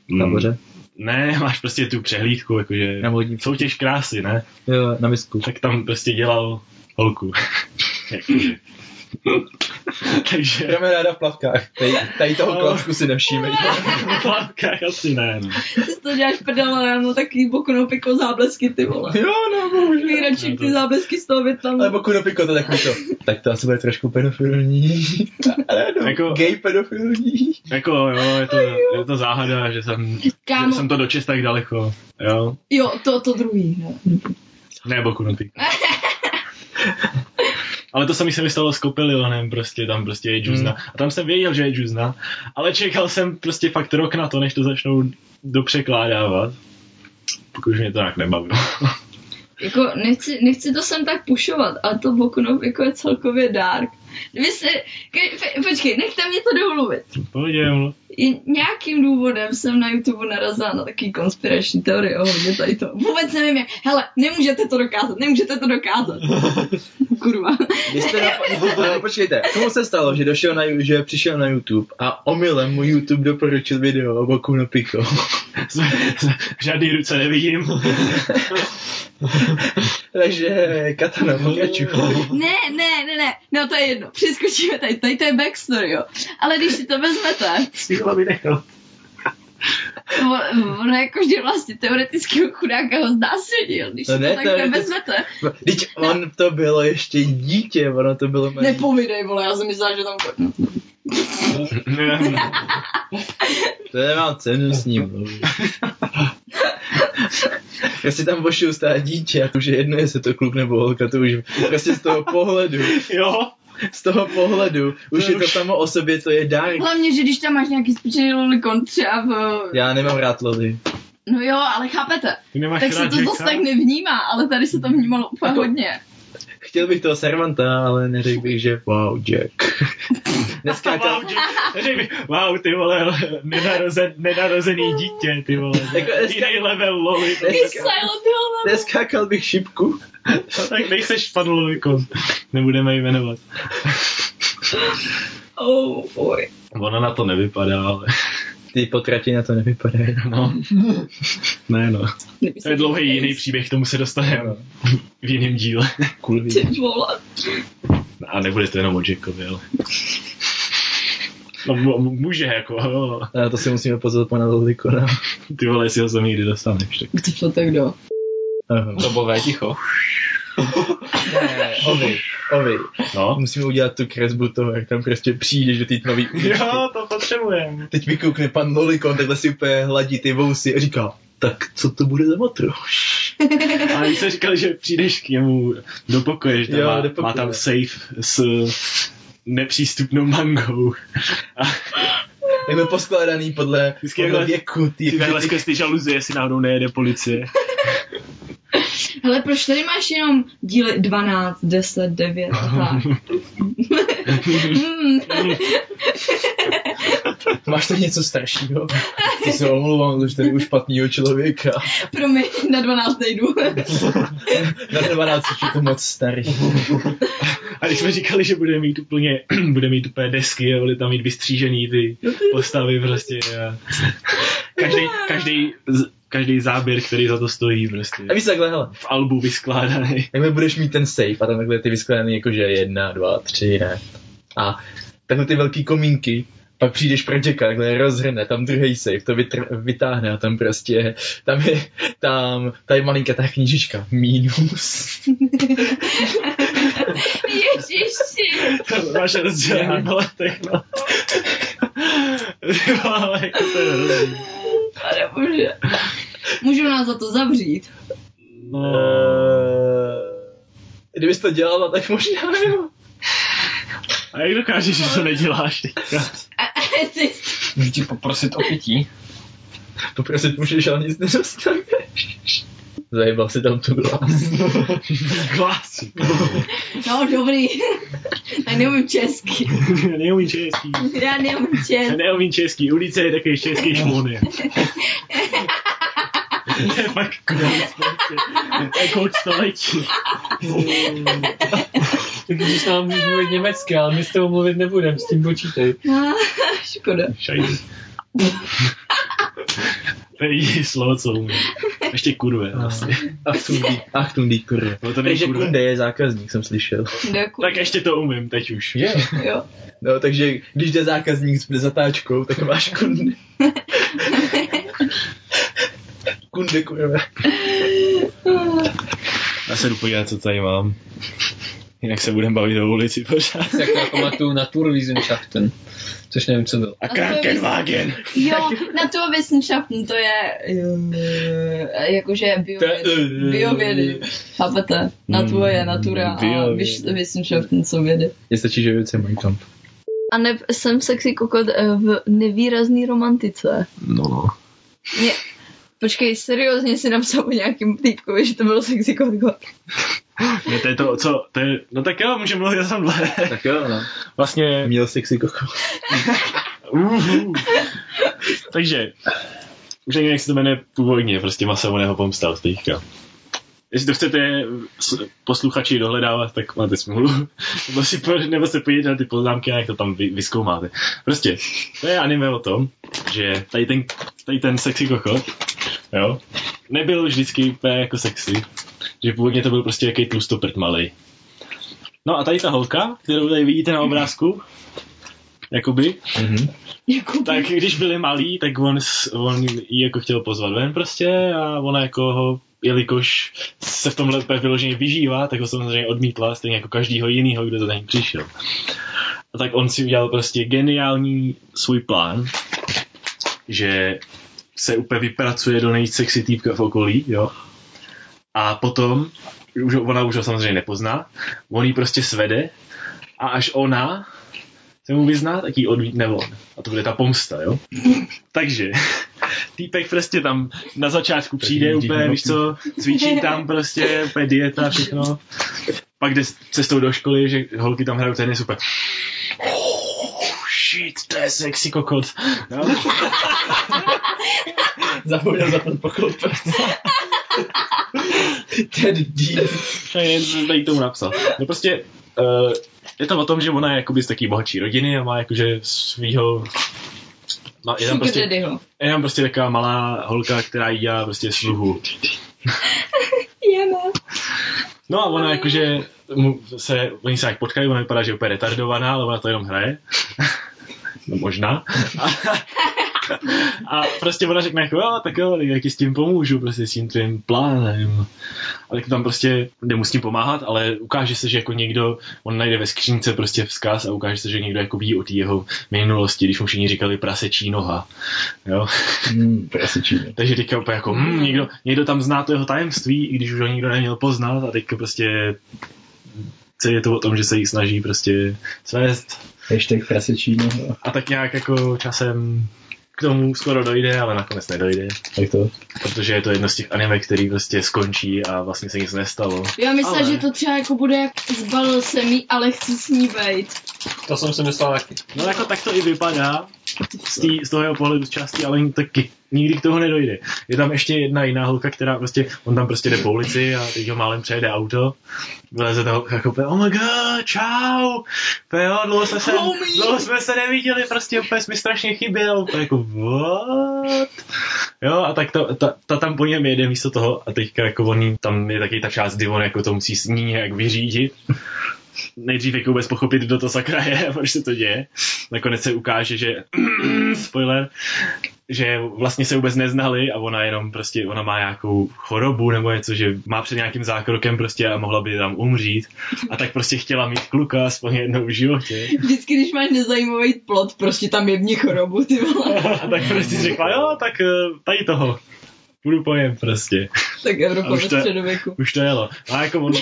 [SPEAKER 5] Mm,
[SPEAKER 1] Nahoře.
[SPEAKER 5] Ne, máš prostě tu přehlídku, jakože
[SPEAKER 1] Na modní-
[SPEAKER 5] soutěž krásy, ne?
[SPEAKER 1] Jo, na misku.
[SPEAKER 5] Tak tam prostě dělal holku. Jakože. Takže...
[SPEAKER 1] Jdeme ráda v plavkách. Tady, tady toho
[SPEAKER 5] No.
[SPEAKER 1] klasku si nevšíme.
[SPEAKER 5] V plavkách asi ne, no.
[SPEAKER 3] Ty si to děláš prdel ráno, taky boku no piko záblesky, ty vole.
[SPEAKER 1] jo, no, bohužel.
[SPEAKER 3] Nejradši ty záblesky z toho Větnamu.
[SPEAKER 1] Ale Boku no Pico to takový to. Tak to asi bude trošku pedofilní. Ale no,
[SPEAKER 5] Jako-
[SPEAKER 1] jako... gay pedofilní.
[SPEAKER 5] Jako jo, je to, je to záhada, že jsem, že
[SPEAKER 3] Kámo,
[SPEAKER 5] jsem to dočest tak daleko. Jo,
[SPEAKER 3] jo, to, to druhý. no. ne.
[SPEAKER 5] ne boku no ty. Ale to samý se mi stalo s Kopelilonem, prostě tam prostě je džuzna.
[SPEAKER 1] Hmm.
[SPEAKER 5] A tam jsem věděl, že je džuzna, ale čekal jsem prostě fakt rok na to, než to začnou dopřekládávat. Pokud už mě to nějak nebavilo.
[SPEAKER 3] Jako, nechci, nechci to sem tak pušovat, ale to Boku no Pico je celkově dark. Vy se, ke, pe, počkej, nechte mě to domluvit.
[SPEAKER 5] Pohodě, mluv.
[SPEAKER 3] I nějakým důvodem jsem na YouTube narazila na takový konspirační teorie ohledně tady to. Vůbec nevím jak. Hele, nemůžete to dokázat, nemůžete to dokázat. Kurva.
[SPEAKER 1] Vy jste na... no, počkejte, komu se stalo, že, došel na, že přišel na YouTube a omylem mu YouTube doporučil video o Boku no Pico.
[SPEAKER 5] Žádný ruce nevidím.
[SPEAKER 1] Takže Katana Pikachu.
[SPEAKER 3] Ne, ne, ne, ne. No to je jedno. Přeskočíme tady. Tady to je backstory, jo. Ale když si to vezmete,
[SPEAKER 5] Síla mi nechal.
[SPEAKER 3] on- ono jakože vlastně teoretického chudáka ho znásilnil. Když si
[SPEAKER 1] No
[SPEAKER 3] to
[SPEAKER 1] ne,
[SPEAKER 3] tak
[SPEAKER 1] teoreticky-
[SPEAKER 3] vezmete.
[SPEAKER 1] Teď on to bylo ještě dítě, ono to bylo malý.
[SPEAKER 3] Nepovídej, vole, já jsem myslela, že tam... No,
[SPEAKER 1] To nemá cenu s ním. mluvit. Já si tam pošlu stát dítě a to už je jedno, jestli to kluk nebo holka, to už prostě z toho pohledu,
[SPEAKER 5] jo.
[SPEAKER 1] z toho pohledu, už je to samo o sobě, to je dárek.
[SPEAKER 3] Hlavně, že když tam máš nějaký spečený lolikon třeba v...
[SPEAKER 1] Já nemám rád lody.
[SPEAKER 3] No jo, ale chápete.
[SPEAKER 5] Ty nemáš
[SPEAKER 3] tak se
[SPEAKER 5] rád
[SPEAKER 3] to
[SPEAKER 5] Jacka?
[SPEAKER 3] zase tak nevnímá, ale tady se to vnímalo úplně
[SPEAKER 1] Jako-
[SPEAKER 3] hodně.
[SPEAKER 5] Jako-
[SPEAKER 1] Chtěl bych toho Servanta, ale neřekl bych, že wow, Jack. Neskákal,
[SPEAKER 5] Wow, že- že by- wow, ty vole, nenarozen, nenarozený dítě, ty vole.
[SPEAKER 1] Jako dneska-
[SPEAKER 5] Jiný level loli.
[SPEAKER 3] Ty
[SPEAKER 1] Dneska-
[SPEAKER 3] Silent Hill, ne?
[SPEAKER 1] neskákal bych šipku.
[SPEAKER 5] No, tak nejseš pan Loviko, nebudeme ji jmenovat.
[SPEAKER 3] Oh, boy.
[SPEAKER 5] Ona na to nevypadá, ale
[SPEAKER 1] Ty potrati na to nevypadají.
[SPEAKER 5] no. Ne no.
[SPEAKER 3] Nemyslím,
[SPEAKER 5] To je
[SPEAKER 3] že
[SPEAKER 5] dlouhý
[SPEAKER 3] to
[SPEAKER 5] jiný příběh, k tomu se dostaneme v jiném díle.
[SPEAKER 1] Cool video.
[SPEAKER 3] Ty vole.
[SPEAKER 5] A nebude to jenom o Jackovi, ale... No, m- může, jako, jo.
[SPEAKER 1] A to si musíme pozvat pana Lolikona.
[SPEAKER 5] Ty vole, jestli ho sem někdy dostaneš, tak...
[SPEAKER 3] Kdo to tak kdo?
[SPEAKER 1] Aha.
[SPEAKER 2] Dobové ticho.
[SPEAKER 1] Ovi, ovi.
[SPEAKER 5] No.
[SPEAKER 1] Musíme udělat tu kresbu toho, jak tam prostě přijdeš do té nový
[SPEAKER 5] Jo, to potřebujeme.
[SPEAKER 1] Teď vykoukne pan Lolikon, takhle si úplně hladí ty vousy a říká, tak co to bude za motru?
[SPEAKER 5] Ale ty jsi říkal, že přijdeš k němu do pokoje, že tam
[SPEAKER 1] Jo,
[SPEAKER 5] má,
[SPEAKER 1] do pokoje.
[SPEAKER 5] má tam safe s nepřístupnou mangou. A
[SPEAKER 1] Je to poskládaný podle,
[SPEAKER 5] Vždycky
[SPEAKER 1] podle
[SPEAKER 5] takhle-
[SPEAKER 1] věku. Ty,
[SPEAKER 5] ty
[SPEAKER 1] ty,
[SPEAKER 5] takhle skrz ty žaluzie, jestli náhodou nejede policie.
[SPEAKER 3] Hele, proč tady máš jenom díly 12, 10, 9 a tak? Hmm,
[SPEAKER 1] máš tam něco staršího? To se omlouvám, že tady už špatného člověka.
[SPEAKER 3] promiň, na 12 nejdu.
[SPEAKER 1] Na 12 už je to moc starý.
[SPEAKER 5] A když jsme říkali, že bude mít úplně, bude mít úplně desky a bude tam mít vystřížený ty postavy prostě. A každý, každý, z- každý záběr, který za to stojí prostě.
[SPEAKER 1] A víš takhle, hele,
[SPEAKER 5] V albu vyskládaný.
[SPEAKER 1] Jakmile budeš mít ten safe a tam takhle ty vysklený jakože jedna, dva, tři, ne. A takhle ty velký komínky, pak přijdeš pro Jacka, takhle rozhrne, tam druhý safe, to vytr- vytáhne a tam prostě, tam je, tam, ta je malinká ta knížička, mínus.
[SPEAKER 3] Ježiši.
[SPEAKER 5] To máš rozdělený baletek, no. Ty vole, jako to je hrozný.
[SPEAKER 3] Pane bože. Můžu nás za to zavřít.
[SPEAKER 1] Eh, Kdybys to dělala, tak možná jo.
[SPEAKER 5] A jak dokážeš, že to neděláš teďka?
[SPEAKER 3] Ty-
[SPEAKER 2] Můžu tě poprosit o pití?
[SPEAKER 1] Poprosit prostě můžeš, ale nic nedostaneš. Zajebal si tam tu glas.
[SPEAKER 5] Klasi.
[SPEAKER 3] No dobrý. Já neumím česky.
[SPEAKER 5] Já neumím český.
[SPEAKER 3] Já neumím
[SPEAKER 5] Já
[SPEAKER 3] česky.
[SPEAKER 5] neumím český. Ulice je takový český šmony. To je fakt konec. prostě. To je konec století.
[SPEAKER 2] Když s námi můžu mluvit německy, ale my s tebou mluvit nebudem, s tím počítej.
[SPEAKER 3] Ah, Škoda.
[SPEAKER 5] Šajdu. To je jediný slovo, co umím. Ještě kurve. Vlastně.
[SPEAKER 1] Ach, tundí, ach, tundí, kurva.
[SPEAKER 5] No to není
[SPEAKER 1] Takže
[SPEAKER 5] kurve.
[SPEAKER 1] Kunde je zákazník, jsem slyšel.
[SPEAKER 3] Děkuji.
[SPEAKER 5] Tak ještě to umím teď už.
[SPEAKER 1] Jo.
[SPEAKER 3] Jo.
[SPEAKER 1] No, takže když jde zákazník s zatáčkou, tak máš kunde. kunde, kurva.
[SPEAKER 5] Já se jdu podívat, co tady mám. Jinak se budem bavit o ulici pořád.
[SPEAKER 2] Tak já pamatuju Naturwiesenschaften, což nevím, co bylo.
[SPEAKER 5] A
[SPEAKER 3] to je
[SPEAKER 5] Krankenwagen!
[SPEAKER 3] Jo, na to Wissenschaften, to je eh, jakože
[SPEAKER 1] To je,
[SPEAKER 3] biovědy.
[SPEAKER 1] eh, mm,
[SPEAKER 3] biovědy. Chápete? Na tvoje, natura a
[SPEAKER 5] biovědy.
[SPEAKER 3] wiss- Wissenschaften jsou vědy.
[SPEAKER 1] Mně stačí, že věc je můj kamp.
[SPEAKER 3] A ne, jsem sexy kokot eh, v nevýrazný romantice.
[SPEAKER 5] No, no.
[SPEAKER 3] Mě, počkej, seriózně si napsal o nějakým týpkovi, že to byl sexy kokot.
[SPEAKER 5] Ne, to je to, co, to je, no tak jo, můžeme mluvit o tomhle.
[SPEAKER 1] Tak jo, no.
[SPEAKER 5] Vlastně,
[SPEAKER 1] Měl sexy koko.
[SPEAKER 5] uhu. Takže, už nevím, jak se to jmenuje původně, prostě masovného pomsta od teďka. Jestli to chcete s- posluchači dohledávat, tak máte smůlu. Nebo, si, po- nebo se podívejte na ty poznámky a jak to tam vy, vyzkoumáte. Prostě, to je anime o tom, že tady ten, tady ten sexy kokot, jo, nebyl vždycky úplně jako sexy. Že původně to byl prostě jaký tlustoprt malej. No a tady ta holka, kterou tady vidíte na obrázku, jakoby,
[SPEAKER 1] Mhm.
[SPEAKER 3] Jako,
[SPEAKER 5] tak když byli malí, tak on, s- on ji jako chtěl pozvat ven prostě a ona jako ho, jelikož se v tomhle úplně vyloženě vyžívá, tak ho samozřejmě odmítla, stejně jako každýho jinýho, kdo za ní přišel. A tak on si udělal prostě geniální svůj plán, že se úplně vypracuje do nejsexy týpka v okolí, jo. A potom, už, ona už ho samozřejmě nepozná, on ji prostě svede a až ona se mu vyzná, tak ji odmítne on. A to bude ta pomsta, jo? Takže, týpek prostě tam na začátku přijde
[SPEAKER 1] jim
[SPEAKER 5] úplně,
[SPEAKER 1] díky.
[SPEAKER 5] víš co, cvičí tam prostě, úplně dieta, všechno. Pak jde s- cestou do školy, že holky tam hrajou tenis, úplně, oh, shit, to je sexy kokot. Jo?
[SPEAKER 1] Zapomněl za ten poklop. Ten díl.
[SPEAKER 5] Já nevím, co jsem tady k tomu napsal. No prostě uh, je to o tom, že ona je jakoby z taký bohatší rodiny a má jakože svýho... Má, je, tam
[SPEAKER 3] Sugar
[SPEAKER 5] prostě,
[SPEAKER 3] daddyho.
[SPEAKER 5] je tam prostě taková malá holka, která jí dělá prostě sluhu.
[SPEAKER 3] Jana.
[SPEAKER 5] No a ona jakože mu se, oni se jak potkají, ona vypadá, že je úplně retardovaná, ale ona to jenom hraje. no možná. A, a prostě ona řekne jako, jo, tak jo, tak já ti s tím pomůžu, prostě s tím tvým plánem. A tak tam prostě jde mu s tím pomáhat, ale ukáže se, že jako někdo, on najde ve skřínce prostě vzkaz a ukáže se, že někdo jako ví o té jeho minulosti, když mu všichni říkali prasečí noha. Jo?
[SPEAKER 1] Hmm, to je asi čím.
[SPEAKER 5] Takže teďka úplně jako, hmm, někdo, někdo tam zná to jeho tajemství, i když už ho nikdo neměl poznat a teďka prostě co je to o tom, že se jí snaží prostě svést
[SPEAKER 1] Hashtag prasečí, no.
[SPEAKER 5] a tak nějak jako časem k tomu skoro dojde, ale nakonec nedojde,
[SPEAKER 1] Jak to?
[SPEAKER 5] protože je to jedno z těch anime, který prostě skončí a vlastně se nic nestalo.
[SPEAKER 3] Já myslím,
[SPEAKER 5] Ale-
[SPEAKER 3] že to třeba jako bude, jak zbalil jsem jí, ale chci s ní bejt.
[SPEAKER 2] To jsem si myslel taky.
[SPEAKER 5] No jako tak to i vypadá z, tý, z toho jeho pohledu z části, ale taky nikdy k toho nedojde. Je tam ještě jedna jiná holka, která prostě, on tam prostě jde po ulici a teď ho málem přejede auto, vyleze toho jako úplně, oh my god, čau, úplně, jo, dlouho jsme se,
[SPEAKER 3] Homie.
[SPEAKER 5] dlouho jsme se neviděli, prostě úplně jsi mi strašně chyběl, úplně jako what? Jo, a tak ta, ta, ta, tam po něm jede místo toho a teďka jako on, jí- tam je taky ta část, kdy on jako to musí s ní nějak vyřídit nejdřív jako vůbec pochopit, kdo to sakra je, proč se to děje. Nakonec se ukáže, že spoiler, že vlastně se vůbec neznali a ona jenom prostě, ona má nějakou chorobu nebo něco, že má před nějakým zákrokem prostě a mohla by tam umřít. A tak prostě chtěla mít kluka aspoň jednou v životě.
[SPEAKER 3] Vždycky, když máš nezajímavý plot, prostě tam jebni chorobu, ty vole.
[SPEAKER 5] A tak prostě řekla, jo, tak eh, tady toho. Budu pojem prostě.
[SPEAKER 3] Tak Evropa
[SPEAKER 5] A už
[SPEAKER 3] ve
[SPEAKER 5] to je-
[SPEAKER 3] středověku.
[SPEAKER 5] Už to jelo. A jako on...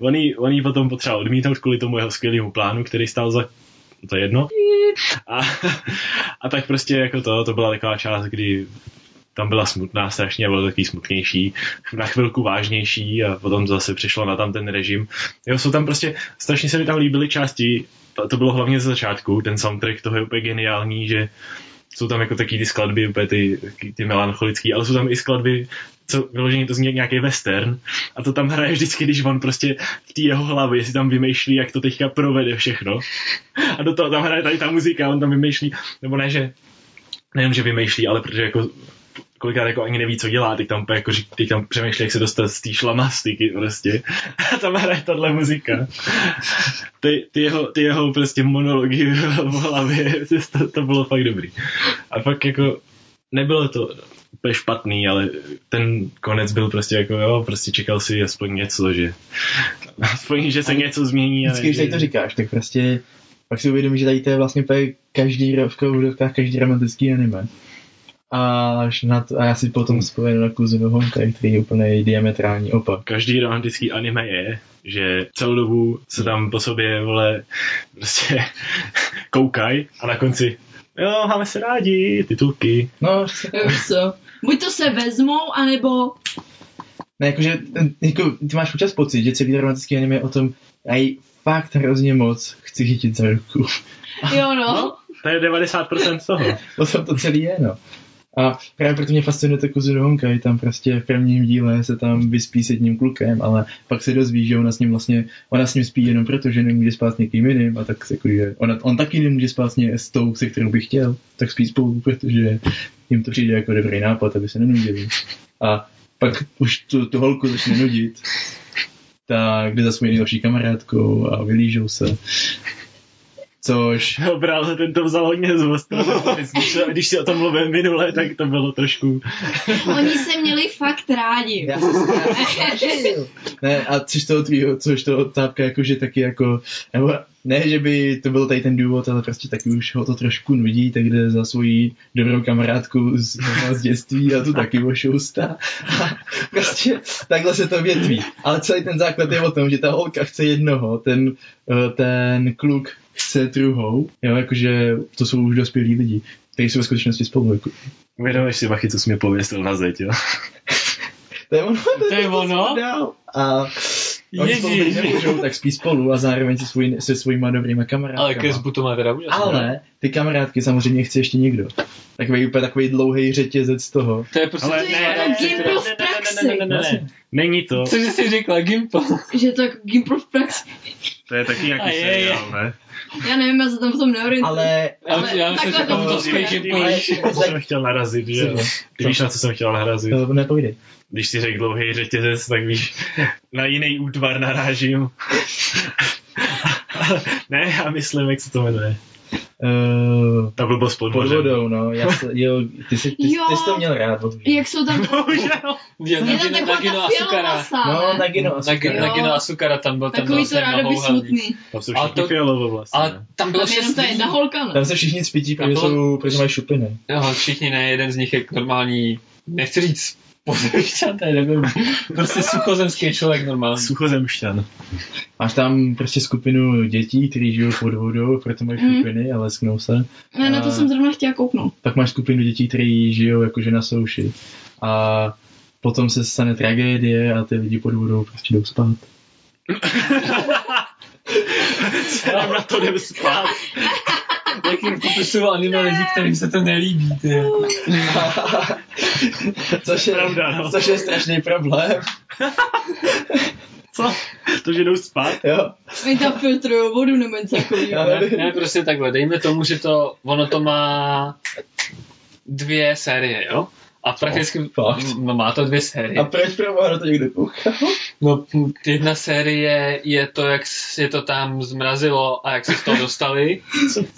[SPEAKER 5] on, jí, on jí potom potřeboval odmítnout kvůli tomu jeho skvělému plánu, který stál za to je jedno. A, a tak prostě jako to, to byla taková část, kdy tam byla smutná strašně a bylo takový smutnější, na chvilku vážnější a potom zase přišlo na tam ten režim. Jo, jsou tam prostě, strašně se mi tam líbily části, to- to bylo hlavně ze začátku, ten soundtrack toho je úplně geniální, že jsou tam jako taky ty skladby, úplně ty, taky ty melancholický, ale jsou tam i skladby, co vyloženě to zní jak nějaký western a to tam hraje vždycky, když on prostě v té jeho hlavě si tam vymýšlí, jak to teďka provede všechno a do toho tam hraje tady ta muzika, on tam vymýšlí, nebo ne, že nejenom, že vymýšlí, ale protože jako kolikrát jako ani neví, co dělá, teď tam, úplně jako, řík- teď tam přemýšlí, jak se dostat z té šlamastiky prostě. A tam hraje tahle muzika. Ty, ty, jeho, ty jeho prostě monology v hlavě, to, to bylo fakt dobrý. A pak jako nebylo to úplně špatný, ale ten konec byl prostě jako jo, prostě čekal si aspoň něco, že aspoň, že se něco změní. a
[SPEAKER 1] Vždycky, když
[SPEAKER 5] ne,
[SPEAKER 1] tady to
[SPEAKER 5] že-
[SPEAKER 1] říkáš, tak prostě pak si uvědomíš, že tady to je vlastně úplně každý, v koudovkách každý romantický anime. A, až na to, a já si potom vzpomenu na Kuzunu Honkai, který je úplně diametrální opak.
[SPEAKER 5] každý romantický anime je, že celou dobu se tam po sobě, vole, prostě koukaj a na konci jo, máme se rádi, titulky.
[SPEAKER 1] No, přesně tak.
[SPEAKER 3] Jo, co? Buď to se vezmou, anebo
[SPEAKER 1] ne, jakože, jako, ty máš občas pocit, že celý romantický anime je o tom, já ji fakt hrozně moc chci chytit za ruku.
[SPEAKER 3] jo no.
[SPEAKER 5] To je 90% z toho.
[SPEAKER 1] O tom to celý je, no. A právě proto mě fascinuje to Kuzuru Honkai, tam prostě v prvním díle se tam vyspí s jedním klukem, ale pak se dozví, že ona s ním vlastně, ona s ním spí jenom proto, že nemůže spát s někým jiným a tak se kuduje. Ona, on taky nemůže spát s, ně, s tou, se kterou by chtěl, tak spí spolu, protože jim to přijde jako dobrý nápad, aby se nenudili. A pak už tu, tu holku začne nudit, tak jde za svou nejlepší kamarádkou a vylížou se. Což
[SPEAKER 5] Bral se ten to vzal hodně z vostru. Když, když si o tom mluvím minule, tak to bylo trošku... No.
[SPEAKER 3] Oni se měli fakt rádi.
[SPEAKER 1] Já jsem Ne, a což toho tvýho, což toho tápka jakože taky jako, nebo ne, že by to byl tady ten důvod, ale prostě taky už ho to trošku nudí, tak jde za svoji dobrou kamarádku z, no, z dětství a tu taky ošoustá. A prostě takhle se to větví. Ale celý ten základ je o tom, že ta holka chce jednoho, ten, eh, ten kluk chce druhou, jo, jakože to jsou už dospělí lidi, kteří jsou ve skutečnosti spolu. Jako.
[SPEAKER 5] Uvědomíš si, Machy, co jsi mě pověsil na zeď, jo?
[SPEAKER 1] To je ono,
[SPEAKER 2] To je ono?
[SPEAKER 1] dál. A oni spolu teď
[SPEAKER 2] Ježíš.
[SPEAKER 1] nemůžou, tak spí spolu a zároveň se, svůj, se svýma dobrýma kamarádkama.
[SPEAKER 2] Ale no. Kesbu to má teda úžasné.
[SPEAKER 1] ale ty kamarádky samozřejmě chce ještě někdo. Takový úplně takový dlouhý řetězec toho.
[SPEAKER 2] To je prostě...
[SPEAKER 5] Ale
[SPEAKER 3] To je jako Game of praxi.
[SPEAKER 2] ne, ne, ne, ne.
[SPEAKER 5] Není to,
[SPEAKER 2] Cože jsi řekla, Gimpo?
[SPEAKER 3] Že to jako Gimpro v praxi.
[SPEAKER 5] to je taky nějaký
[SPEAKER 2] A je, je.
[SPEAKER 5] seriál, ne?
[SPEAKER 3] Já nevím, já se tam v tom neorientuji.
[SPEAKER 1] Ale
[SPEAKER 2] Já
[SPEAKER 3] Ale
[SPEAKER 2] myslím, já myslím, že
[SPEAKER 3] takhle
[SPEAKER 2] tam
[SPEAKER 3] to
[SPEAKER 2] to
[SPEAKER 3] bude.
[SPEAKER 2] spíš Gimpo
[SPEAKER 1] Ale-
[SPEAKER 2] Ježíš.
[SPEAKER 5] To jsem chtěl narazit, že jo? Ty víš, na co jsem chtěl narazit.
[SPEAKER 1] to nepovídej.
[SPEAKER 5] Když si řekl dlouhý řetězec, tak víš, na jiný útvar narážím. ne, já myslím, jak se to jmenuje.
[SPEAKER 1] Uh,
[SPEAKER 5] Ta blbost pod
[SPEAKER 1] pod
[SPEAKER 5] mořem.
[SPEAKER 1] vodou, no. Já se, jo, ty, jsi, ty,
[SPEAKER 3] Jo.
[SPEAKER 1] ty jsi to měl rád. Od
[SPEAKER 3] Jak jsou tam...
[SPEAKER 5] Bohužel.
[SPEAKER 2] Je
[SPEAKER 3] Je tam
[SPEAKER 2] tam
[SPEAKER 3] taková
[SPEAKER 2] Nagino
[SPEAKER 3] ta
[SPEAKER 2] Asukara.
[SPEAKER 3] fialová
[SPEAKER 1] No,
[SPEAKER 3] ne?
[SPEAKER 1] tak jenom asi.
[SPEAKER 2] Nagi-
[SPEAKER 3] Jo.
[SPEAKER 2] Nagino Asukara tam byl, tam byl
[SPEAKER 3] Takový to ráda by smutný.
[SPEAKER 5] Tam jsou
[SPEAKER 2] Ale
[SPEAKER 5] všichni
[SPEAKER 2] to-
[SPEAKER 5] fialovo vlastně.
[SPEAKER 2] Ale tam bylo
[SPEAKER 3] Tam je jenom
[SPEAKER 2] šest
[SPEAKER 3] ta jedna holka, ne?
[SPEAKER 1] Tam se všichni cpítí, protože,
[SPEAKER 2] A to-
[SPEAKER 1] jsou, protože mají šupiny.
[SPEAKER 2] Jo, všichni ne, jeden z nich je normální, nechci říct, pozemšťaté, nebo prostě suchozemský člověk normální.
[SPEAKER 5] Suchozemšťan.
[SPEAKER 1] Máš tam prostě skupinu dětí, kteří žijou pod vodou, proto mají
[SPEAKER 3] Mm.
[SPEAKER 1] šupiny a lesknou se.
[SPEAKER 3] Ne,
[SPEAKER 2] Eh.
[SPEAKER 3] na to jsem zrovna chtěla kouknout.
[SPEAKER 1] Pak máš skupinu dětí, kteří žijou jakože na souši. A potom se stane tragédie a ty lidi pod vodou prostě jdou spát.
[SPEAKER 5] Tam na to jdem spát.
[SPEAKER 2] Jak jim popisuju anime lidi, kterým se to nelíbí. Ty.
[SPEAKER 1] Což je,
[SPEAKER 5] Pravda, no.
[SPEAKER 1] což je strašný problém.
[SPEAKER 5] Co? To, že jdou spát?
[SPEAKER 1] Jo.
[SPEAKER 3] Oni tam filtrují vodu nebo něco takového.
[SPEAKER 1] Já nevím.
[SPEAKER 2] Ne, prostě takhle, dejme tomu, že to, ono to má dvě série, jo? A prakticky,
[SPEAKER 1] fakt?
[SPEAKER 2] no má to dvě série.
[SPEAKER 1] A proč pro boha na to někdo kouká?
[SPEAKER 2] No, jedna série je to, jak se to tam zmrazilo a jak se z toho dostali,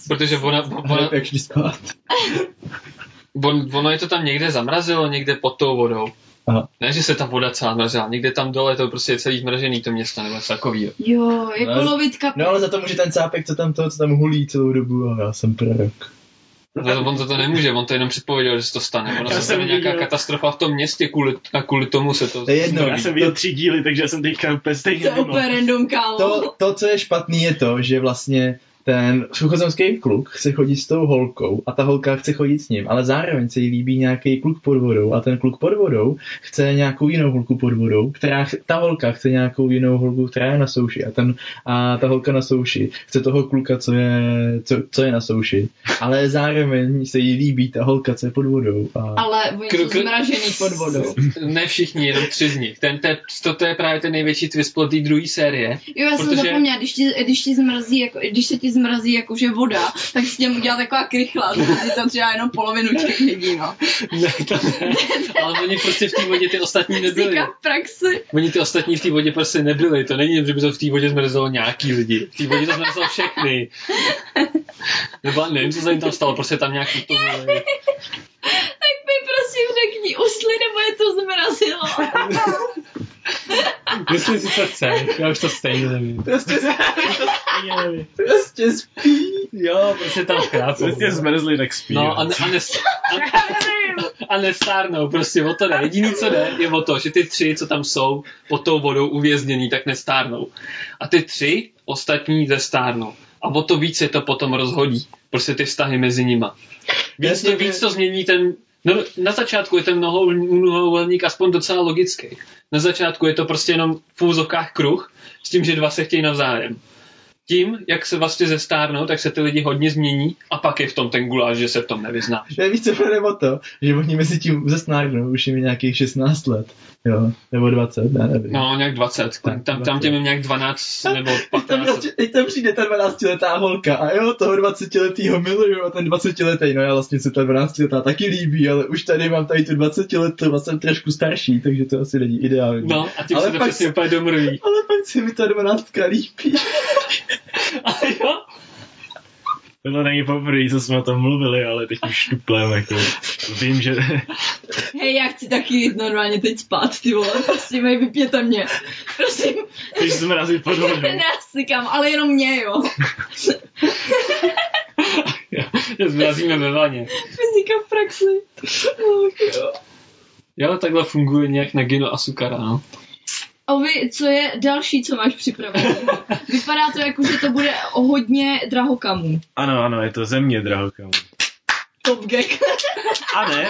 [SPEAKER 2] protože ona, ona,
[SPEAKER 1] Jak šli spát.
[SPEAKER 2] on, ono je to tam někde zamrazilo, někde pod tou vodou.
[SPEAKER 1] Aha.
[SPEAKER 2] Ne, že se ta voda celá zmrazila, někde tam dole to prostě je celý zmražený to město nebo něco takového.
[SPEAKER 3] Jo, jako
[SPEAKER 1] Ne.
[SPEAKER 3] lovit kapel.
[SPEAKER 1] No ale za to může ten cápek, co tam to, co tam hulí celou dobu a já jsem prorok.
[SPEAKER 2] Ale On No, to, to nemůže, on to jenom předpověděl, že se to stane. Ono
[SPEAKER 5] Já
[SPEAKER 2] se stane
[SPEAKER 5] jsem
[SPEAKER 2] nějaká
[SPEAKER 5] viděl-
[SPEAKER 2] katastrofa v tom městě kvůli, a kvůli tomu se to...
[SPEAKER 1] To je jedno,
[SPEAKER 5] Já jsem viděl tři díly, takže já jsem teďka úplně
[SPEAKER 3] To
[SPEAKER 5] stejně
[SPEAKER 3] je
[SPEAKER 5] mimo.
[SPEAKER 3] úplně random, kámo.
[SPEAKER 1] To, to, co je špatný, je to, že vlastně ten suchozemský kluk chce chodit s tou holkou a ta holka chce chodit s ním, ale zároveň se jí líbí nějaký kluk pod vodou a ten kluk pod vodou chce nějakou jinou holku pod vodou, která, ch- ta holka chce nějakou jinou holku, která je na souši a, ten, a ta holka na souši chce toho kluka, co je, co, co je na souši, ale zároveň se jí líbí ta holka, co je pod vodou. A...
[SPEAKER 3] Ale oni
[SPEAKER 2] Kru-
[SPEAKER 3] jsou
[SPEAKER 2] kru-
[SPEAKER 3] zmražený pod vodou.
[SPEAKER 2] Ne všichni, jenom tři z nich. Ten, to, je- to, to je právě ten největší twist pod té druhé série.
[SPEAKER 3] Jo, já jsem
[SPEAKER 2] Protože-
[SPEAKER 3] zapomněla, když, ti, když, ti zmrazí, jako, když se ti zmrazí jakože voda, tak si těm udělá taková krychla, takže tam třeba jenom polovinu těch lidí, no.
[SPEAKER 2] Ne, to ne. Ale oni prostě v té vodě ty ostatní nebyli.
[SPEAKER 3] Vzniká v praxi.
[SPEAKER 2] Oni ty ostatní v té vodě prostě nebyli. To není, že by to v té vodě zmrzelo nějaký lidi. V té vodě to zmrzelo všechny. Nebo já nevím, co se jim tam stalo, prostě tam nějaký to bylo.
[SPEAKER 3] Tak mi prosím řekni, usli nebo je to zmrazilo.
[SPEAKER 2] Myslím si, co chce. Já už to stejně nevím.
[SPEAKER 1] Prostě spí.
[SPEAKER 2] Jo, prostě tam zkrácou.
[SPEAKER 5] Prostě zmrzli, tak spí.
[SPEAKER 2] No a, ne, a, nes, a, a nestárnou, prostě o to ne. Jediný, co jde, je o to, že ty tři, co tam jsou pod tou vodou uvěznění, tak nestárnou. A ty tři ostatní zestárnou. A o to víc je to potom rozhodí. Prostě ty vztahy mezi nima. Víc,
[SPEAKER 1] Jasně,
[SPEAKER 2] to, víc to změní ten... No, na začátku je ten mnoho- mnohouhelník aspoň docela logický. Na začátku je to prostě jenom v úzovkách kruh, s tím, že dva se chtějí navzájem. Tím, jak se vlastně zestárnou, tak se ty lidi hodně změní a pak je v tom ten guláš, že se v tom nevyznáš.
[SPEAKER 1] Ne, víš, co jde o to, že oni mezi tím zesnárnou, už jim je nějakých 16 let, jo, nebo 20, já nevím.
[SPEAKER 2] No, nějak 20. Tam, tam, tam těm je nějak 12 nebo
[SPEAKER 1] Teď tam,
[SPEAKER 2] 15.
[SPEAKER 1] prostě, teď tam přijde ta 12-letá holka a jo, toho 20-letýho miluju a ten 20-letý, no já vlastně se ta 12-letá taky líbí, ale už tady mám tady tu 20-letou a jsem trošku starší, takže to asi není ideální.
[SPEAKER 2] No, a tím
[SPEAKER 1] Ale
[SPEAKER 2] se to
[SPEAKER 1] pak
[SPEAKER 2] přesně
[SPEAKER 1] se-
[SPEAKER 2] úplně domluví.
[SPEAKER 1] Ale pak se mi ta 12 líbí.
[SPEAKER 2] A jo,
[SPEAKER 5] Tohle není poprvé, co jsme o tom mluvili, ale teď už tuplem, jako. Vím, že...
[SPEAKER 3] Hej, já chci taky jít normálně teď spát, ty vole, prostě mej, vypněte mě. Prosím,
[SPEAKER 5] Když zmrazit pod vodou.
[SPEAKER 3] ne, asi kam, ale jenom mě, jo.
[SPEAKER 2] že zmrazíme ve vaně.
[SPEAKER 3] Fyzika v praxi. Ach, jo.
[SPEAKER 2] Jo, takhle funguje nějak na Gino Asukara, no.
[SPEAKER 3] Ovi, co je další, co máš připravené? Vypadá to jako, že to bude o hodně drahokamů.
[SPEAKER 5] Ano, ano, je to země, drahokamu.
[SPEAKER 3] Top gag.
[SPEAKER 5] A ne,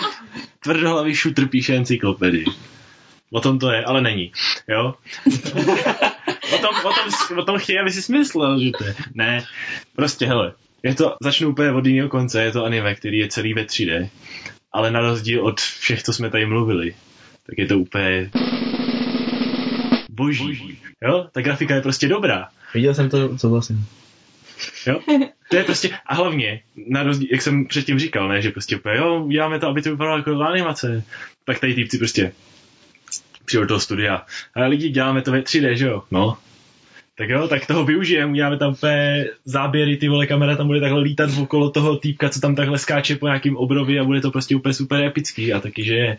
[SPEAKER 5] tvrdohlavý šutr píše encyklopedii. O tom to je, ale není. Jo? o, tom, o, tom, o tom chtějí, aby si smyslel, že to je. Ne, prostě hele, je to, začnu úplně od jiného konce, je to anime, který je celý ve 3D, ale na rozdíl od všech, co jsme tady mluvili, tak je to úplně boží. boží. Jo? Ta grafika je prostě dobrá.
[SPEAKER 1] Viděl jsem to, co vlastně.
[SPEAKER 5] Jo? To je prostě, a hlavně, na rozdíl, jak jsem předtím říkal, ne, že prostě úplně, jo, uděláme to, aby to vypadalo jako animace. Tak tady týpci prostě přijdou do toho studia. A lidi, děláme to ve 3D, že jo? No. Tak jo, tak toho využijeme, uděláme tam úplně záběry, ty vole, kamera tam bude takhle lítat okolo toho týpka, co tam takhle skáče po nějakým obrovi a bude to prostě úplně super epický a taky, že je.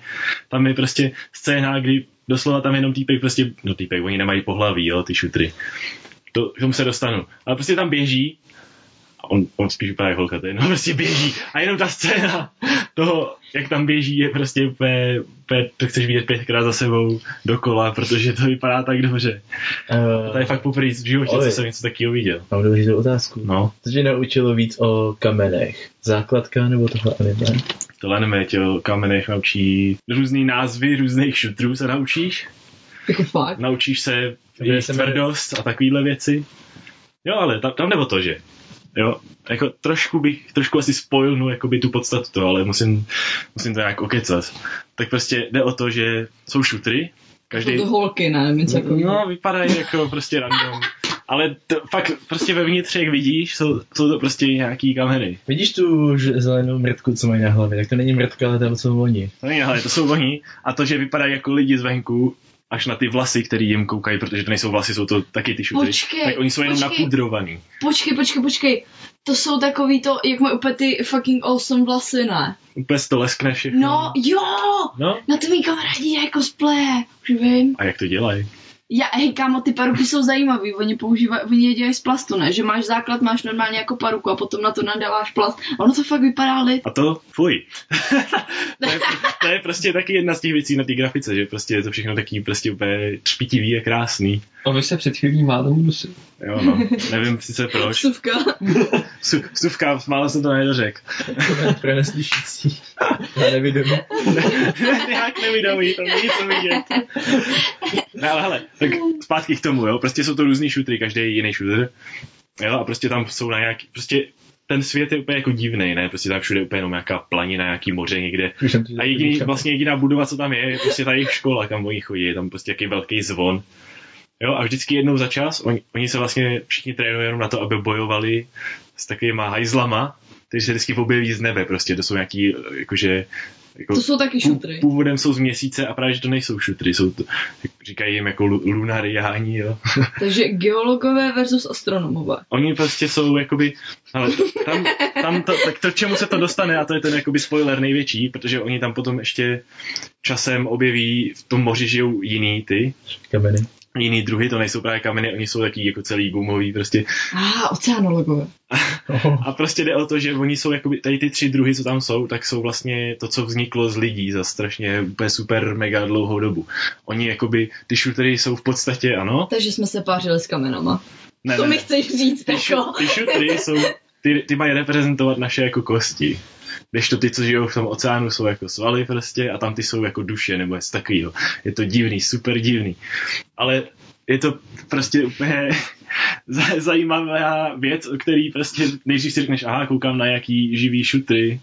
[SPEAKER 5] Tam je prostě scéna, kdy doslova tam jenom týpek prostě, no týpek, oni nemají pohlaví, jo, ty šutry. To, k tomu se dostanu. Ale prostě tam běží a on, on spíš vypadá jako holka, to je, no prostě běží a jenom ta scéna toho, jak tam běží, je prostě úplně, úplně to chceš vidět pětkrát za sebou dokola, protože to vypadá tak dobře. A to je
[SPEAKER 1] Uh,
[SPEAKER 5] fakt poprvé v životě,
[SPEAKER 1] Oj.
[SPEAKER 5] co jsem něco takového viděl.
[SPEAKER 1] Eh, mám důležitou otázku.
[SPEAKER 5] No,
[SPEAKER 1] Co tě naučilo víc o kamenech? Základka nebo tohle anime?
[SPEAKER 5] to anime tě o kamenech naučí různý názvy různých šutrů se naučíš.
[SPEAKER 3] Jako fakt.
[SPEAKER 5] Naučíš se
[SPEAKER 1] Jmenuje
[SPEAKER 5] jejich
[SPEAKER 1] se jmenuje-
[SPEAKER 5] tvrdost a takovéhle věci. Jo, ale tam, tam nebo to, že? Jo, jako trošku bych, trošku asi spoilnu jakoby tu podstatu toho, ale musím, musím to nějak okecat. Tak prostě jde o to, že jsou šutry,
[SPEAKER 3] Jsou
[SPEAKER 5] každý...
[SPEAKER 3] to holky, ne? Něco jako...
[SPEAKER 5] No, vypadají jako prostě random. Ale to, fakt prostě vevnitř, jak vidíš, jsou, jsou to prostě nějaký kameny.
[SPEAKER 1] Vidíš tu ž- zelenou mrtku, co mají na hlavě? Tak to není mrtka, ale tam jsou oni.
[SPEAKER 5] No ne, ale to jsou oni. A to, že vypadají jako lidi zvenku, až na ty vlasy, které jim koukají, protože to nejsou vlasy, jsou to taky ty šutry.
[SPEAKER 3] Počkej,
[SPEAKER 5] tak oni jsou jenom
[SPEAKER 3] počkej.
[SPEAKER 5] napudrovaný.
[SPEAKER 3] Počkej, počkej, počkej. To jsou takový to, jak mají úplně ty fucking awesome vlasy, ne?
[SPEAKER 5] Úplně se to leskne všechno.
[SPEAKER 3] No, jo!
[SPEAKER 5] no.
[SPEAKER 3] Na to mý kamarádi dělají cosplaye. Už vím.
[SPEAKER 5] A jak to dělají?
[SPEAKER 3] Já, hej kámo, ty paruky jsou zajímavý, oni, používají, oni je dělají z plastu, ne? Že máš základ, máš normálně jako paruku a potom na to nadáváš plast. A ono to fakt vypadá lit.
[SPEAKER 5] A to, fuj. to, je, to, je, prostě taky jedna z těch věcí na té grafice, že prostě je to všechno taky prostě úplně třpitivý a krásný.
[SPEAKER 2] A vy se před chvílí máte musí.
[SPEAKER 5] Jo, no. Nevím sice proč.
[SPEAKER 3] Suvka.
[SPEAKER 5] Su, suvka, málo jsem to nedořekl.
[SPEAKER 1] Pro neslyšící. Já nevědomí.
[SPEAKER 5] Jak nevědomí, to není co vidět. No ale hele, tak zpátky k tomu, jo. Prostě jsou to různý šutry, každý je jiný šutr. Jo, a prostě tam jsou na nějaký, prostě ten svět je úplně jako divný, ne? Prostě tam všude je úplně jenom nějaká planina, nějaký moře někde.
[SPEAKER 1] Už jsem to
[SPEAKER 5] A jediný, vlastně jediná budova, co tam je, je prostě ta jejich škola, kam oni chodí, je tam prostě jaký velký zvon. Jo, a vždycky jednou za čas, oni, oni se vlastně všichni trénují jenom na to, aby bojovali s takovýma hajzlama, kteří se vždycky objeví z nebe, prostě to jsou nějaký, jakože, jako,
[SPEAKER 3] To jsou taky šutry.
[SPEAKER 5] Pů- Původem jsou z měsíce a právě, že to nejsou šutry, jsou to, jak říkají jim jako lu- lunariáni, jo.
[SPEAKER 3] Takže geologové versus astronomové.
[SPEAKER 5] Oni prostě jsou jakoby, ale to- tam, tam to, tak to, čemu se to dostane, a to je ten jakoby spoiler největší, protože oni tam potom ještě časem objeví, v tom moři žijou jiný ty,
[SPEAKER 1] Kameny.
[SPEAKER 5] jiný druhy, to nejsou právě kameny, oni jsou taky jako celý gumový prostě.
[SPEAKER 3] A ah, oceanologové.
[SPEAKER 1] Oh.
[SPEAKER 5] A prostě jde o to, že oni jsou jakoby, tady ty tři druhy, co tam jsou, tak jsou vlastně to, co vzniklo z lidí za strašně úplně super mega dlouhou dobu. Oni jakoby, ty šutery jsou v podstatě, ano,
[SPEAKER 3] Takže jsme se pářili s kamenama.
[SPEAKER 5] ne,
[SPEAKER 3] to
[SPEAKER 5] ne,
[SPEAKER 3] mi
[SPEAKER 5] ne.
[SPEAKER 3] chceš říct,
[SPEAKER 5] Ty,
[SPEAKER 3] jako.
[SPEAKER 5] šu, ty šutry jsou, ty, ty mají reprezentovat naše jako kosti. Když to ty, co žijou v tom oceánu, jsou jako svaly prostě a tam ty jsou jako duše nebo něco takového. Je to divný, super divný. Ale je to prostě úplně za- zajímavá věc, o který prostě nejdřív si řekneš, aha, koukám na jaký živý šutry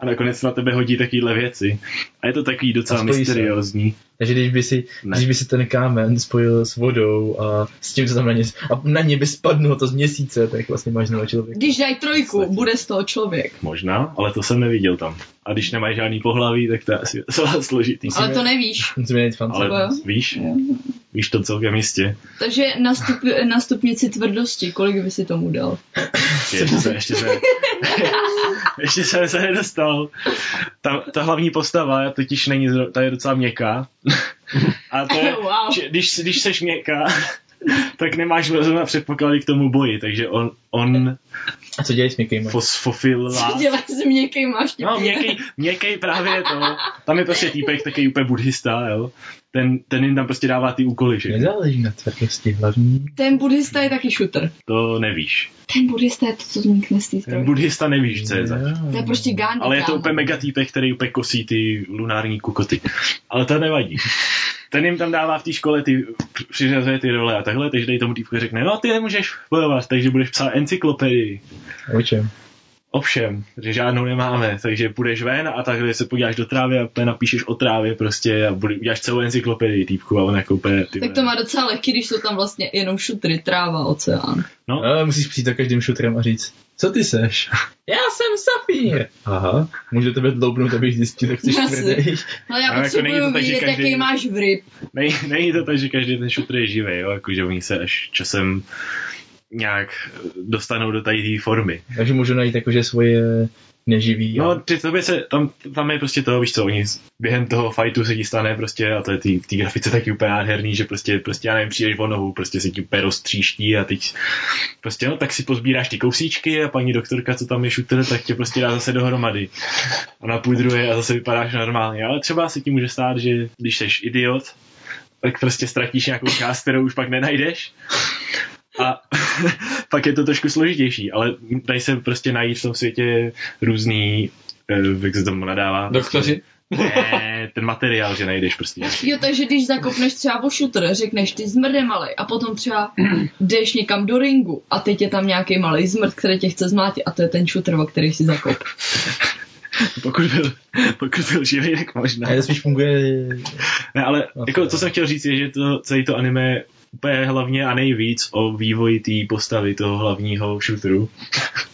[SPEAKER 5] a nakonec na tebe hodí takovýhle věci. A je to takový docela
[SPEAKER 1] A spojí se.
[SPEAKER 5] mysteriózní.
[SPEAKER 1] Takže když by, si,
[SPEAKER 5] Ne.
[SPEAKER 1] když by si ten kámen spojil s vodou a s tím, co tam na ně, a na ně by spadlo to z měsíce, tak vlastně máš nového člověka.
[SPEAKER 3] Když dají trojku, bude z toho člověk.
[SPEAKER 5] Možná, ale to jsem neviděl tam. A když nemají žádný pohlaví, tak to je asi docela složitý.
[SPEAKER 3] Ale to nevíš.
[SPEAKER 1] Musíme najít fanci.
[SPEAKER 5] Ale
[SPEAKER 3] jo?
[SPEAKER 5] víš,
[SPEAKER 3] Jo.
[SPEAKER 5] víš to celkem jistě.
[SPEAKER 3] Takže na, stup, na stupnici tvrdosti, kolik by si tomu dal?
[SPEAKER 5] Ještě se, ještě se, ještě jsem se nedostal. Ta, ta hlavní postava totiž není, zro- ta je docela měkká. A to je,
[SPEAKER 3] Wow.
[SPEAKER 5] že když, když seš měkká, tak nemáš zrovna předpoklady k tomu boji, takže on, on
[SPEAKER 1] A co dělají s Mikejma?
[SPEAKER 5] fosfofil
[SPEAKER 3] Co děláš s měkkým máš
[SPEAKER 5] No, měkký, měkký právě je to. Tam je prostě týpek, takový úplně buddhista, jo. Ten, ten jim tam prostě dává ty úkoly, že?
[SPEAKER 1] Nezáleží na tvrdosti hlavní.
[SPEAKER 3] Ten buddhista je taky šutr.
[SPEAKER 5] To nevíš.
[SPEAKER 3] Ten buddhista je to, co vznikne z té
[SPEAKER 5] Ten
[SPEAKER 3] strojky.
[SPEAKER 5] buddhista nevíš, co je za.
[SPEAKER 3] To je prostě Gandhi.
[SPEAKER 5] Ale je to
[SPEAKER 3] kámo.
[SPEAKER 5] úplně mega týpek, který úplně kosí ty lunární kukoty. Ale to nevadí. Ten jim tam dává v té škole ty, přiřazuje ty role a takhle, takže dej tomu týpku řekne, no ty nemůžeš bojovat, takže budeš psát encyklopedii
[SPEAKER 1] O čem?
[SPEAKER 5] Ovšem, že žádnou nemáme, takže půjdeš ven a takhle se podíváš do trávy a úplně napíšeš o trávě prostě a bude, uděláš celou encyklopedii týpku a on jako úplně, ty
[SPEAKER 3] Tak
[SPEAKER 5] vole.
[SPEAKER 3] to má docela lehký, když jsou tam vlastně jenom šutry, tráva, oceán.
[SPEAKER 5] No.
[SPEAKER 1] Ale musíš přijít za každým šutrem a říct, co ty seš? Já jsem Safír. Aha, může tebe dloubnout, abych zjistil, jak jsi
[SPEAKER 3] Jasně.
[SPEAKER 1] tvrdý.
[SPEAKER 3] No já
[SPEAKER 5] Ale jako
[SPEAKER 3] potřebuju
[SPEAKER 5] není to tak, že
[SPEAKER 3] vědět,
[SPEAKER 5] každý-
[SPEAKER 3] jaký máš vryb.
[SPEAKER 5] Není, není to tak, že každý ten šutr je živý, jo? Jako, že oni se až časem nějak dostanou do tady té formy.
[SPEAKER 1] Takže můžu najít jakože svoje neživý.
[SPEAKER 5] No, ty tobě se, tam, tam je prostě to, víš co, oni s- během toho fightu se ti stane prostě, a to je ty- v té grafice taky úplně nádherný, že prostě, prostě já nevím, přijdeš o nohu, prostě se ti úplně roztříští a teď prostě, no, tak si pozbíráš ty kousíčky a paní doktorka, co tam je šutr, tak tě prostě dá zase dohromady a napudruje a zase vypadáš normálně, ale třeba se ti může stát, že když seš idiot, tak prostě ztratíš nějakou část, kterou už pak nenajdeš a pak je to trošku složitější, ale dají se prostě najít v tom světě různý, eh, jak se tomu nadává.
[SPEAKER 2] Doktoři?
[SPEAKER 5] Ne, ten materiál, že najdeš prostě.
[SPEAKER 3] Jo, takže když zakopneš třeba o šutr, řekneš ty zmrde malej a potom třeba jdeš někam do ringu a teď je tam nějaký malý zmrt, který tě chce zmlátit a to je ten šutr, o který si zakop.
[SPEAKER 5] Pokud byl, pokud byl živý, tak možná.
[SPEAKER 1] A to spíš funguje...
[SPEAKER 5] Ne, ale
[SPEAKER 1] No,
[SPEAKER 5] jako,
[SPEAKER 1] to
[SPEAKER 5] co
[SPEAKER 1] jo.
[SPEAKER 5] jsem chtěl říct, je, že to, celý to anime úplně hlavně a nejvíc o vývoji té postavy toho hlavního shooteru.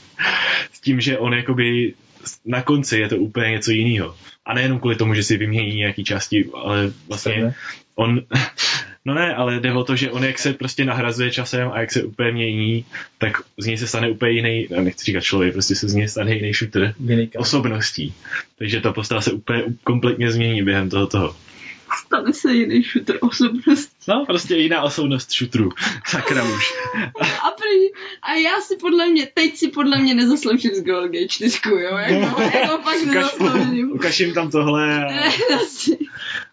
[SPEAKER 5] S tím, že on jakoby na konci je to úplně něco jiného. A nejenom kvůli tomu, že si vymění nějaký části, ale vlastně
[SPEAKER 1] Sebe.
[SPEAKER 5] on... No ne, ale jde o to, že on jak se prostě nahrazuje časem a jak se úplně mění, tak z něj se stane úplně jiný, ne, nechci říkat člověk, prostě se z něj stane jiný shooter
[SPEAKER 1] Vynikám.
[SPEAKER 5] osobností. Takže ta postava se úplně kompletně změní během toho toho.
[SPEAKER 3] Stane se jiný šutr osobnost.
[SPEAKER 5] No, prostě jiná osobnost šutru. Sakra už.
[SPEAKER 3] A, prý, a já si podle mě, teď si podle mě nezasloužím z Golgate 4, jo? Jako, jako fakt
[SPEAKER 5] No. Ukaž,
[SPEAKER 3] nezasloužím.
[SPEAKER 5] ukaž jim tam tohle.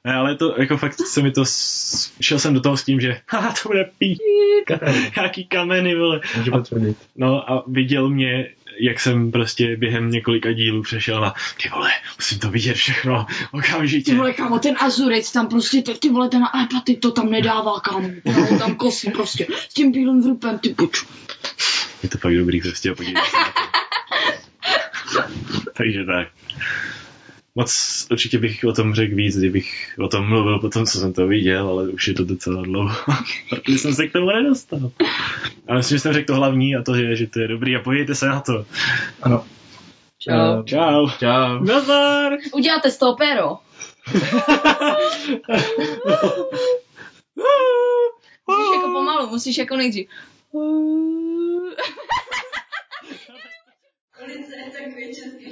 [SPEAKER 5] A... Ne, ale to, jako fakt se mi to... s- Šel jsem do toho s tím, že haha, to bude pít, nějaký kameny, vole.
[SPEAKER 1] Můžu potvrdit.
[SPEAKER 5] No a viděl mě, jak jsem prostě během několika dílů přešel na ty vole, musím to vidět všechno okamžitě.
[SPEAKER 3] Ty vole, kámo, ten Azurec tam prostě, ty, ty vole, ten Apaty to tam nedává, kámo. Kámo, tam kosí prostě s tím bílým vrupem, ty puču.
[SPEAKER 5] Je to fakt dobrý prostě, podívej se na to. Takže tak. Moc určitě bych o tom řekl víc, kdybych o tom mluvil po tom, co jsem to viděl, ale už je to docela dlouho, protože jsem se k tomu nedostal. Ale myslím, že jsem řekl to hlavní a to je, že to je dobrý a podívejte se na to.
[SPEAKER 1] Ano.
[SPEAKER 3] Čau.
[SPEAKER 5] Čau.
[SPEAKER 1] Čau.
[SPEAKER 5] Nazar!
[SPEAKER 3] Uděláte z toho péro. Musíš jako pomalu, musíš jako nejdřív. Ulice, tak dvě české